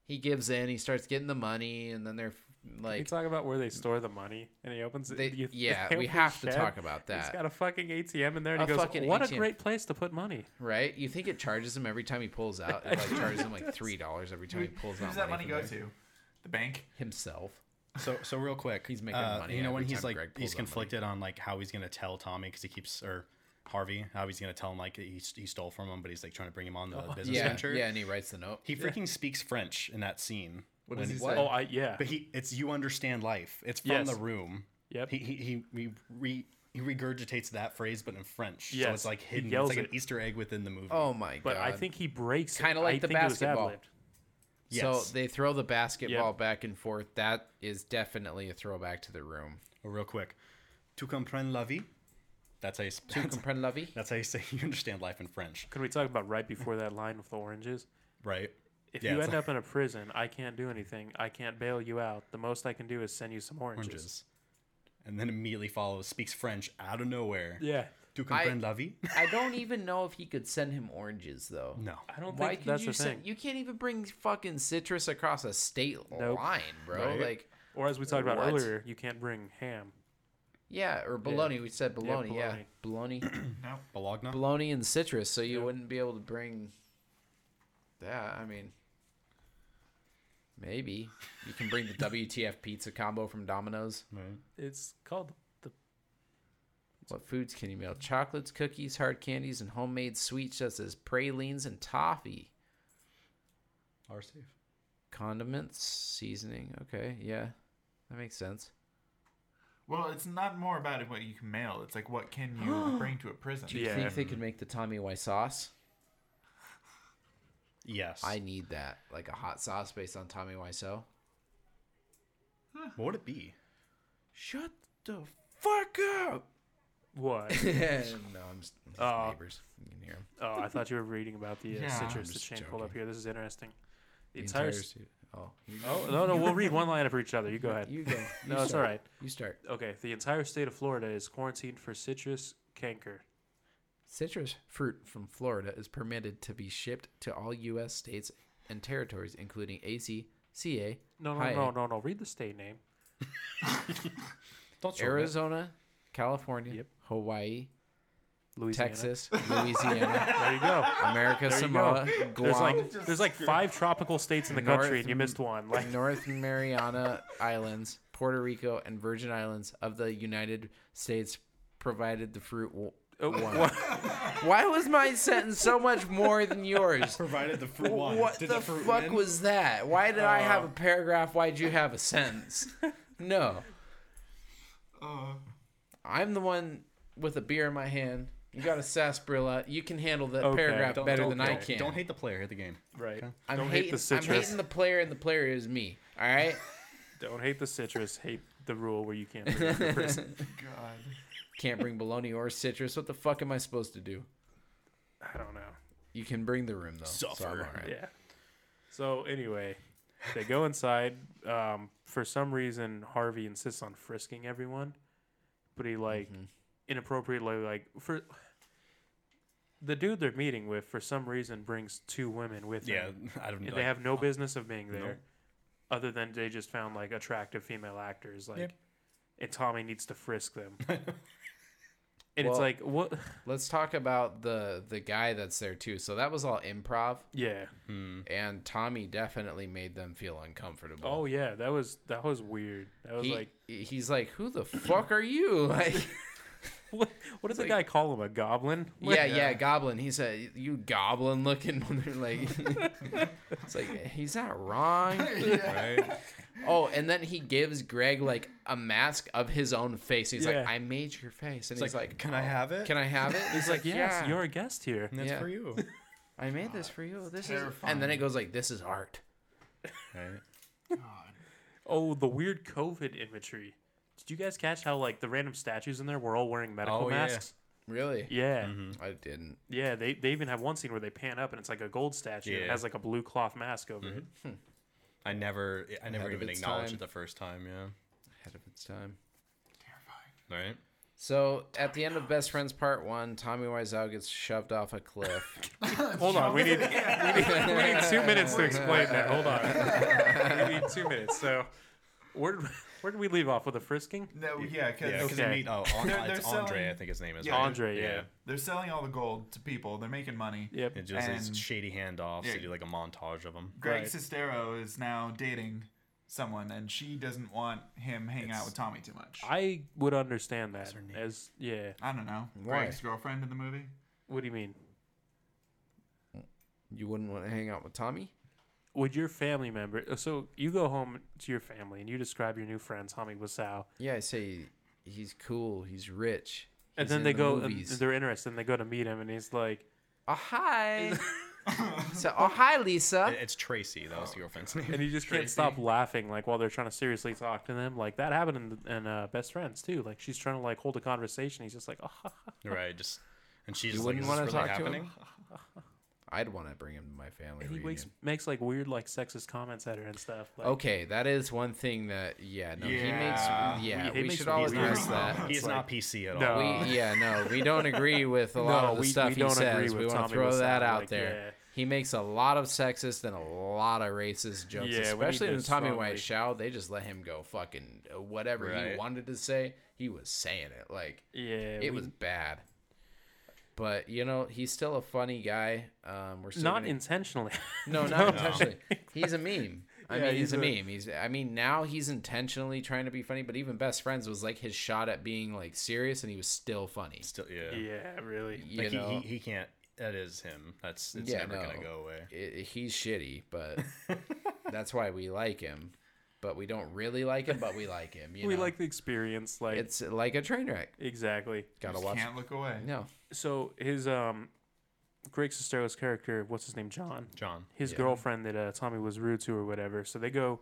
Speaker 3: he gives in. He starts getting the money, and then they're
Speaker 4: we
Speaker 3: like,
Speaker 4: talk about where they store the money, and he opens
Speaker 3: They-
Speaker 4: it. you-
Speaker 3: yeah,
Speaker 4: they
Speaker 3: we
Speaker 4: open
Speaker 3: have to
Speaker 4: his shed,
Speaker 3: talk about
Speaker 4: He's
Speaker 3: that.
Speaker 4: got a fucking ATM in there, and
Speaker 3: A
Speaker 4: he goes,
Speaker 3: fucking
Speaker 4: "What a
Speaker 3: ATM.
Speaker 4: great place to put money."
Speaker 3: Right? You think it charges him every time he pulls out? It like charges him like three dollars every time he pulls out.
Speaker 1: Who's that money
Speaker 3: from
Speaker 1: go
Speaker 3: there.
Speaker 1: to? The bank.
Speaker 3: Himself.
Speaker 2: So so real quick, uh,
Speaker 3: He's making money
Speaker 2: You know when
Speaker 3: every
Speaker 2: he's
Speaker 3: time
Speaker 2: like
Speaker 3: Greg pulls
Speaker 2: he's
Speaker 3: out money.
Speaker 2: conflicted on like how he's gonna tell Tommy because he keeps or Harvey how he's gonna tell him like he, he stole from him, but he's like trying to bring him on the business
Speaker 3: Oh, Yeah,
Speaker 2: venture.
Speaker 3: yeah, and he writes the note.
Speaker 2: He freaking speaks French in that scene.
Speaker 1: What does
Speaker 2: when-
Speaker 1: he
Speaker 3: what?
Speaker 1: say?
Speaker 4: Oh, I yeah,
Speaker 2: But he it's you understand life. It's from
Speaker 4: Yes.
Speaker 2: the room.
Speaker 4: Yep.
Speaker 2: He he he, he re. He regurgitates that phrase, but in French. So
Speaker 4: Yes.
Speaker 2: it's like
Speaker 4: He
Speaker 2: hidden. It's
Speaker 4: yells
Speaker 2: like an
Speaker 4: it.
Speaker 2: Easter egg within the movie.
Speaker 3: Oh my
Speaker 4: but
Speaker 3: god!
Speaker 4: I think he breaks. it.
Speaker 3: Kinda like
Speaker 4: I
Speaker 3: the
Speaker 4: think it was
Speaker 3: basketball.
Speaker 4: ad-libbed.
Speaker 2: Yes.
Speaker 3: so. They throw the basketball back and forth. That is definitely a throwback to the room.
Speaker 2: Or Oh, real quick, tu comprends la vie? That's how you. sp-
Speaker 3: Tu comprends la vie?
Speaker 2: That's how you say you understand life in French,
Speaker 4: Can we talk about right before that line with the oranges?
Speaker 2: right?
Speaker 4: If
Speaker 2: Yeah,
Speaker 4: you
Speaker 2: it's
Speaker 4: end
Speaker 2: like-
Speaker 4: up in a prison, I can't do anything. I can't bail you out. The most I can do is send you some oranges.
Speaker 2: oranges. And then immediately follows, speaks French out of nowhere.
Speaker 4: Yeah,
Speaker 2: Tu
Speaker 3: I-
Speaker 2: comprends la vie?
Speaker 3: I don't even know if he could send him oranges though.
Speaker 2: No.
Speaker 4: I don't
Speaker 3: Why
Speaker 4: think
Speaker 3: can
Speaker 4: that's
Speaker 3: you
Speaker 4: the thing.
Speaker 3: send? You can't even bring fucking citrus across a state
Speaker 4: Nope.
Speaker 3: line, bro.
Speaker 2: Right.
Speaker 3: Like,
Speaker 4: Or as we talked about
Speaker 3: What?
Speaker 4: earlier, you can't bring ham.
Speaker 3: yeah, or bologna. We said bologna. Yeah,
Speaker 4: bologna.
Speaker 3: bologna.
Speaker 1: No.
Speaker 2: Bologna?
Speaker 3: bologna and citrus, so you wouldn't be able to bring that. I mean, maybe you can bring the WTF pizza combo from Domino's.
Speaker 4: It's called the
Speaker 3: What foods can you mail? Chocolates, cookies, hard candies, and homemade sweets such as pralines and toffee.
Speaker 2: Are safe.
Speaker 3: Condiments, seasoning. Okay, yeah, that makes sense.
Speaker 1: Well, it's not more about what you can mail. It's like what can you bring to a prison?
Speaker 3: Do you think
Speaker 4: Yeah.
Speaker 3: they could make the Tommy Y sauce?
Speaker 2: Yes.
Speaker 3: I need that, like a hot sauce based on Tommy Wiseau.
Speaker 2: What would it be?
Speaker 3: Shut the fuck up!
Speaker 4: what?
Speaker 3: no, I'm just it's
Speaker 4: Oh.
Speaker 3: neighbors. You can hear 'em.
Speaker 4: oh, I thought you were reading about the uh,
Speaker 1: Yeah. I'm
Speaker 4: citrus that
Speaker 3: just
Speaker 4: Shane pulled up
Speaker 3: joking.
Speaker 4: here. This is interesting. The
Speaker 3: The
Speaker 4: entire.
Speaker 3: entire
Speaker 4: s-
Speaker 3: stu- Oh, you,
Speaker 4: oh no, no, we'll read one line after each other. You go ahead.
Speaker 3: you go.
Speaker 4: No,
Speaker 3: You
Speaker 4: it's all
Speaker 3: start.
Speaker 4: right.
Speaker 3: You start.
Speaker 4: Okay, the entire state of Florida is quarantined for citrus canker.
Speaker 3: Citrus fruit from Florida is permitted to be shipped to all U.S. states and territories, including AC, CA,
Speaker 4: No, no,
Speaker 3: Hi.
Speaker 4: no, no, no. Read the state name.
Speaker 2: Don't show me.
Speaker 3: Arizona, California,
Speaker 4: Yep.
Speaker 3: Hawaii,
Speaker 4: Louisiana.
Speaker 3: Texas, Louisiana,
Speaker 4: There you go.
Speaker 3: America,
Speaker 4: There you
Speaker 3: Samoa,
Speaker 4: go. There's
Speaker 3: Guam,
Speaker 4: like there's like five tropical states in the country, and you missed one. Like
Speaker 3: North Mariana Islands, Puerto Rico, and Virgin Islands of the United States, provided the fruit. W-
Speaker 4: oh,
Speaker 3: one. Uh, Why was my sentence so much more than yours?
Speaker 2: Provided the fruit one.
Speaker 3: What
Speaker 2: Did
Speaker 3: the,
Speaker 2: fruit
Speaker 3: fuck
Speaker 2: win?
Speaker 3: was that? Why did I have a paragraph? Why'd you have a sentence? No.
Speaker 1: Uh,
Speaker 3: I'm the one with a beer in my hand. You got a sarsaparilla. You can handle that
Speaker 4: Okay,
Speaker 3: paragraph
Speaker 2: Don't-
Speaker 3: better
Speaker 2: don't-
Speaker 3: than I
Speaker 2: don't-
Speaker 3: can.
Speaker 2: Don't hate the player, hate the game.
Speaker 4: right.
Speaker 3: I'm
Speaker 4: Don't
Speaker 3: hating,
Speaker 4: hate the citrus.
Speaker 3: I'm hating the player, and the player is me. All right?
Speaker 4: Don't hate the citrus. Hate the rule where you can't. bring it to prison.
Speaker 1: God.
Speaker 3: Can't bring bologna or citrus. What the fuck am I supposed to do?
Speaker 4: I don't know.
Speaker 3: You can bring the room, though. so I'm
Speaker 2: Suffer.
Speaker 3: all right.
Speaker 4: Yeah. So anyway, they go inside. Um, for some reason, Harvey insists on frisking everyone, but he like
Speaker 3: Mm-hmm.
Speaker 4: inappropriately like for the dude they're meeting with. For some reason, brings two women with
Speaker 2: Yeah,
Speaker 4: him,
Speaker 2: I don't
Speaker 4: and
Speaker 2: know.
Speaker 4: they have no business of being there, other than they just found like attractive female actors. Like, and Tommy needs to frisk them. and it's
Speaker 3: Well-
Speaker 4: like what?
Speaker 3: Let's talk about the the guy that's there too. So that was all improv,
Speaker 4: Yeah.
Speaker 3: and Tommy definitely made them feel uncomfortable.
Speaker 4: Oh yeah, that was that was weird. That was
Speaker 3: he,
Speaker 4: like.
Speaker 3: he's like, who the fuck are you? Like,
Speaker 4: What, what did the guy call him? A goblin? What-
Speaker 3: yeah, yeah, goblin. He said, you goblin looking. When they're like, it's like he's not wrong.
Speaker 2: Right?
Speaker 3: Oh, and then he gives Greg like a mask of his own face. He's like,
Speaker 4: Yeah.
Speaker 3: "I made your face," and
Speaker 2: It's
Speaker 3: he's
Speaker 2: like,
Speaker 3: like,
Speaker 2: can I have it?
Speaker 3: "Can I have it?"
Speaker 4: He's like, yes,
Speaker 3: Yeah.
Speaker 4: you're a guest here.
Speaker 2: And that's
Speaker 3: Yeah.
Speaker 2: for you.
Speaker 3: I made this for you. This is,
Speaker 1: terrifying.
Speaker 3: and then it goes like, "This is art."
Speaker 2: Right.
Speaker 4: Oh, the weird COVID imagery. Did you guys catch how like the random statues in there were all wearing medical
Speaker 2: Oh, yeah.
Speaker 4: masks?
Speaker 3: Really?
Speaker 4: Yeah.
Speaker 3: I didn't.
Speaker 4: Yeah, they, they even have one scene where they pan up and it's like a gold statue. and It
Speaker 2: Yeah.
Speaker 4: has like a blue cloth mask over it.
Speaker 2: I never, I never
Speaker 3: Ahead of
Speaker 2: even
Speaker 3: its
Speaker 2: acknowledged
Speaker 3: time.
Speaker 2: it the first time. Yeah.
Speaker 3: Ahead of its time.
Speaker 2: Right.
Speaker 3: So at the end of Best Friends Part One, Tommy Wiseau gets shoved off a cliff.
Speaker 4: Hold on, we need, we need we need two minutes to explain that. Hold on, we need two minutes. So, where did, where did we leave off with the frisking?
Speaker 1: No, yeah, because
Speaker 2: Yeah. Because
Speaker 4: Okay.
Speaker 2: they meet. Oh, An-
Speaker 1: They're-
Speaker 2: it's
Speaker 1: they're
Speaker 2: Andre.
Speaker 1: selling-
Speaker 2: I think his name is.
Speaker 1: Yeah.
Speaker 2: right?
Speaker 4: Andre, yeah.
Speaker 1: they're selling all the gold to people. They're making money.
Speaker 4: Yep.
Speaker 2: It just
Speaker 1: And-
Speaker 2: these shady handoffs.
Speaker 1: Yeah.
Speaker 2: They do like a montage of them.
Speaker 1: Greg
Speaker 4: Right.
Speaker 1: Sestero is now dating someone, and she doesn't want him hanging out with Tommy too much. I,
Speaker 4: I would understand that
Speaker 2: her name?
Speaker 4: as yeah.
Speaker 1: don't know.
Speaker 3: Why?
Speaker 1: Greg's girlfriend in the movie.
Speaker 4: What do you mean?
Speaker 3: you wouldn't want to hang out with Tommy?
Speaker 4: Would your family member? uh, So you go home to your family and you describe your new friend Tommy Wiseau,
Speaker 3: Yeah, I say he's cool. He's rich.
Speaker 4: and
Speaker 3: he's
Speaker 4: then
Speaker 3: in
Speaker 4: they
Speaker 3: the
Speaker 4: go and
Speaker 3: Movies.
Speaker 4: they're interested and they go to meet him and he's like,
Speaker 3: oh hi. so oh hi Lisa.
Speaker 2: It- It's Tracy. That
Speaker 1: Oh.
Speaker 2: was the girlfriend's
Speaker 4: and
Speaker 2: name.
Speaker 4: you just can't stop laughing like while they're trying to seriously talk to them. Like that happened in, in uh, Best Friends too. Like she's trying to like hold a conversation. He's just like, oh,
Speaker 2: right. Just. And she's
Speaker 3: You
Speaker 2: like,
Speaker 3: wouldn't
Speaker 2: is this
Speaker 3: wanna
Speaker 2: really
Speaker 3: talk to him?
Speaker 2: happening?
Speaker 3: I'd want to bring him to my family
Speaker 4: he
Speaker 3: reunion.
Speaker 4: makes, makes like weird like sexist comments at her and stuff. Like,
Speaker 3: Okay, that is one thing that yeah no
Speaker 1: Yeah.
Speaker 3: he makes yeah
Speaker 4: We- he
Speaker 3: we,
Speaker 4: makes
Speaker 3: should
Speaker 4: weird
Speaker 3: always
Speaker 4: comments.
Speaker 3: address that.
Speaker 2: He
Speaker 3: It's
Speaker 2: is not PC at
Speaker 4: No.
Speaker 2: all.
Speaker 4: Uh,
Speaker 3: We, yeah, no, we don't agree with a lot
Speaker 4: No,
Speaker 3: of the
Speaker 4: we-
Speaker 3: stuff
Speaker 4: we
Speaker 3: he
Speaker 4: don't agree
Speaker 3: says.
Speaker 4: with
Speaker 3: We want
Speaker 4: Tommy
Speaker 3: to throw
Speaker 4: Wiseau,
Speaker 3: that out
Speaker 4: like,
Speaker 3: there.
Speaker 4: yeah.
Speaker 3: He makes a lot of sexist and a lot of racist jokes,
Speaker 4: Yeah, we need
Speaker 3: especially
Speaker 4: to
Speaker 3: in Tommy
Speaker 4: strongly-
Speaker 3: Wiseau. They just let him go fucking uh, whatever he
Speaker 2: Right.
Speaker 3: wanted to say. He was saying it like
Speaker 4: Yeah,
Speaker 3: it
Speaker 4: we-
Speaker 3: was bad. But you know, he's still a funny guy. Um, we're still
Speaker 4: not
Speaker 3: gonna-
Speaker 4: intentionally.
Speaker 3: no, not intentionally. He's a meme. I
Speaker 4: Yeah,
Speaker 3: mean, he's,
Speaker 4: he's
Speaker 3: a,
Speaker 4: a-
Speaker 3: meme. He's. I mean, now he's intentionally trying to be funny. But even Best Friends was like his shot at being like serious, and he was still funny.
Speaker 2: Still, yeah.
Speaker 4: yeah, really.
Speaker 3: You
Speaker 2: Like he,
Speaker 3: know,
Speaker 2: he, he can't. That is him. That's it's
Speaker 3: Yeah,
Speaker 2: never
Speaker 3: no.
Speaker 2: gonna go away.
Speaker 3: I- he's shitty, but that's why we like him. But we don't really like him. But we like him. You
Speaker 4: we
Speaker 3: know?
Speaker 4: like the experience, like
Speaker 3: It's like a train wreck.
Speaker 4: exactly.
Speaker 3: Gotta
Speaker 1: Just
Speaker 3: watch.
Speaker 1: Can't look away.
Speaker 3: No,
Speaker 4: So his um, Greg Sestero's character, what's his name, John?
Speaker 2: John.
Speaker 4: His girlfriend that uh, Tommy was rude to or whatever. So they go,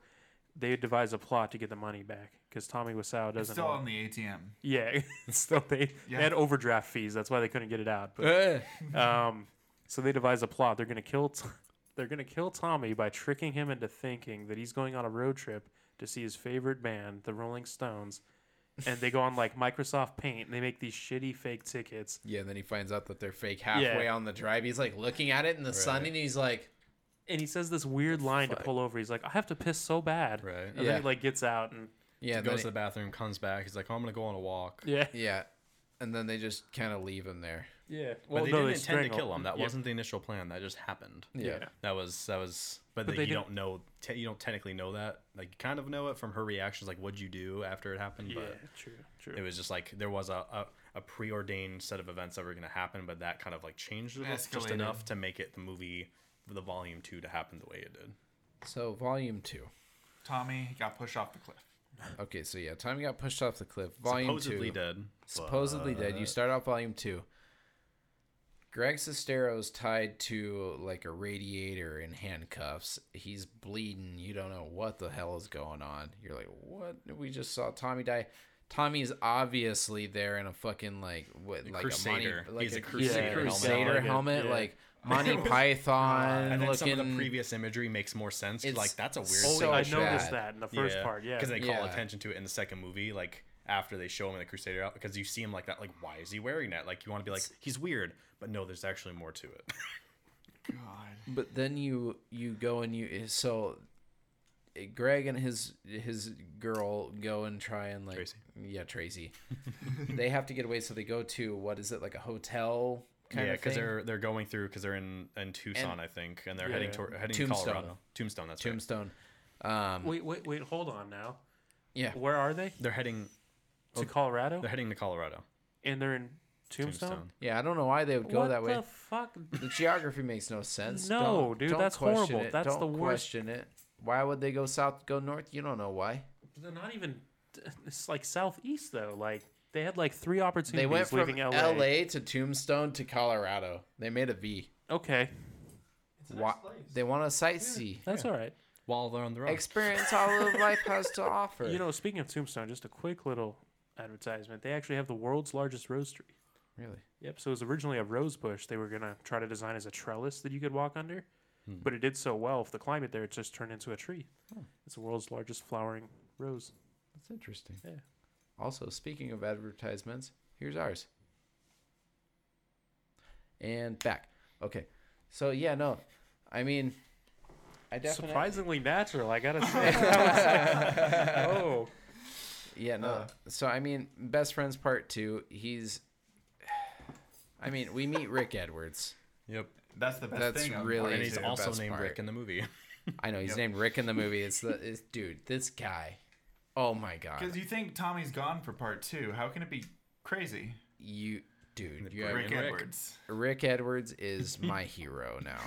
Speaker 4: they devise a plot to get the money back because Tommy Wiseau
Speaker 1: It's
Speaker 4: doesn't.
Speaker 1: still
Speaker 4: want-
Speaker 1: on the ATM.
Speaker 4: yeah, still they,
Speaker 1: Yeah.
Speaker 4: they had overdraft fees. That's why they couldn't get it out. But, um, so they devise a plot. They're gonna kill. T- they're gonna kill Tommy by tricking him into thinking that he's going on a road trip to see his favorite band, the Rolling Stones. And they go on like Microsoft Paint and they make these shitty fake tickets.
Speaker 3: yeah. And then he finds out that they're fake halfway on the drive. He's like looking at it in the sun, and he's like,
Speaker 4: and he says this weird line to pull over. He's like, "I have to piss so bad."
Speaker 2: Right.
Speaker 4: And
Speaker 3: Yeah.
Speaker 4: then he like gets out and
Speaker 3: yeah.
Speaker 2: Goes
Speaker 3: then
Speaker 2: to the bathroom, comes back. He's like, oh, I'm gonna go on a walk.
Speaker 4: yeah,
Speaker 3: it- yeah, and then they just kind of leave him there.
Speaker 4: yeah.
Speaker 2: But
Speaker 4: Well,
Speaker 2: they
Speaker 4: no,
Speaker 2: didn't
Speaker 4: they
Speaker 2: intend
Speaker 4: strangle.
Speaker 2: to kill him. That
Speaker 4: Yeah.
Speaker 2: wasn't the initial plan. That just happened.
Speaker 3: Yeah.
Speaker 2: That was that was. But,
Speaker 4: But
Speaker 2: the-
Speaker 4: they
Speaker 2: you don't
Speaker 4: didn't-
Speaker 2: know. Te- you don't technically know that. Like you kind of know it from her reactions. Like what'd you do after it happened?
Speaker 4: Yeah,
Speaker 2: But
Speaker 4: true, true.
Speaker 2: it was just like there was a, a a preordained set of events that were gonna happen. But that kind of like changed it just
Speaker 1: Escalated.
Speaker 2: enough to make it the movie, the volume two, to happen the way it did.
Speaker 3: So volume two.
Speaker 1: Tommy got pushed off the cliff.
Speaker 3: Okay, so yeah, Tommy got pushed off the cliff. Volume
Speaker 2: Supposedly
Speaker 3: two.
Speaker 2: dead.
Speaker 3: Supposedly dead. You start off volume two. Greg Sestero is tied to like a radiator in handcuffs. He's bleeding. You don't know what the hell is going on. You're like, what? We just saw Tommy die. Tommy's obviously there in a fucking like what like
Speaker 2: crusader.
Speaker 3: a Monty, like
Speaker 2: He's a
Speaker 3: yeah,
Speaker 2: crusader
Speaker 4: helmet.
Speaker 3: crusader
Speaker 4: Like a-
Speaker 3: helmet,
Speaker 4: yeah.
Speaker 3: like Monty Python
Speaker 2: And then
Speaker 3: looking.
Speaker 2: some of the previous imagery makes more sense.
Speaker 3: It's
Speaker 2: like that's a weird.
Speaker 3: so
Speaker 2: thing.
Speaker 4: Oh, I
Speaker 3: so
Speaker 4: noticed
Speaker 3: bad.
Speaker 4: that in the first part. Yeah,
Speaker 2: because they call
Speaker 3: Yeah.
Speaker 2: attention to it in the second movie, like after they show him in the Crusader out, because you see him like that. Like, why is he wearing that? Like, you want to be like, he's weird, but no, there's actually more to it.
Speaker 1: God.
Speaker 3: But then you you go and you so Greg and his his girl go and try and like
Speaker 2: Tracy.
Speaker 3: yeah Tracy. they have to get away, so they go to what is it like a hotel kind
Speaker 2: yeah,
Speaker 3: of thing?
Speaker 2: because they're they're going through because they're in in Tucson, I think, and they're heading
Speaker 4: Yeah.
Speaker 2: toward heading
Speaker 3: Tombstone.
Speaker 2: to Colorado. Tombstone. That's right.
Speaker 3: Tombstone. Um,
Speaker 4: wait, wait, wait. Hold on now.
Speaker 3: Yeah.
Speaker 4: Where are they?
Speaker 2: They're heading
Speaker 4: To Colorado,
Speaker 2: they're heading to Colorado.
Speaker 4: and they're in Tombstone.
Speaker 2: Tombstone.
Speaker 3: Yeah, I don't know why they would go
Speaker 4: what
Speaker 3: that way.
Speaker 4: the fuck?
Speaker 3: the geography makes no sense.
Speaker 4: No,
Speaker 3: Don't-
Speaker 4: dude,
Speaker 3: don't
Speaker 4: that's
Speaker 3: question
Speaker 4: horrible.
Speaker 3: It.
Speaker 4: That's
Speaker 3: don't
Speaker 4: the worst.
Speaker 3: Question it. Why would they go south, go north? You don't know why.
Speaker 4: They're not even. It's like southeast though. Like they had like three opportunities
Speaker 3: They went from
Speaker 4: leaving
Speaker 3: LA.
Speaker 4: LA.
Speaker 3: to Tombstone to Colorado. They made a V.
Speaker 4: Okay,
Speaker 5: It's a nice
Speaker 3: Why,
Speaker 5: place.
Speaker 3: they want to sightsee.
Speaker 4: that's all right.
Speaker 2: While they're on the road.
Speaker 3: Experience all of life has to offer.
Speaker 4: You know, speaking of Tombstone, just a quick little advertisement. They actually have the world's largest rose tree.
Speaker 3: really?
Speaker 4: Yep. So it was originally a rose bush they were gonna try to design as a trellis that you could walk under, but it did so well for the climate there, it just turned into a tree. It's the world's largest flowering rose.
Speaker 3: That's interesting.
Speaker 4: Yeah.
Speaker 3: Also, speaking of advertisements, here's ours. And back. Okay. So yeah, no. I mean, I definitely.
Speaker 4: Surprisingly natural, I gotta say. That was- oh,
Speaker 3: Yeah, no. so I mean, best friends part two. He's. I mean, we meet Rick Edwards.
Speaker 2: Yep.
Speaker 1: That's the best
Speaker 3: That's
Speaker 1: thing. on
Speaker 3: really-
Speaker 1: Part
Speaker 2: And he's
Speaker 3: the
Speaker 2: also
Speaker 3: best
Speaker 2: named
Speaker 3: part.
Speaker 2: Rick in the movie.
Speaker 3: I know he's
Speaker 1: Yep.
Speaker 3: named Rick in the movie. It's the it's, dude. This guy. Oh my god.
Speaker 1: Because you think Tommy's gone for part two. How can it be crazy?
Speaker 3: You, dude. You
Speaker 2: Yeah,
Speaker 1: Rick
Speaker 3: Rick,
Speaker 2: and Rick.
Speaker 1: Edwards.
Speaker 3: Rick Edwards is my hero now.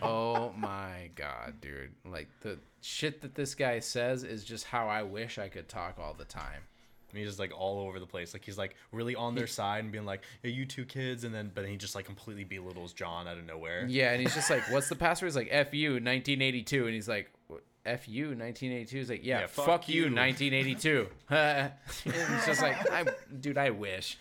Speaker 3: oh my god, dude. Like the shit that this guy says is just how I wish I could talk all the time.
Speaker 2: And he's just like all over the place. Like he's like really on their side and being like, hey, you two kids. And then, but he just like completely belittles John out of nowhere.
Speaker 3: Yeah, and he's just like, "What's the password?" He's like, "F you, 1982," and he's like, "Wh- "F you, 1982." He's like, "Yeah,
Speaker 2: Yeah,
Speaker 3: fuck,
Speaker 2: fuck
Speaker 3: you,
Speaker 2: you."
Speaker 3: 1982." and he's just like, I, "Dude, I wish."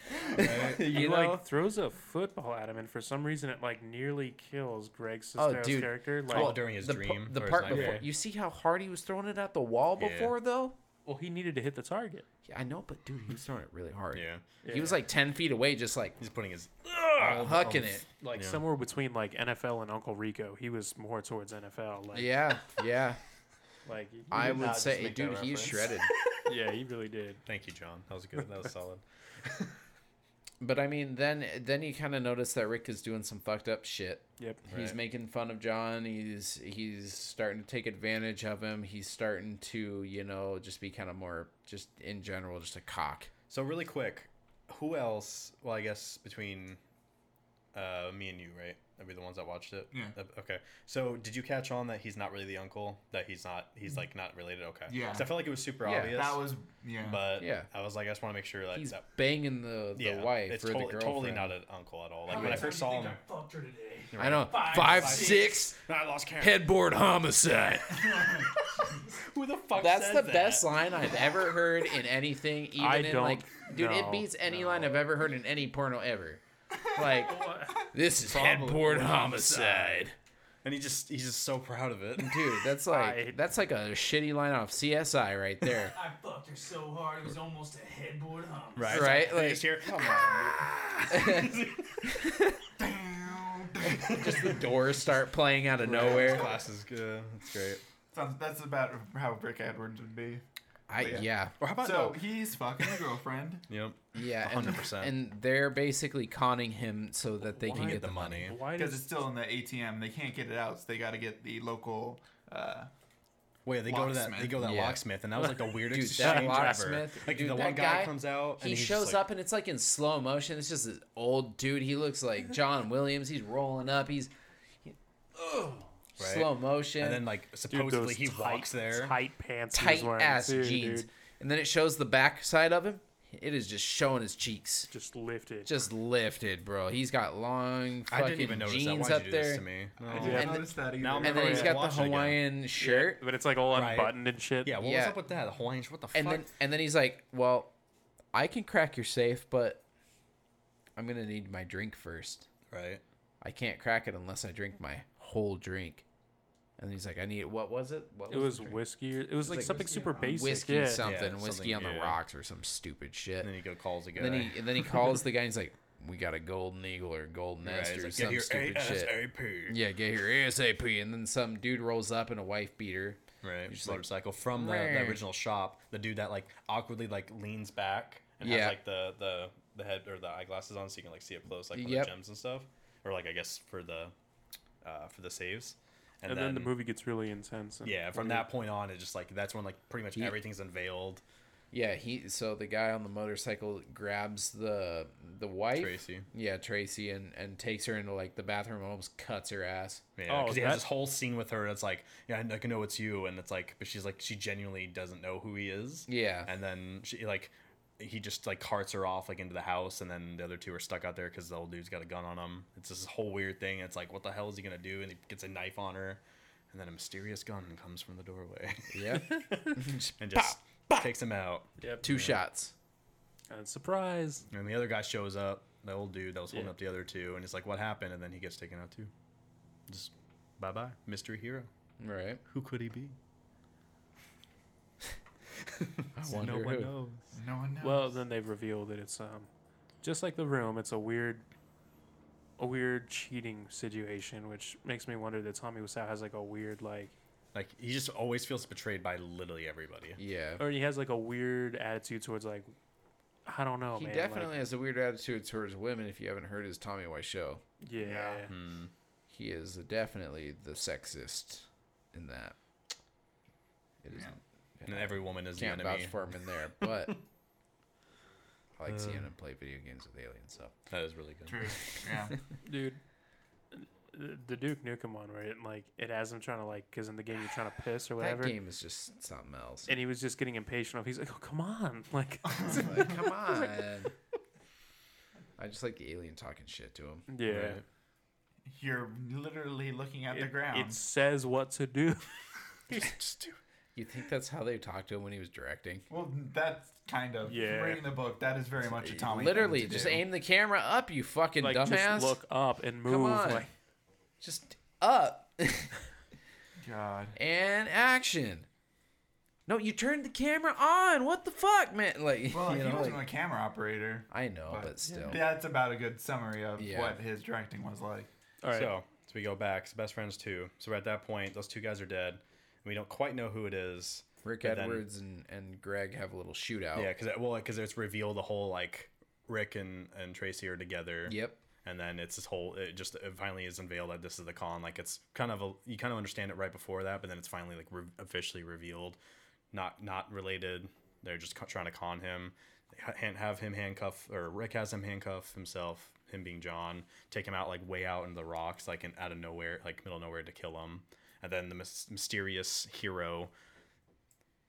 Speaker 4: he
Speaker 3: You
Speaker 4: like
Speaker 3: know?
Speaker 4: throws a football at him, and for some reason, it like nearly kills Greg
Speaker 3: Oh,
Speaker 4: Sestero's
Speaker 3: dude.
Speaker 4: character. Like,
Speaker 2: Well, during his
Speaker 3: the, p-
Speaker 2: dream.
Speaker 3: the
Speaker 2: or his
Speaker 3: part
Speaker 2: nightmare.
Speaker 3: before, you see how hard he was throwing it at the wall
Speaker 2: Yeah.
Speaker 3: before, though.
Speaker 4: well, he needed to hit the target.
Speaker 3: Yeah, I know, but dude, he was throwing it really hard.
Speaker 2: Yeah.
Speaker 3: He was like 10 feet away, just like
Speaker 2: He's putting his.
Speaker 3: hucking it.
Speaker 4: Like
Speaker 2: Yeah.
Speaker 4: somewhere between like NFL and Uncle Rico, he was more towards NFL.
Speaker 5: Oh,
Speaker 4: Like,
Speaker 3: Yeah, yeah.
Speaker 4: like
Speaker 3: I
Speaker 5: did
Speaker 3: would
Speaker 5: not
Speaker 3: say,
Speaker 5: just make that
Speaker 3: dude, he's
Speaker 5: reference.
Speaker 3: shredded.
Speaker 4: yeah, he really did.
Speaker 2: Thank you, John. That was good. That was solid.
Speaker 3: But I mean, then then you kind of notice that Rick is doing some fucked up shit.
Speaker 4: Yep.
Speaker 3: He's making fun of John. He's he's starting to take advantage of him. He's starting to, you know, just be kind of more just in general just a cock.
Speaker 2: So really quick, who else? Well, I guess between uh, me and you, right? That'd be the ones that watched it.
Speaker 1: Yeah.
Speaker 2: Uh, Okay. So did you catch on that he's not really the uncle? That he's not. He's like not related. Okay.
Speaker 1: Mm. Yeah.
Speaker 2: 'Cause I felt like it was super
Speaker 3: Yeah,
Speaker 2: obvious.
Speaker 1: That was yeah.
Speaker 2: But yeah.
Speaker 3: Yeah.
Speaker 2: I was like, I just want to make sure that.
Speaker 3: He's
Speaker 2: that
Speaker 3: banging the, the
Speaker 2: yeah,
Speaker 3: wife
Speaker 2: it's
Speaker 3: or
Speaker 2: totally-
Speaker 3: the girlfriend.
Speaker 2: totally not an uncle at all. Like
Speaker 5: How
Speaker 2: when
Speaker 5: many
Speaker 2: I first
Speaker 5: times
Speaker 2: saw
Speaker 5: you
Speaker 2: him,
Speaker 5: think I fucked her today.
Speaker 3: I know. Five, six,
Speaker 2: I lost count.
Speaker 3: headboard homicide.
Speaker 2: Who the fuck?
Speaker 3: That's
Speaker 2: said
Speaker 3: the
Speaker 2: that?
Speaker 3: best line I've ever heard in anything. Even
Speaker 4: I
Speaker 3: in
Speaker 4: don't
Speaker 3: like, dude, it
Speaker 4: know.
Speaker 3: beats any line I've ever heard in any porno ever. Like, this is headboard homicide.
Speaker 2: And he just he's just so proud of it.
Speaker 3: Dude, that's like
Speaker 4: I-
Speaker 3: that's like a shitty line off CSI right there.
Speaker 5: I fucked her so hard it was almost a headboard hump.
Speaker 2: Right.
Speaker 3: Right,
Speaker 2: Like,
Speaker 3: like-
Speaker 2: just hear,
Speaker 3: Just the doors start playing out of nowhere.
Speaker 2: Class is good. That's great.
Speaker 1: Sounds, that's about how Rick Edwards would be.
Speaker 3: I
Speaker 1: Yeah.
Speaker 3: yeah.
Speaker 2: Or how about
Speaker 1: So he's fucking the girlfriend.
Speaker 2: no? Yep.
Speaker 3: Yeah, and,
Speaker 2: 100%.
Speaker 3: and they're basically conning him so that they can
Speaker 2: Why
Speaker 3: get
Speaker 2: the
Speaker 3: the money.
Speaker 2: money.
Speaker 4: Why
Speaker 1: Because it's
Speaker 4: does
Speaker 1: still in the ATM, they can't get it out, so they got to get the local. Uh,
Speaker 2: Wait, they go to that. They
Speaker 1: Locksmith.
Speaker 2: go to that
Speaker 3: Yeah.
Speaker 2: locksmith, and that was like the weirdest
Speaker 3: Dude, that
Speaker 2: exchange ever.
Speaker 3: locksmith-
Speaker 2: Like
Speaker 3: dude,
Speaker 2: the
Speaker 3: that
Speaker 2: one guy,
Speaker 3: guy,
Speaker 2: comes out, and
Speaker 3: He
Speaker 2: he's
Speaker 3: shows
Speaker 2: just like,
Speaker 3: up and it's like in slow motion. It's just this old dude. He looks like John Williams. He's rolling up. He's he,
Speaker 2: Right.
Speaker 3: slow motion.
Speaker 2: and then like
Speaker 4: dude,
Speaker 2: supposedly
Speaker 4: those
Speaker 2: he
Speaker 4: tight,
Speaker 2: walks there.
Speaker 4: tight pants, he was
Speaker 3: tight
Speaker 4: wearing
Speaker 3: ass
Speaker 4: too,
Speaker 3: jeans.
Speaker 4: dude.
Speaker 3: And then it shows the back side of him. It is just showing his cheeks.
Speaker 4: just lifted.
Speaker 3: Just lifted, bro. He's got long
Speaker 2: I
Speaker 3: fucking
Speaker 2: didn't even notice that.
Speaker 3: jeans
Speaker 2: Why'd you
Speaker 3: up
Speaker 2: do
Speaker 3: there.
Speaker 2: this to me? No.
Speaker 1: I didn't
Speaker 3: And-
Speaker 1: notice that either.
Speaker 2: Oh. Now I'm
Speaker 3: And then
Speaker 2: Oh,
Speaker 3: he's
Speaker 2: yeah.
Speaker 3: got the
Speaker 2: Watch it again.
Speaker 3: Hawaiian shirt.
Speaker 4: but it's like all
Speaker 2: Right.
Speaker 4: unbuttoned and shit.
Speaker 2: Yeah, what was
Speaker 3: Yeah.
Speaker 2: up with that? The Hawaiians? What the
Speaker 3: and
Speaker 2: fuck?
Speaker 3: then and then he's like, "Well, I can crack your safe, but I'm gonna need my drink first.
Speaker 2: right.
Speaker 3: I can't crack it unless I drink my whole drink." And he's like, "I need what was it? What
Speaker 4: it was
Speaker 3: the drink?
Speaker 4: whiskey. or- It was like,
Speaker 3: like
Speaker 4: something super basic.
Speaker 3: whiskey
Speaker 4: yeah.
Speaker 3: something,
Speaker 2: Yeah,
Speaker 3: whiskey
Speaker 2: something,
Speaker 3: on the
Speaker 2: yeah.
Speaker 3: rocks or some stupid shit."
Speaker 2: And then he go calls a guy.
Speaker 3: And then he and then he calls the guy. and He's like, "We got a golden eagle or a golden
Speaker 2: Right,
Speaker 3: nest
Speaker 2: he's
Speaker 3: or
Speaker 2: like, "Get
Speaker 3: some
Speaker 2: your
Speaker 3: stupid shit."
Speaker 2: ASAP.
Speaker 3: Yeah, get here ASAP. And then some dude rolls up in a wife beater.
Speaker 2: Right,
Speaker 3: just like,
Speaker 2: motorcycle from the, the
Speaker 3: "Rrr."
Speaker 2: original shop. The dude that like awkwardly like leans back and
Speaker 3: Yeah.
Speaker 2: has like the the the head or the eyeglasses on, so you can like see up close, like for
Speaker 3: Yep.
Speaker 2: the gems and stuff, or like I guess for the uh, for the saves.
Speaker 4: And, then, the movie gets really intense. and
Speaker 2: Yeah, from
Speaker 4: weird.
Speaker 2: that point on, it's just like that's when like pretty much everything's unveiled.
Speaker 6: Yeah, he so the guy on the motorcycle grabs the the wife.
Speaker 2: Tracy.
Speaker 6: Yeah, Tracy and and takes her into like the bathroom and almost cuts her ass.
Speaker 2: Yeah,
Speaker 4: Oh,
Speaker 2: because he has
Speaker 4: that-
Speaker 2: this whole scene with her. That's like, yeah, I can know it's you, and it's like, but she's like, she genuinely doesn't know who he is.
Speaker 6: Yeah.
Speaker 2: and then she like, he just like carts her off like into the house, and then the other two are stuck out there because the old dude's got a gun on him. It's this whole weird thing. It's like, what the hell is he gonna do? And he gets a knife on her, and then a mysterious gun comes from the doorway
Speaker 6: Yeah.
Speaker 2: and just takes him out.
Speaker 4: Yep.
Speaker 6: Two shots.
Speaker 4: And surprise.
Speaker 2: And the other guy shows up, the old dude that was holding
Speaker 4: Yeah.
Speaker 2: up the other two, and he's like, what happened? And then he gets taken out too. Just bye bye, mystery hero.
Speaker 6: Right.
Speaker 2: Who could he be?
Speaker 6: I wonder who.
Speaker 2: knows.
Speaker 1: No one knows.
Speaker 4: Well, then they've revealed that it's um, just like the room. It's a weird, a weird cheating situation, which makes me wonder that Tommy Wiseau has like a weird like,
Speaker 2: Like he just always feels betrayed by literally everybody.
Speaker 6: Yeah.
Speaker 4: or he has like a weird attitude towards like, I don't
Speaker 2: Oh,
Speaker 4: know,
Speaker 6: he
Speaker 4: man. like-
Speaker 6: definitely has a weird attitude towards women. If you haven't heard his Tommy Wiseau,
Speaker 4: yeah.
Speaker 1: Yeah.
Speaker 2: Hmm.
Speaker 6: he is definitely the sexist in that. It is.
Speaker 1: Yeah.
Speaker 6: yeah,
Speaker 2: And every woman is
Speaker 6: can't
Speaker 2: the enemy.
Speaker 6: vouch for him in there, but I like seeing him play video games with aliens. So
Speaker 2: That is really good.
Speaker 1: True. Yeah.
Speaker 4: dude. The- The Duke Nukem one, right? And like, it has him trying to like, because in the game you're trying to piss or whatever,
Speaker 6: that game is just something else.
Speaker 4: and he was just getting impatient. Of he's like, oh come on, like,
Speaker 6: Like, come on. I just like the alien talking shit to him.
Speaker 4: yeah.
Speaker 2: Right.
Speaker 1: You're literally looking at the
Speaker 4: It-
Speaker 1: ground.
Speaker 4: It says what to do.
Speaker 2: Just do it.
Speaker 6: You think that's how they talked to him when he was directing?
Speaker 1: Well, that's kind of
Speaker 4: Yeah.
Speaker 1: reading the book. That is very much a Tommy. thing
Speaker 6: Literally,
Speaker 1: to
Speaker 6: just
Speaker 1: do.
Speaker 6: aim the camera up, you fucking
Speaker 4: like,
Speaker 6: dumbass.
Speaker 4: just look up and move.
Speaker 6: Come on.
Speaker 4: Like,
Speaker 6: Just up
Speaker 1: God,
Speaker 6: and action. No, you turned the camera on. What the fuck, man? Like,
Speaker 1: well,
Speaker 6: you
Speaker 1: he
Speaker 6: know,
Speaker 1: wasn't
Speaker 6: like-
Speaker 1: a camera operator,
Speaker 6: I know,
Speaker 1: but,
Speaker 6: but, still.
Speaker 1: that's about a good summary of
Speaker 6: Yeah.
Speaker 1: what his directing was like.
Speaker 4: all right.
Speaker 2: So, so we go back. So best friends two. So we're at that point, those two guys are dead. And we don't quite know who it is.
Speaker 6: Rick
Speaker 2: but then-
Speaker 6: Edwards and, and Greg have a little shootout.
Speaker 2: Yeah, because well, because it's revealed the whole like Rick and and Tracy are together.
Speaker 6: Yep.
Speaker 2: and then it's this whole it just it finally is unveiled that this is the con like it's kind of a you kind of understand it right before that but then it's finally like re- officially revealed not not related they're just co- trying to con him they ha- han- have him handcuff or rick has him handcuff himself him being john take him out like way out into the rocks like in, out of nowhere like middle of nowhere to kill him and then the mys- mysterious hero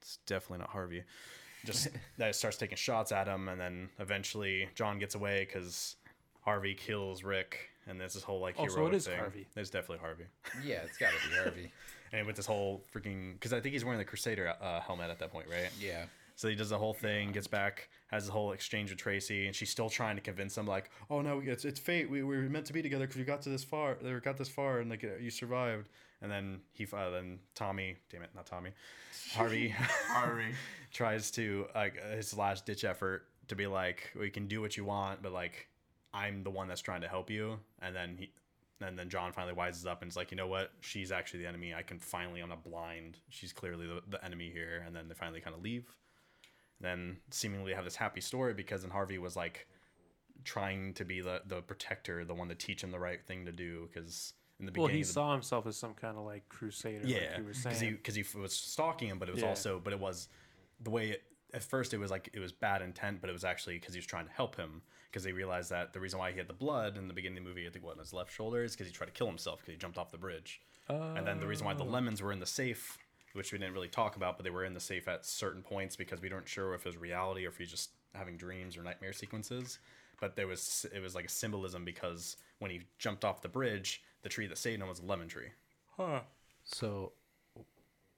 Speaker 2: it's definitely not harvey just that starts taking shots at him and then eventually john gets away because harvey kills rick and there's this whole like
Speaker 4: Oh,
Speaker 2: heroic
Speaker 4: so it is
Speaker 2: thing
Speaker 4: Harvey.
Speaker 2: it's definitely harvey
Speaker 6: Yeah, it's got to be Harvey.
Speaker 2: and with this whole freaking because i think he's wearing the crusader uh, helmet at that point right
Speaker 6: Yeah.
Speaker 2: so he does the whole thing gets back has the whole exchange with tracy and she's still trying to convince him like oh no it's, it's fate we, we were meant to be together because we got to this far they got this far and like uh, you survived and then he f- uh, then tommy damn it not tommy harvey
Speaker 1: Harvey,
Speaker 2: tries to like his last ditch effort to be like we can do what you want but like i'm the one that's trying to help you and then he and then john finally wises up and is like you know what she's actually the enemy i can finally i'm not blind she's clearly the, the enemy here and then they finally kind of leave then seemingly have this happy story because then harvey was like trying to be the the protector the one to teach him the right thing to do because in the
Speaker 4: Well,
Speaker 2: beginning
Speaker 4: he
Speaker 2: of the
Speaker 4: saw himself as some kind of like crusader. like
Speaker 2: yeah
Speaker 4: you were
Speaker 2: because he
Speaker 4: saying.
Speaker 2: because he, f- was stalking him but it was
Speaker 4: Yeah.
Speaker 2: also but it was the way it, at first it was like it was bad intent but it was actually because he was trying to help him because they realized that the reason why he had the blood in the beginning of the movie i think what on his left shoulder is because he tried to kill himself because he jumped off the bridge and then the reason why
Speaker 4: Oh.
Speaker 2: the lemons were in the safe which we didn't really talk about but they were in the safe at certain points because we weren't sure if it was reality or if he's just having dreams or nightmare sequences but there was it was like a symbolism because when he jumped off the bridge the tree that saved him was a lemon tree
Speaker 4: Huh.
Speaker 3: So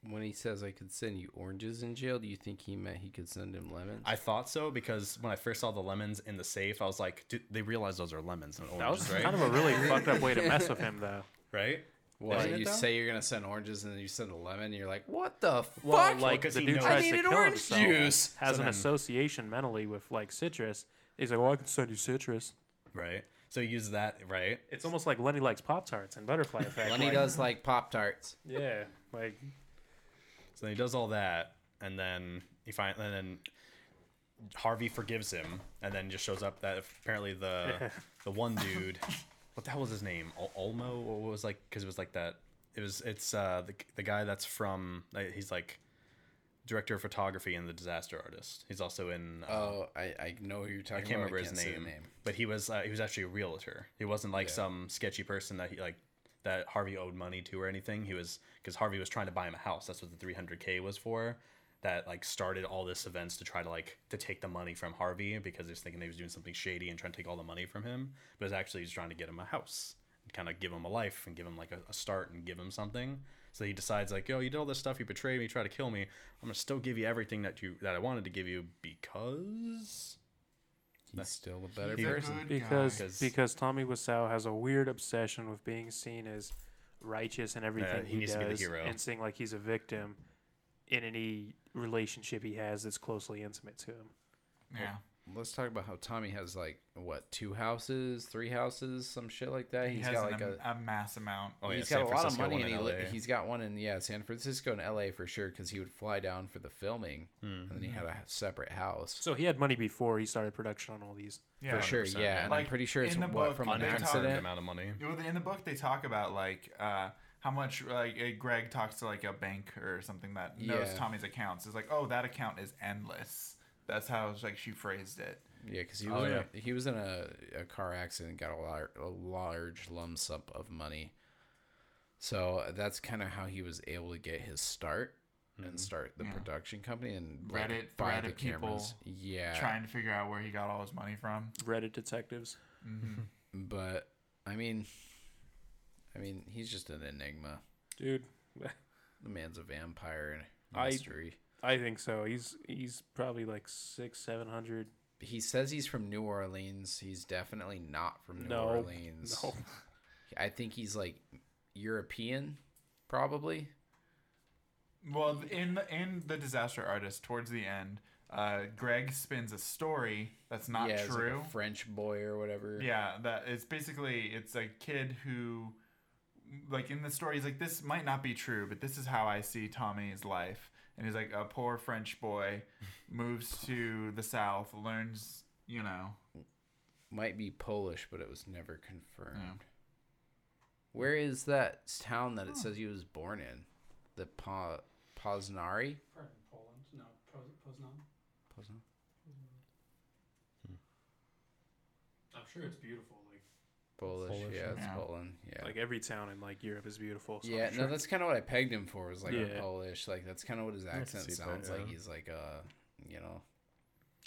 Speaker 3: when he says I could send you oranges in jail, do you think he meant he could send him lemons?
Speaker 2: I thought so because when I first saw the lemons in the safe, I was like, Dude, they realized those are lemons and
Speaker 4: That was
Speaker 2: oranges, right?
Speaker 4: kind of a really fucked up way to mess with him, though.
Speaker 2: right?
Speaker 3: Well,
Speaker 2: Isn't it
Speaker 3: you
Speaker 2: though?
Speaker 3: say you're gonna send oranges and then you send a lemon. And you're like, what the
Speaker 4: Well,
Speaker 3: fuck?
Speaker 4: like
Speaker 2: 'cause
Speaker 4: the
Speaker 2: he
Speaker 4: dude
Speaker 2: knows-
Speaker 4: tries
Speaker 2: I
Speaker 4: to
Speaker 3: need an
Speaker 4: kill
Speaker 3: orange
Speaker 4: himself,
Speaker 3: juice.
Speaker 4: Has
Speaker 2: So
Speaker 4: an
Speaker 2: then-
Speaker 4: association mentally with like citrus. He's like, well, I can send you citrus.
Speaker 2: Right. So you use that, right?
Speaker 4: It's almost like Lenny likes pop tarts and butterfly effect.
Speaker 3: Lenny
Speaker 4: like-
Speaker 3: does like Pop Tarts.
Speaker 4: Yeah, like
Speaker 2: So then he does all that, and then he find, and then Harvey forgives him, and then just shows up that apparently the the one dude, what the hell was his name? Ol- Olmo, or what was like? Because it was like that. It was it's uh the the guy that's from like, he's like director of photography in The Disaster Artist. He's also in. Uh,
Speaker 6: Oh, I, I know who you're talking
Speaker 2: I can't
Speaker 6: about.
Speaker 2: remember
Speaker 6: I
Speaker 2: his
Speaker 6: can't say the
Speaker 2: name, but he was uh, he was actually a realtor. He wasn't like some sketchy person that he like that Harvey owed money to or anything. He was because Harvey was trying to buy him a house. That's what the 300k was for. That like started all this events to try to like to take the money from Harvey because he was thinking he was doing something shady and trying to take all the money from him. But it was actually he's trying to get him a house and kind of give him a life and give him like a, a start and give him something. So he decides like, yo, you did all this stuff. You betrayed me. You tried to kill me. I'm gonna still give you everything that you that I wanted to give you because
Speaker 3: He's still a better
Speaker 1: He's a
Speaker 3: person.
Speaker 1: good
Speaker 4: because
Speaker 1: guy.
Speaker 2: Because-
Speaker 4: because Tommy Wiseau has a weird obsession with being seen as righteous and everything
Speaker 2: he
Speaker 4: he,
Speaker 2: needs to
Speaker 4: does,
Speaker 2: be the hero.
Speaker 4: and seeing like he's a victim in any relationship he has that's closely intimate to him.
Speaker 1: yeah.
Speaker 3: Let's talk about how Tommy has like what two houses, three houses, some shit like that.
Speaker 1: He
Speaker 3: He's
Speaker 1: has
Speaker 3: got
Speaker 1: an
Speaker 3: like
Speaker 1: am-
Speaker 3: a
Speaker 1: a, mass amount.
Speaker 2: Oh,
Speaker 3: He's
Speaker 2: San
Speaker 3: got a lot of
Speaker 2: Francisco,
Speaker 3: money
Speaker 2: one
Speaker 3: and he
Speaker 2: in
Speaker 3: li-
Speaker 2: LA.
Speaker 3: he's got one in yeah San Francisco and L.A. for sure because he would fly down for the filming
Speaker 1: Hmm.
Speaker 3: and then he had a separate house
Speaker 4: So he had money before he started production on all these.
Speaker 1: Yeah.
Speaker 3: for sure
Speaker 2: 100%,
Speaker 3: yeah
Speaker 2: yeah.
Speaker 3: and I'm
Speaker 1: Like,
Speaker 3: pretty sure it's
Speaker 1: in the
Speaker 3: what
Speaker 1: book,
Speaker 3: from an
Speaker 1: they talk-
Speaker 2: unconfirmed
Speaker 3: accident
Speaker 2: amount of money.
Speaker 1: You know, In the book, they talk about like uh, how much like uh, Greg talks to like a bank or something that knows
Speaker 3: Yeah.
Speaker 1: Tommy's accounts. It's like, oh, that account is endless. That's how like she phrased it.
Speaker 3: yeah because he
Speaker 2: Oh,
Speaker 3: was in a, he was in a, a car accident and got a, lar- a large lump sum of money so uh, that's kind of how he was able to get his start and start the
Speaker 1: Yeah.
Speaker 3: production company and
Speaker 1: Reddit
Speaker 3: buy
Speaker 1: thread of people
Speaker 3: yeah
Speaker 1: Trying to figure out where he got all his money from.
Speaker 4: Reddit detectives.
Speaker 3: but I mean I mean he's just an enigma
Speaker 4: Dude,
Speaker 3: the man's a vampire and
Speaker 4: I-
Speaker 3: mystery.
Speaker 4: I think so. He's he's probably like six, seven hundred.
Speaker 3: he says he's from New Orleans. He's definitely not from New
Speaker 4: No.
Speaker 3: Orleans.
Speaker 4: No.
Speaker 3: I think he's like European, probably.
Speaker 1: Well, in the, in the disaster artist, towards the end, uh, Greg spins a story that's not
Speaker 3: yeah, he's like a
Speaker 1: true.
Speaker 3: French boy or whatever.
Speaker 1: Yeah, that it's basically it's a kid who like in the story he's like this might not be true, but this is how I see Tommy's life. And he's like a poor French boy moves to the south, learns, you know,
Speaker 3: Might be Polish, but it was never confirmed.
Speaker 1: Yeah.
Speaker 3: Where is that town that it says he was born in? The po- Poznari?
Speaker 5: Probably Poland. No, Poz- Poznan.
Speaker 3: Poznan?
Speaker 5: I'm sure it's beautiful. Like
Speaker 3: Polish,
Speaker 2: Polish,
Speaker 3: yeah, it's
Speaker 1: yeah.
Speaker 3: Poland. Yeah.
Speaker 4: Like every town in like Europe is beautiful. So
Speaker 3: yeah,
Speaker 4: I'm sure.
Speaker 3: no, that's kind of what I pegged him for. Was like a
Speaker 4: Yeah.
Speaker 3: Polish, like that's kind of what his
Speaker 2: can
Speaker 3: accent
Speaker 2: see that,
Speaker 3: sounds like.
Speaker 2: yeah.
Speaker 3: He's like, uh, you know,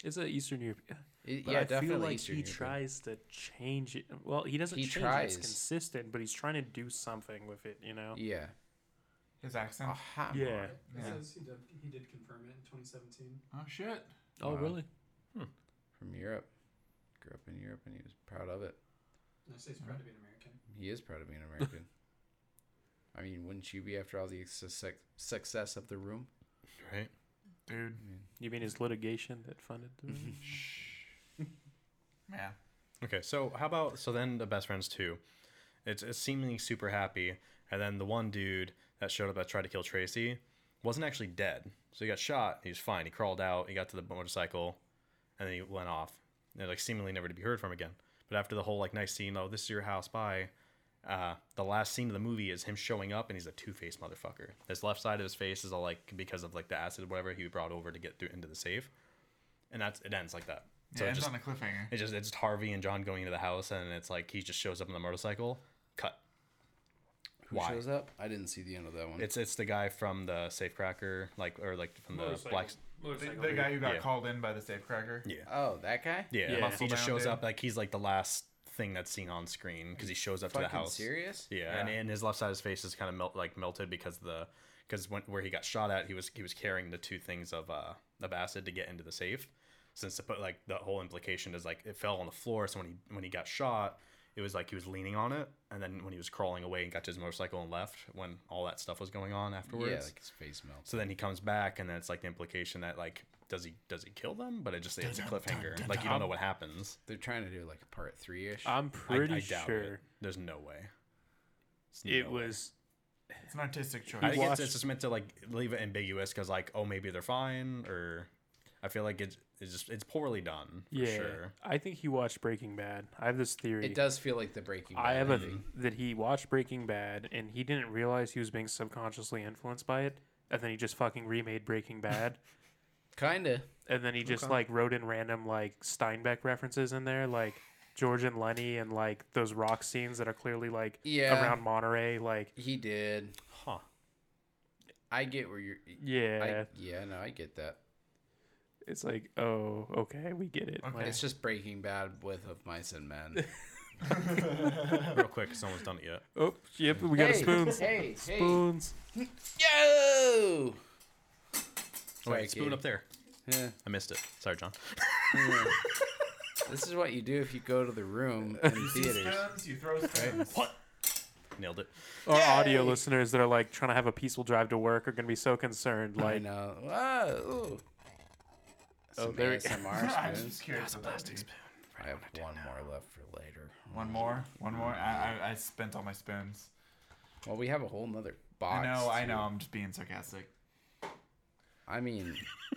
Speaker 4: it's a Eastern Europe. Yeah,
Speaker 3: It-
Speaker 4: But
Speaker 3: yeah,
Speaker 4: I
Speaker 3: definitely.
Speaker 4: feel like
Speaker 3: Eastern
Speaker 4: he
Speaker 3: European.
Speaker 4: tries to change it. Well, he doesn't
Speaker 3: He
Speaker 4: change it.
Speaker 3: tries.
Speaker 4: It's consistent, but he's trying to do something with it, you know?
Speaker 3: Yeah.
Speaker 1: his accent.
Speaker 2: Ah.
Speaker 1: Oh,
Speaker 4: Yeah.
Speaker 5: it
Speaker 1: Yeah.
Speaker 5: says, he did he did confirm it in 2017.
Speaker 1: shit.
Speaker 4: Oh,
Speaker 3: Wow.
Speaker 4: really?
Speaker 3: From Europe. Grew up in Europe and he was proud of it.
Speaker 5: And I say he's proud to be an American.
Speaker 3: He is proud of being American. I mean, wouldn't you be after all the success success of the room?
Speaker 2: Right?
Speaker 1: Dude.
Speaker 4: You mean his litigation that funded the movie?
Speaker 1: Yeah.
Speaker 2: Okay, so how about so then the best friends two? It's, it's seemingly super happy, and then the one dude that showed up that tried to kill Tracy wasn't actually dead. So he got shot. He was fine. He crawled out. He got to the motorcycle, and then he went off. And like seemingly never to be heard from again. But after the whole like nice scene, oh this is your house, bye. Uh, the last scene of the movie is him showing up, and he's a two faced motherfucker. His left side of his face is all like because of like the acid or whatever he brought over to get through into the safe, and that's it ends like that.
Speaker 1: yeah,
Speaker 2: it
Speaker 1: ends
Speaker 2: just-
Speaker 1: on a cliffhanger.
Speaker 2: it's just it's just Harvey and John going into the house, and it's like he just shows up on the motorcycle. Cut.
Speaker 3: Who
Speaker 2: Why?
Speaker 3: shows up? I didn't see the end of that one.
Speaker 2: It's it's the guy from the safecracker, like or like from the black.
Speaker 1: The, the guy who got
Speaker 2: Yeah.
Speaker 1: called in by the safecracker.
Speaker 2: Yeah.
Speaker 3: oh, that guy?
Speaker 2: Yeah,
Speaker 4: Yeah.
Speaker 2: he just
Speaker 1: Muscle-bound
Speaker 2: shows
Speaker 1: dude.
Speaker 2: up like he's like the last thing that's seen on screen because he shows up to the
Speaker 3: Fucking
Speaker 2: house.
Speaker 3: serious?
Speaker 2: Yeah, And, and his left side of his face is kind of melt like melted because the because when where he got shot at, he was he was carrying the two things of uh of acid to get into the safe. Since the, like the whole implication is like it fell on the floor, so when he when he got shot, it was like he was leaning on it, and then when he was crawling away and got to his motorcycle and left when all that stuff was going on afterwards.
Speaker 3: Yeah, like his face melts.
Speaker 2: So then he comes back, and then it's like the implication that like does he does he kill them? But it just it's a cliffhanger. like you don't know what happens.
Speaker 3: They're trying to do like a part three ish.
Speaker 4: I'm
Speaker 2: I-
Speaker 4: pretty
Speaker 2: I doubt it.
Speaker 4: sure
Speaker 2: There's no way. It's
Speaker 4: it
Speaker 2: no way.
Speaker 4: was.
Speaker 1: It's an artistic choice.
Speaker 2: I think it's,
Speaker 4: watched-
Speaker 2: it's just meant to like leave it ambiguous because like oh maybe they're fine or I feel like it's it's just it's poorly done for
Speaker 4: Yeah.
Speaker 2: sure.
Speaker 4: I think he watched Breaking Bad. I have this theory.
Speaker 3: it does feel like the Breaking Bad.
Speaker 4: I have a
Speaker 3: ending.
Speaker 4: that he watched Breaking Bad and he didn't realize he was being subconsciously influenced by it and then he just fucking remade Breaking Bad.
Speaker 3: Kinda.
Speaker 4: and then he just like wrote in random like Steinbeck references in there, like George and Lenny and like those rock scenes that are clearly like
Speaker 3: Yeah.
Speaker 4: around Monterey, like
Speaker 3: He did.
Speaker 2: Huh.
Speaker 3: I get where you're.
Speaker 4: yeah,
Speaker 3: I, yeah, no, I get that.
Speaker 4: it's like oh okay, we get it. Like,
Speaker 3: It's just Breaking Bad with of mice and men.
Speaker 2: Real quick, 'cause no one's done it yet.
Speaker 4: oh yep, we got a spoons,
Speaker 3: Hey, hey,
Speaker 4: spoons.
Speaker 3: yo!
Speaker 2: Wait,
Speaker 3: Sorry,
Speaker 2: spoon
Speaker 3: Gabe.
Speaker 2: up there.
Speaker 3: Yeah.
Speaker 2: I missed it. Sorry, John.
Speaker 3: This is what you do if you go to the room in theaters.
Speaker 1: Spoons, you throw spoons.
Speaker 2: What? Nailed it.
Speaker 4: Our audio listeners that are like trying to have a peaceful drive to work are gonna be so concerned.
Speaker 3: I
Speaker 4: Like
Speaker 3: know. Whoa!
Speaker 4: Oh,
Speaker 3: Ah, Some
Speaker 4: there we-
Speaker 3: ASMR
Speaker 1: I'm
Speaker 3: spoons.
Speaker 1: just curious about that. dude.
Speaker 3: I have one more left for later.
Speaker 1: One more, one more. I,
Speaker 2: Mm-hmm.
Speaker 1: I, I spent all my spoons.
Speaker 3: Well, we have a whole nother
Speaker 1: I
Speaker 3: box.
Speaker 1: know, I
Speaker 3: too.
Speaker 1: know. I'm just being sarcastic.
Speaker 3: I mean,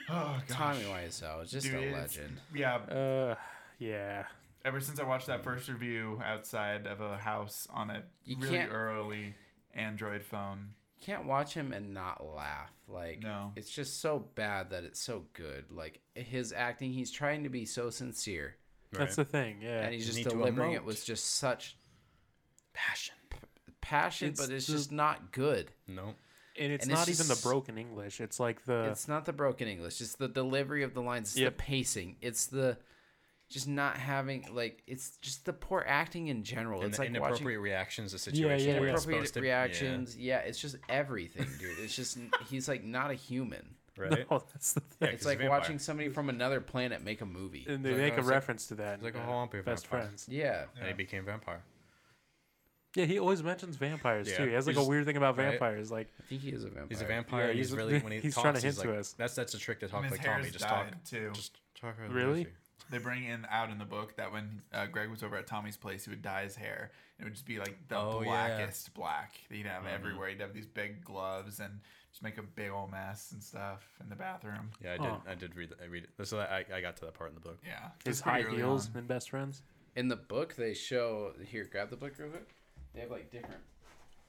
Speaker 1: Oh gosh,
Speaker 3: Tommy Wiseau is just
Speaker 1: dude,
Speaker 3: a
Speaker 1: it's-
Speaker 3: legend.
Speaker 1: Yeah,
Speaker 4: uh yeah.
Speaker 1: ever since I watched that first review outside of a house on a
Speaker 3: You
Speaker 1: really
Speaker 3: can't-
Speaker 1: early Android phone.
Speaker 3: You can't watch him and not laugh. Like,
Speaker 1: No.
Speaker 3: it's just so bad that it's so good. Like his acting, he's trying to be so sincere,
Speaker 4: That's the thing, yeah.
Speaker 3: and he's just
Speaker 2: need to
Speaker 3: delivering it
Speaker 2: emote.
Speaker 3: with just such
Speaker 2: Passion.
Speaker 3: passion,
Speaker 4: It's
Speaker 3: but it's
Speaker 4: the-
Speaker 3: just not good.
Speaker 2: No.
Speaker 4: and it's
Speaker 3: and it's
Speaker 4: not even the
Speaker 3: just-
Speaker 4: broken English. It's like
Speaker 2: Uh.
Speaker 4: the
Speaker 3: It's not the broken English. It's the delivery of the lines. It's
Speaker 4: Yep.
Speaker 3: the pacing. It's the just not having like. It's just the poor acting in general.
Speaker 2: And
Speaker 3: it's
Speaker 2: the
Speaker 3: like watching
Speaker 2: inappropriate reactions to situations
Speaker 4: yeah,
Speaker 2: where it's supposed
Speaker 3: appropriate
Speaker 2: to
Speaker 3: reactions. Yeah. it's just everything, dude. It's just he's like not a human.
Speaker 2: Yeah, right.
Speaker 4: oh, that's the thing.
Speaker 3: It's
Speaker 2: 'cause
Speaker 3: like
Speaker 2: he's a
Speaker 3: watching
Speaker 2: vampire.
Speaker 3: somebody from another planet make a movie.
Speaker 4: And they
Speaker 2: like,
Speaker 4: make
Speaker 2: oh,
Speaker 4: a
Speaker 2: it's like-
Speaker 4: reference to that.
Speaker 2: it's like a
Speaker 4: in, uh,
Speaker 2: Hampy
Speaker 4: Best
Speaker 2: Vampire.
Speaker 4: friends.
Speaker 3: yeah.
Speaker 2: And he became vampire.
Speaker 4: Yeah, he always mentions vampires
Speaker 2: Yeah.
Speaker 4: too. He has like
Speaker 2: He's-
Speaker 4: a weird thing about
Speaker 2: right.
Speaker 4: vampires. Like
Speaker 3: I think he is a vampire.
Speaker 2: He's a vampire. and he's,
Speaker 4: he's-
Speaker 2: really when he
Speaker 4: he's
Speaker 2: talks,
Speaker 4: trying to
Speaker 2: he's
Speaker 4: hint to
Speaker 2: like,
Speaker 4: us.
Speaker 2: That's that's a trick to talk
Speaker 1: And his
Speaker 2: like Tommy.
Speaker 1: hair's
Speaker 2: Just talk.
Speaker 1: dyed, too.
Speaker 2: Just talk. really
Speaker 4: Really?
Speaker 2: loosey.
Speaker 1: They bring in out in the book that when uh, Greg was over at Tommy's place, he would dye his hair. It would just be like the
Speaker 2: Oh, yeah. Mm-hmm.
Speaker 1: blackest black that he'd have everywhere. He'd have these big gloves and just make a big old mess and stuff in the bathroom.
Speaker 2: Yeah, I did. I did read. I read it. So I, I got to that part in the book.
Speaker 1: Yeah,
Speaker 4: his
Speaker 1: it's pretty
Speaker 4: high
Speaker 1: early
Speaker 4: heels
Speaker 1: on.
Speaker 4: and best friends.
Speaker 3: In the book, they show here. Grab the book real quick. They have like different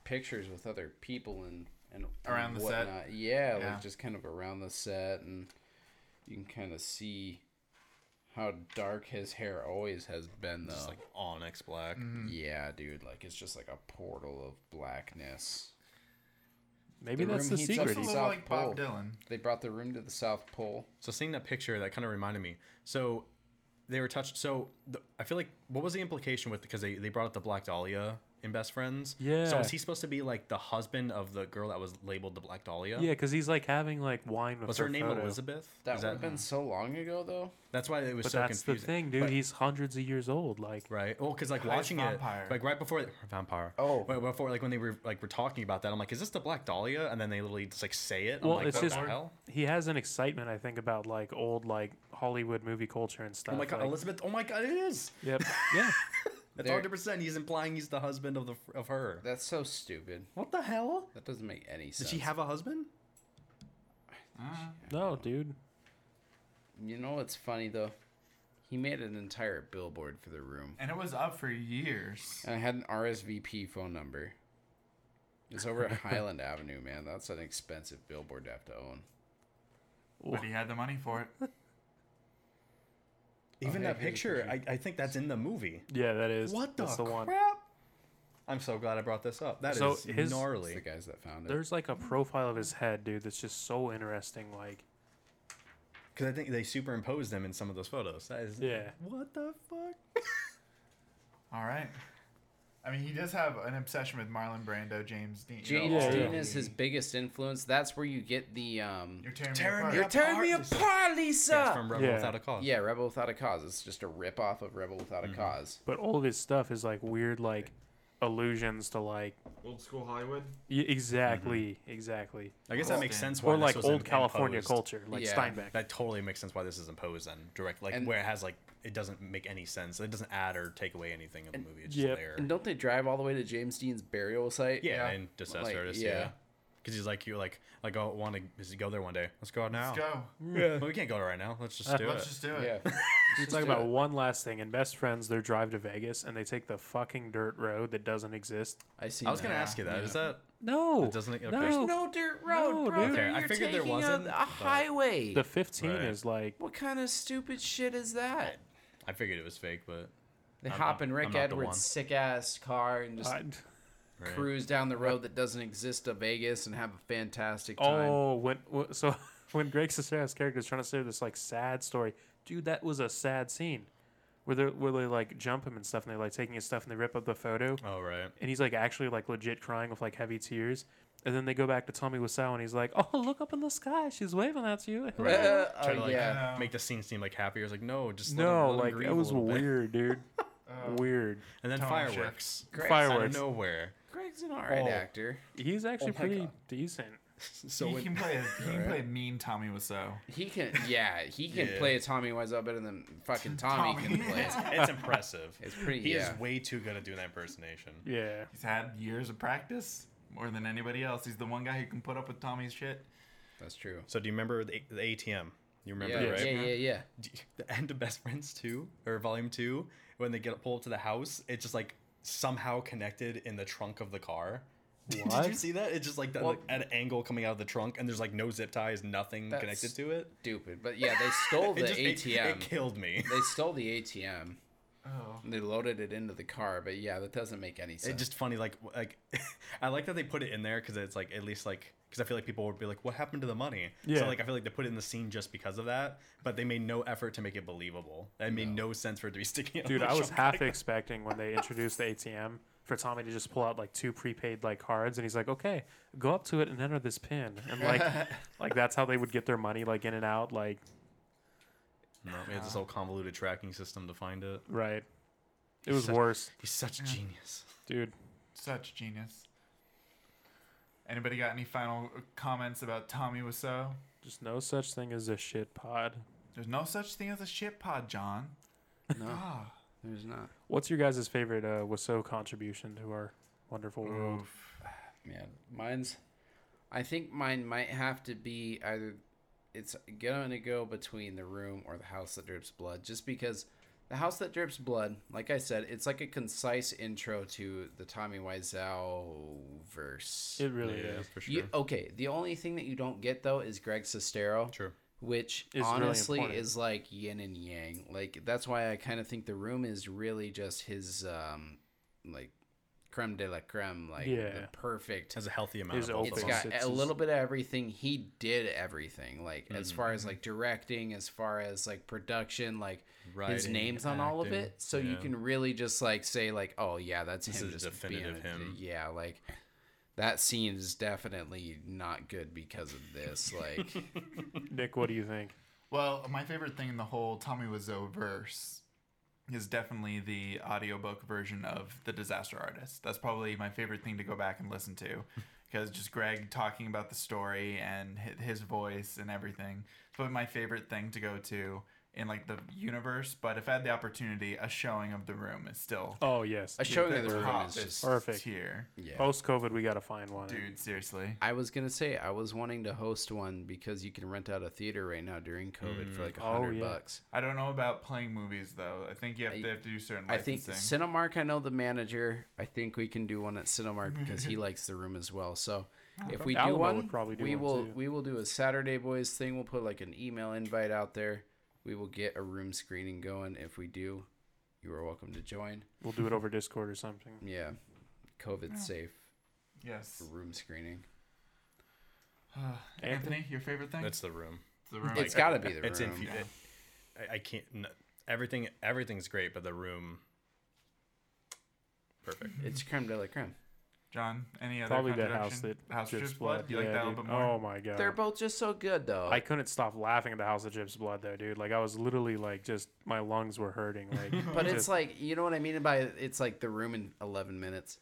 Speaker 3: pictures with other people and and and
Speaker 1: Around the set?
Speaker 3: whatnot. Yeah,
Speaker 1: Yeah.
Speaker 3: like just kind of around the set, and you can kind of see how dark his hair always has been, though.
Speaker 2: It's like onyx black.
Speaker 3: yeah, dude. Like it's just like a portal of blackness.
Speaker 4: Maybe
Speaker 3: The
Speaker 4: that's
Speaker 3: room
Speaker 4: the
Speaker 3: heats up
Speaker 1: Looks
Speaker 4: secret.
Speaker 1: a
Speaker 3: He's
Speaker 1: little
Speaker 3: South
Speaker 1: like Bob
Speaker 3: Pole.
Speaker 1: Dylan.
Speaker 3: They brought the room to the South Pole.
Speaker 2: So seeing that picture, that kind of reminded me. So they were touched. So the, I feel like what was the implication with because they they brought up the Black Dahlia in Best Friends. So
Speaker 4: Yeah.
Speaker 2: was he supposed to be like the husband of the girl that was labeled the Black Dahlia?
Speaker 4: Yeah, because he's like having like wine with
Speaker 2: Was her name
Speaker 4: photo.
Speaker 2: Elizabeth?
Speaker 3: That
Speaker 2: Is
Speaker 3: would have been so long ago, though.
Speaker 2: That's why it was
Speaker 4: But
Speaker 2: so
Speaker 4: that's
Speaker 2: confusing.
Speaker 4: the thing, dude.
Speaker 2: But-
Speaker 4: he's hundreds of years old. Like
Speaker 2: Right. Well, because like
Speaker 1: Highest
Speaker 2: watching
Speaker 1: vampire.
Speaker 2: it, like right before vampire.
Speaker 3: Oh.
Speaker 2: Right before like when they were like were talking about that, I'm like, is this the Black Dahlia? And then they literally just like say it. I'm
Speaker 4: Well,
Speaker 2: like,
Speaker 4: it's
Speaker 2: what
Speaker 4: just-
Speaker 2: the hell?
Speaker 4: he has an excitement, I think, about like old like Hollywood movie culture and stuff.
Speaker 2: Oh my god,
Speaker 4: like-
Speaker 2: Elizabeth! Oh my god, it is.
Speaker 4: Yep. Yeah.
Speaker 2: That's
Speaker 3: There-
Speaker 2: 100. percent He's implying he's the husband of the of her.
Speaker 3: That's so stupid.
Speaker 2: What the hell?
Speaker 3: That doesn't make any sense.
Speaker 2: Does she have a
Speaker 4: Oh,
Speaker 2: husband?
Speaker 4: No, dudude
Speaker 3: You know what's funny though? He made an entire billboard for the room.
Speaker 1: And it was up for years.
Speaker 3: And I had an RSVP phone number. It's over at Highland Avenue, man. That's an expensive billboard to have to own.
Speaker 1: But he had the money for it.
Speaker 2: Even
Speaker 3: yeah,
Speaker 2: that picture, I, I think that's in the movie.
Speaker 4: Yeah, that is.
Speaker 2: What the,
Speaker 4: that's the
Speaker 2: crap?
Speaker 4: one.
Speaker 2: I'm so glad I brought this up. That is
Speaker 4: So his-
Speaker 3: It's the
Speaker 2: gnarly.
Speaker 3: guys that found it.
Speaker 4: There's like a profile of his head, dude. That's just so interesting. Like,
Speaker 2: Because I think they superimposed them in some of those photos. That is.
Speaker 4: yeah.
Speaker 2: What the fuck?
Speaker 1: All right. I mean, he does have an obsession with Marlon Brando, James Dean.
Speaker 3: James
Speaker 4: Yeah,
Speaker 3: Dean
Speaker 4: yeah.
Speaker 3: is his biggest influence. That's where you get the um
Speaker 1: You're tearing,
Speaker 2: Tearing
Speaker 1: me apart.
Speaker 2: me
Speaker 3: You're tearing me
Speaker 2: Lisa.
Speaker 3: apart,
Speaker 2: That's
Speaker 3: Lisa.
Speaker 2: from Rebel
Speaker 4: Yeah.
Speaker 2: Without a Mm-hmm. Cause.
Speaker 3: Yeah, Rebel Without a Cause. It's just a rip off of Rebel Without a Cause.
Speaker 4: But all of his stuff is like weird, like allusions to like
Speaker 1: Old school Hollywood.
Speaker 4: y- exactly, exactly,
Speaker 2: I guess that makes sense. Mm-hmm. Why
Speaker 4: or
Speaker 2: this
Speaker 4: like
Speaker 2: was
Speaker 4: old
Speaker 2: im-
Speaker 4: California
Speaker 2: imposed.
Speaker 4: culture, like
Speaker 3: Yeah.
Speaker 4: Steinbeck.
Speaker 2: That totally makes sense why this is imposed then, direct like
Speaker 3: And-
Speaker 2: where it has like it doesn't make any sense. It doesn't add or take away anything in the movie. It's just
Speaker 4: Yep.
Speaker 2: there.
Speaker 3: And don't they drive all the way to James Dean's burial site?
Speaker 2: yeah, and disaster
Speaker 3: Like,
Speaker 2: artist.
Speaker 3: yeah.
Speaker 2: Yeah. because he's like you're like like I want to go there one day. Let's go out now.
Speaker 1: Let's go.
Speaker 2: Well, we can't go right now. Let's
Speaker 4: Uh,
Speaker 2: just do
Speaker 1: Let's
Speaker 2: it.
Speaker 1: just do it.
Speaker 3: Yeah.
Speaker 4: Let's talk about one last thing. In Best Friends, their drive to Vegas, and they take the fucking dirt road that doesn't exist.
Speaker 3: I see.
Speaker 2: I was gonna ask you that. Is that
Speaker 4: No,
Speaker 2: it doesn't? Okay.
Speaker 4: There's no-
Speaker 3: dirt
Speaker 4: No, dude.
Speaker 2: Okay, I figured there
Speaker 3: taking
Speaker 2: wasn't,
Speaker 3: a, a
Speaker 2: but-
Speaker 3: highway.
Speaker 4: the 15
Speaker 2: Right.
Speaker 4: is like
Speaker 3: what kind of stupid shit is that?
Speaker 2: I figured it was fake, but
Speaker 3: They
Speaker 2: I'm-
Speaker 3: hop
Speaker 2: I'm-
Speaker 3: in
Speaker 2: I'm
Speaker 3: Rick
Speaker 2: not the one.
Speaker 3: Edwards' sick ass car and just
Speaker 4: I-
Speaker 2: right.
Speaker 3: cruise down the road that doesn't exist to Vegas and have a fantastic time.
Speaker 4: oh, when, wh- so when Greg Sestero's character is trying to say this like sad story, dude, that was a sad scene where they where they like jump him and stuff, and they're like taking his stuff and they rip up the photo,
Speaker 2: Oh right.
Speaker 4: and he's like actually like legit crying with like heavy tears. And then they go back to Tommy Wiseau, and he's like, "Oh, look up in the sky. She's waving at you."
Speaker 2: Right.
Speaker 3: Uh,
Speaker 2: Try to
Speaker 3: oh,
Speaker 2: like
Speaker 3: yeah.
Speaker 1: No.
Speaker 2: make the scene seem like happier. It's like no, just
Speaker 4: No,
Speaker 2: let him, let him
Speaker 4: like
Speaker 2: grieve
Speaker 4: it
Speaker 2: a
Speaker 4: was
Speaker 2: little bit.
Speaker 4: weird, dude. weird.
Speaker 2: And then
Speaker 1: Tone shift.
Speaker 2: fireworks. Out
Speaker 3: Greg's
Speaker 2: of
Speaker 4: Fireworks.
Speaker 2: nowhere.
Speaker 3: Greg's an alright
Speaker 2: Oh.
Speaker 3: actor.
Speaker 4: He's actually
Speaker 2: my
Speaker 4: pretty
Speaker 2: God.
Speaker 4: decent.
Speaker 2: So
Speaker 1: he
Speaker 2: when,
Speaker 1: can play. A, he can play a mean Tommy Wiseau.
Speaker 3: He can, yeah, he can
Speaker 2: Yeah.
Speaker 3: play a Tommy Wiseau better than fucking Tommy,
Speaker 1: Tommy.
Speaker 3: can play. it.
Speaker 2: it's impressive.
Speaker 3: It's pretty.
Speaker 2: He
Speaker 3: yeah.
Speaker 2: is way too good at doing that impersonation.
Speaker 4: Yeah.
Speaker 1: He's had years of practice more than anybody else. He's the one guy who can put up with Tommy's shit.
Speaker 3: That's true.
Speaker 2: So do you remember the, the ATM? You remember
Speaker 3: Yeah,
Speaker 2: that, right?
Speaker 3: yeah, yeah, yeah.
Speaker 2: Do you- The end of Best Friends Two or Volume Two, when they get pulled up to the house, it's just like somehow connected in the trunk of the car. Did you
Speaker 4: What?
Speaker 2: see that? It's just like, that, like at an angle coming out of the trunk, and there's like no zip ties, nothing
Speaker 3: That's
Speaker 2: connected to it.
Speaker 3: Stupid, but yeah, they stole
Speaker 2: It
Speaker 3: the
Speaker 2: just- it-
Speaker 3: ATM.
Speaker 2: It, killed me.
Speaker 3: they stole the ATM.
Speaker 1: Oh.
Speaker 3: They loaded it into the car, but yeah, that doesn't make any sense.
Speaker 2: It's just funny, like w- like I like that they put it in there because it's like at least like because I feel like people would be like, "What happened to the money?"
Speaker 4: Yeah.
Speaker 2: So like I feel like they put it in the scene just because of that, but they made no effort to make it believable. That made no sense for it to be sticking. out
Speaker 4: Dude,
Speaker 2: of
Speaker 4: I
Speaker 2: the
Speaker 4: was
Speaker 2: trunk.
Speaker 4: half expecting when they introduced the ATM for Tommy to just pull out like two prepaid like cards, and he's like, "Okay, go up to it and enter this pin," and like, like that's how they would get their money like in and out, like
Speaker 2: No, we had this whole convoluted tracking system to find it.
Speaker 4: right. It was
Speaker 2: Such-
Speaker 4: worse,
Speaker 2: He's such a genius.
Speaker 4: dude.
Speaker 1: Such genius. Anybody got any final comments about Tommy Wiseau?
Speaker 4: Just no such thing as a shit pod.
Speaker 1: There's no such thing as a shit pod, John.
Speaker 3: no,
Speaker 1: Ah.
Speaker 3: there's not.
Speaker 4: What's your guys' favorite uh, Waso contribution to our wonderful world?
Speaker 1: Oof.
Speaker 3: Man, mine's. I think mine might have to be either. It's going to go between the room or the house that drips blood, just because the house that drips blood, like I said, it's like a concise intro to the Tommy Wiseau verse.
Speaker 4: It really
Speaker 2: Yeah,
Speaker 4: is.
Speaker 2: for sure.
Speaker 3: You, okay, the only thing that you don't get though is Greg Sestero,
Speaker 2: True.
Speaker 3: which
Speaker 4: Is really
Speaker 3: honestly
Speaker 4: important.
Speaker 3: is like yin and yang. Like that's why I kind of think the room is really just his um like creme de la creme, like
Speaker 4: Yeah.
Speaker 3: the perfect.
Speaker 2: Has a healthy amount
Speaker 4: His
Speaker 2: of both
Speaker 4: open
Speaker 2: of
Speaker 3: It's
Speaker 2: us.
Speaker 3: got
Speaker 4: It's
Speaker 3: a
Speaker 4: just-
Speaker 3: little bit of everything. He did everything, like as
Speaker 2: Mm-hmm.
Speaker 3: far as like directing, as far as like production, like his
Speaker 2: Writing,
Speaker 3: name's on all of
Speaker 2: acting,
Speaker 3: it. So you
Speaker 2: yeah.
Speaker 3: can really just like say like, oh yeah, that's
Speaker 2: This
Speaker 3: him.
Speaker 2: is
Speaker 3: just
Speaker 2: definitive
Speaker 3: being a-
Speaker 2: him.
Speaker 3: Yeah, like that scene is definitely not good because of this. Like,
Speaker 4: Nick, what do you think?
Speaker 1: Well, my favorite thing in the whole Tommy Wiseau verse is definitely the audiobook version of The Disaster Artist. That's probably my favorite thing to go back and listen to because just Greg talking about the story and hi- his voice and everything. It's probably my favorite thing to go to in like the universe, but if I had the opportunity, a showing of the room is still
Speaker 4: Oh yes,
Speaker 3: a showing of the
Speaker 1: the
Speaker 3: room is
Speaker 1: top
Speaker 3: just
Speaker 4: perfect.
Speaker 1: tier.
Speaker 3: yeah.
Speaker 4: Post COVID, we gotta find one.
Speaker 1: Dude, seriously.
Speaker 3: I was gonna say I was wanting to host one because you can rent out a theater right now during COVID
Speaker 2: Mm.
Speaker 3: for like a
Speaker 4: Oh,
Speaker 3: hundred
Speaker 4: yeah.
Speaker 3: bucks.
Speaker 1: I don't know about playing movies though. I think you have,
Speaker 3: I-
Speaker 1: they have to do certain
Speaker 3: I think
Speaker 1: licensing.
Speaker 3: Cinemark. I know the manager. I think we can do one at Cinemark because he likes the room as well. So if we do
Speaker 4: Alamo
Speaker 3: one,
Speaker 4: would probably do
Speaker 3: we
Speaker 4: one,
Speaker 3: will
Speaker 4: too.
Speaker 3: we will do a Saturday Boys thing. We'll put like an email invite out there. We will get a room screening going. If we do, you are welcome to join.
Speaker 4: We'll do it over Discord or something.
Speaker 3: Yeah, COVID safe
Speaker 1: yes.
Speaker 3: room screening.
Speaker 1: Anthony, your favorite thing?
Speaker 2: That's the room.
Speaker 1: the room.
Speaker 3: It's got to be the
Speaker 2: It's
Speaker 3: room.
Speaker 2: in. I, I can't. n everything. Everything's great, but the room. Perfect.
Speaker 3: it's creme de la creme.
Speaker 1: John, any other
Speaker 4: Probably that house
Speaker 1: contradiction?
Speaker 4: that
Speaker 1: house drips blood. You like
Speaker 4: Yeah,
Speaker 1: that a
Speaker 4: dude.
Speaker 1: little bit more?
Speaker 4: Oh my god.
Speaker 3: They're both just so good though.
Speaker 4: I couldn't stop laughing at the House of Drips Blood though, dude. Like I was literally like just my lungs were hurting. Like,
Speaker 3: but
Speaker 4: just-
Speaker 3: it's like you know what I mean by it's like the room in eleven minutes.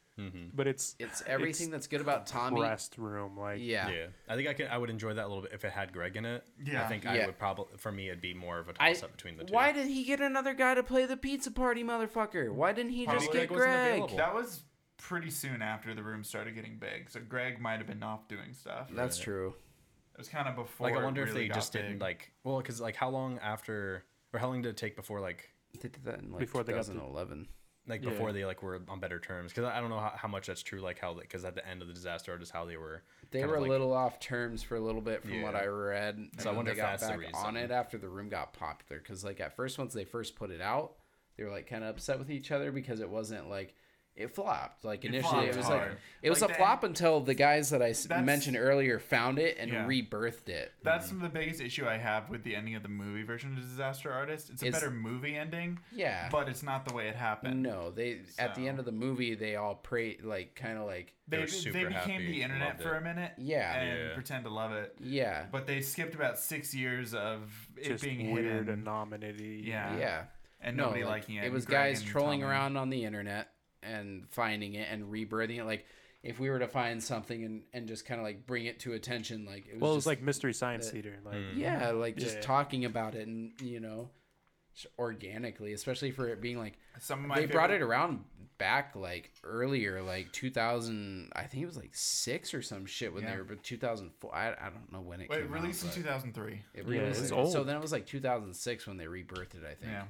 Speaker 4: but it's
Speaker 3: It's everything that's good about Tommy.
Speaker 4: rest room. Like
Speaker 3: Yeah.
Speaker 2: Yeah, I think I could. I would enjoy that a little bit if it had Greg in it. I
Speaker 1: Yeah.
Speaker 2: think I
Speaker 3: Yeah.
Speaker 2: would probably. For me, it'd be more of a
Speaker 3: I-
Speaker 2: toss up between the two.
Speaker 3: Why did he get another guy to play the pizza party motherfucker? Why didn't he just
Speaker 1: Probably
Speaker 3: get
Speaker 2: Greg wasn't
Speaker 3: Greg?
Speaker 2: available.
Speaker 1: That was pretty soon after the room started getting big. So Greg might have been off doing stuff.
Speaker 3: That's true.
Speaker 1: It was kind of before.
Speaker 2: Like I
Speaker 1: it
Speaker 2: wonder
Speaker 1: really
Speaker 2: if they
Speaker 1: got
Speaker 2: just
Speaker 1: big.
Speaker 2: didn't like well, because like how long after or how long did it take before like
Speaker 3: They did that in like
Speaker 4: Before they got the-
Speaker 3: 2011.
Speaker 2: like
Speaker 4: Yeah.
Speaker 2: before they like were on better terms? Because I I don't know how, how much that's true. Like how because at the end of the disaster artist, how they were.
Speaker 3: They
Speaker 2: kind of,
Speaker 3: were a
Speaker 2: like-
Speaker 3: little off terms for a little bit from what
Speaker 2: Yeah.
Speaker 3: I read. and
Speaker 2: So I
Speaker 3: then
Speaker 2: wonder
Speaker 3: they
Speaker 2: if
Speaker 3: got
Speaker 2: that's the
Speaker 3: back on
Speaker 2: reason.
Speaker 3: it after the room got popular. Because like at first, once they first put it out, they were like kind of upset with each other because it wasn't like it flopped. Like initially, it,
Speaker 1: flopped
Speaker 3: was like
Speaker 1: hard.
Speaker 3: it was
Speaker 1: Like,
Speaker 3: a
Speaker 1: they-
Speaker 3: flop until the guys that I s-
Speaker 1: That's-
Speaker 3: mentioned earlier found it and
Speaker 1: Yeah.
Speaker 3: rebirthed it.
Speaker 1: That's the biggest issue I have with the ending of the movie version of Disaster Artist. It's a
Speaker 3: It's-
Speaker 1: better movie ending,
Speaker 3: Yeah.
Speaker 1: but it's not the way it happened.
Speaker 3: no, they at the end of the movie they all pray like kind of like
Speaker 1: They,
Speaker 2: They
Speaker 1: they,
Speaker 2: were super
Speaker 1: became
Speaker 2: happy,
Speaker 1: the internet
Speaker 2: loved
Speaker 1: for
Speaker 2: it.
Speaker 1: a minute
Speaker 3: Yeah.
Speaker 1: and
Speaker 2: Yeah.
Speaker 1: pretend to love it.
Speaker 3: yeah
Speaker 1: But they skipped about six years of it
Speaker 4: Just
Speaker 1: being
Speaker 4: weird
Speaker 1: hidden
Speaker 4: anonymity.
Speaker 1: Yeah.
Speaker 3: yeah.
Speaker 1: and
Speaker 3: No,
Speaker 1: nobody
Speaker 3: like,
Speaker 1: liking it.
Speaker 3: It
Speaker 1: and
Speaker 3: was
Speaker 1: Greg
Speaker 3: guys
Speaker 1: and
Speaker 3: trolling
Speaker 1: Tommy.
Speaker 3: around on the internet and finding it and rebirthing it. Like if we were to find something and, and just kind of like bring it to attention, like it was
Speaker 4: Well, it was
Speaker 3: just- Mm.
Speaker 4: like mystery science
Speaker 3: that-
Speaker 4: theater. Like
Speaker 3: yeah, like just
Speaker 4: Yeah.
Speaker 3: talking about it and you know, just organically, especially for it being like
Speaker 1: Some of my
Speaker 3: they brought
Speaker 1: favorite-
Speaker 3: it around back like earlier, like 2000. I think it was like six or some shit when they
Speaker 1: Yeah.
Speaker 3: were, but 2004. I, I don't know when it
Speaker 1: Wait,
Speaker 3: came
Speaker 1: released
Speaker 3: out.
Speaker 1: in 2003.
Speaker 3: but It
Speaker 4: Yeah,
Speaker 3: released
Speaker 4: it's
Speaker 3: it.
Speaker 4: old.
Speaker 3: So then it was like 2006 when they rebirthed it. I think.
Speaker 1: Yeah.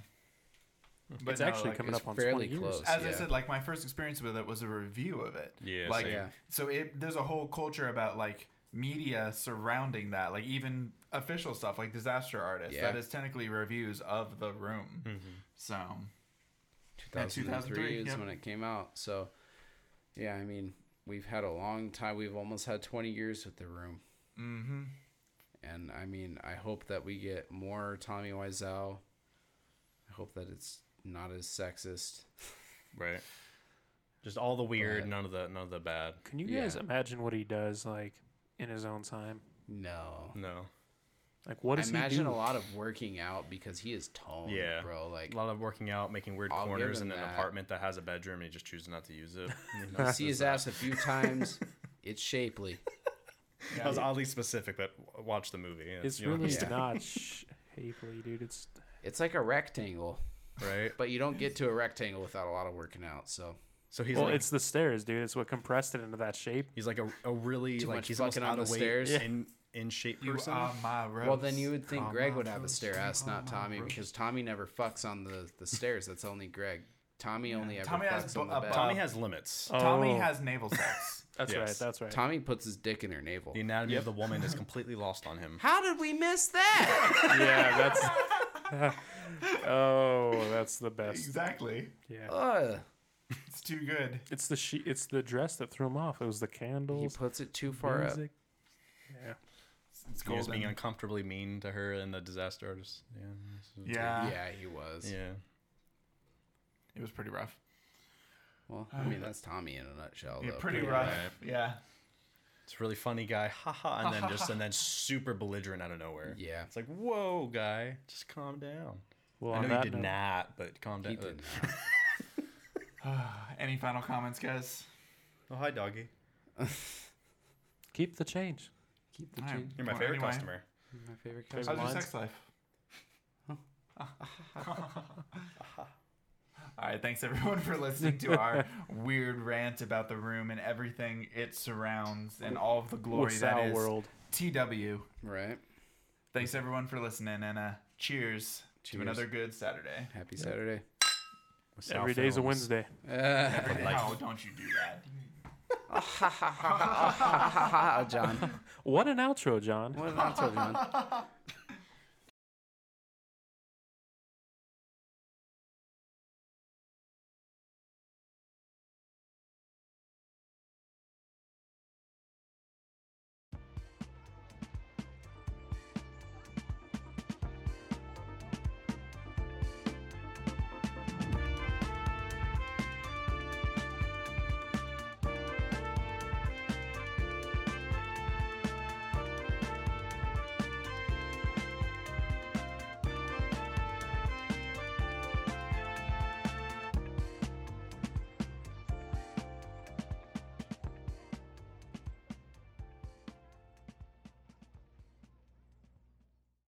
Speaker 1: But
Speaker 4: it's
Speaker 1: no,
Speaker 4: actually
Speaker 1: like,
Speaker 4: coming
Speaker 3: Hmm. it's
Speaker 4: up on
Speaker 3: fairly
Speaker 4: 20 years.
Speaker 3: close.
Speaker 1: As I
Speaker 3: yeah.
Speaker 1: said, like my first experience with it was a review of it.
Speaker 2: Yeah,
Speaker 1: Like,
Speaker 2: same.
Speaker 3: Yeah.
Speaker 1: so it there's a whole culture about like media surrounding that, like even official stuff, like disaster artists.
Speaker 3: Yeah.
Speaker 1: That is technically reviews of the room. So
Speaker 3: 2003,
Speaker 1: 2003,
Speaker 3: is
Speaker 1: yep.
Speaker 3: when it came out. So, yeah, I mean, we've had a long time. We've almost had 20 years with the room.
Speaker 1: mm-hmm.
Speaker 3: And I mean, I hope that we get more Tommy Wiseau. I hope that it's not as sexist.
Speaker 2: right. Just all the weird,
Speaker 3: But-
Speaker 2: none of the none of the bad.
Speaker 4: Can you
Speaker 3: Yeah.
Speaker 4: guys imagine what he does like in his own time?
Speaker 3: No.
Speaker 2: No,
Speaker 4: Like what does he
Speaker 3: imagine
Speaker 4: do?
Speaker 3: a lot of working out because he is toned,
Speaker 2: Yeah.
Speaker 3: bro. Like,
Speaker 2: a lot of working out, making weird
Speaker 3: I'll give
Speaker 2: corners in
Speaker 3: him
Speaker 2: an
Speaker 3: that.
Speaker 2: apartment that has a bedroom, and he just chooses not to use it.
Speaker 3: you see his ass a few times. It's shapely.
Speaker 2: That was oddly specific, but w- watch the movie.
Speaker 4: It's
Speaker 2: you know,
Speaker 4: really
Speaker 3: Yeah.
Speaker 4: not shapely, dude. It's
Speaker 3: It's like a rectangle,
Speaker 2: right.
Speaker 3: but you don't get to a rectangle without a lot of working out. So,
Speaker 2: So he's
Speaker 4: well,
Speaker 2: like,
Speaker 4: it's the stairs, dude. It's what compressed it into that shape.
Speaker 2: he's like a, a really
Speaker 3: Too
Speaker 2: like
Speaker 3: much
Speaker 2: he's almost
Speaker 3: fucking on
Speaker 2: out of
Speaker 3: the
Speaker 2: weight
Speaker 3: stairs. uh, Yeah.
Speaker 2: in in shape
Speaker 1: You
Speaker 2: person.
Speaker 1: are my roast.
Speaker 3: Well, then you would think
Speaker 1: Call
Speaker 3: Greg
Speaker 1: my
Speaker 3: would have a
Speaker 1: roast.
Speaker 3: stare ass,
Speaker 1: Call
Speaker 3: not
Speaker 1: my
Speaker 3: Tommy,
Speaker 1: roast.
Speaker 3: because Tommy never fucks on the, the stairs. That's only Greg. Tommy only ever
Speaker 1: Tommy
Speaker 3: fucks
Speaker 1: has
Speaker 3: on
Speaker 1: bu-
Speaker 3: the
Speaker 1: a
Speaker 3: bed.
Speaker 1: butt.
Speaker 2: Tommy has limits.
Speaker 3: uh,
Speaker 1: Tommy
Speaker 4: Oh.
Speaker 1: has navel sex.
Speaker 4: That's
Speaker 2: Yes.
Speaker 4: right. That's right.
Speaker 3: Tommy puts his dick in her navel.
Speaker 2: The anatomy of the woman is completely lost on him.
Speaker 3: How did we miss that?
Speaker 4: yeah, that's. oh, that's the best.
Speaker 1: exactly.
Speaker 4: Yeah,
Speaker 3: Ugh.
Speaker 1: It's too good.
Speaker 4: it's the she. It's the dress that threw him off. It was the
Speaker 3: He
Speaker 4: candles,
Speaker 3: puts it too far up.
Speaker 4: music. Yeah,
Speaker 1: It's
Speaker 2: He was
Speaker 1: golden.
Speaker 2: being uncomfortably mean to her in the disaster artist. Yeah. this is-
Speaker 1: yeah.
Speaker 3: Yeah, he was.
Speaker 2: Yeah.
Speaker 1: It was pretty rough.
Speaker 3: Well, I mean, that's Tommy in a nutshell.
Speaker 1: Uh, Yeah,
Speaker 3: though.
Speaker 1: pretty rough.
Speaker 2: rough.
Speaker 1: Yeah.
Speaker 2: It's a really funny guy. Haha. And then just and then super belligerent out of nowhere.
Speaker 3: Yeah.
Speaker 2: It's like, whoa, guy, just calm down.
Speaker 4: Well,
Speaker 2: I
Speaker 4: on
Speaker 2: know you
Speaker 4: that
Speaker 2: did
Speaker 4: note-
Speaker 2: not, but calm down.
Speaker 3: He did not.
Speaker 1: Any final comments, guys?
Speaker 2: Oh, hi, doggy.
Speaker 4: keep the change.
Speaker 3: Keep the
Speaker 1: All right.
Speaker 3: change.
Speaker 2: You're my
Speaker 1: Well,
Speaker 2: favorite
Speaker 1: anyway.
Speaker 2: customer.
Speaker 3: My favorite
Speaker 4: There's
Speaker 1: How's
Speaker 3: character.
Speaker 1: your
Speaker 4: lines.
Speaker 1: sex life? All right, thanks everyone for listening to our weird rant about the room and everything it surrounds and all of the glory
Speaker 4: What's
Speaker 1: that
Speaker 4: our
Speaker 1: is
Speaker 4: world?
Speaker 1: TW.
Speaker 3: Right.
Speaker 1: Thanks everyone for listening and uh, cheers, to
Speaker 3: Cheers.
Speaker 1: another good Saturday.
Speaker 3: Happy Saturday.
Speaker 4: Every day's
Speaker 2: Self-films.
Speaker 4: a Wednesday.
Speaker 3: Uh,
Speaker 1: No, don't you do that.
Speaker 3: John.
Speaker 4: What an outro, John.
Speaker 3: What an outro, John.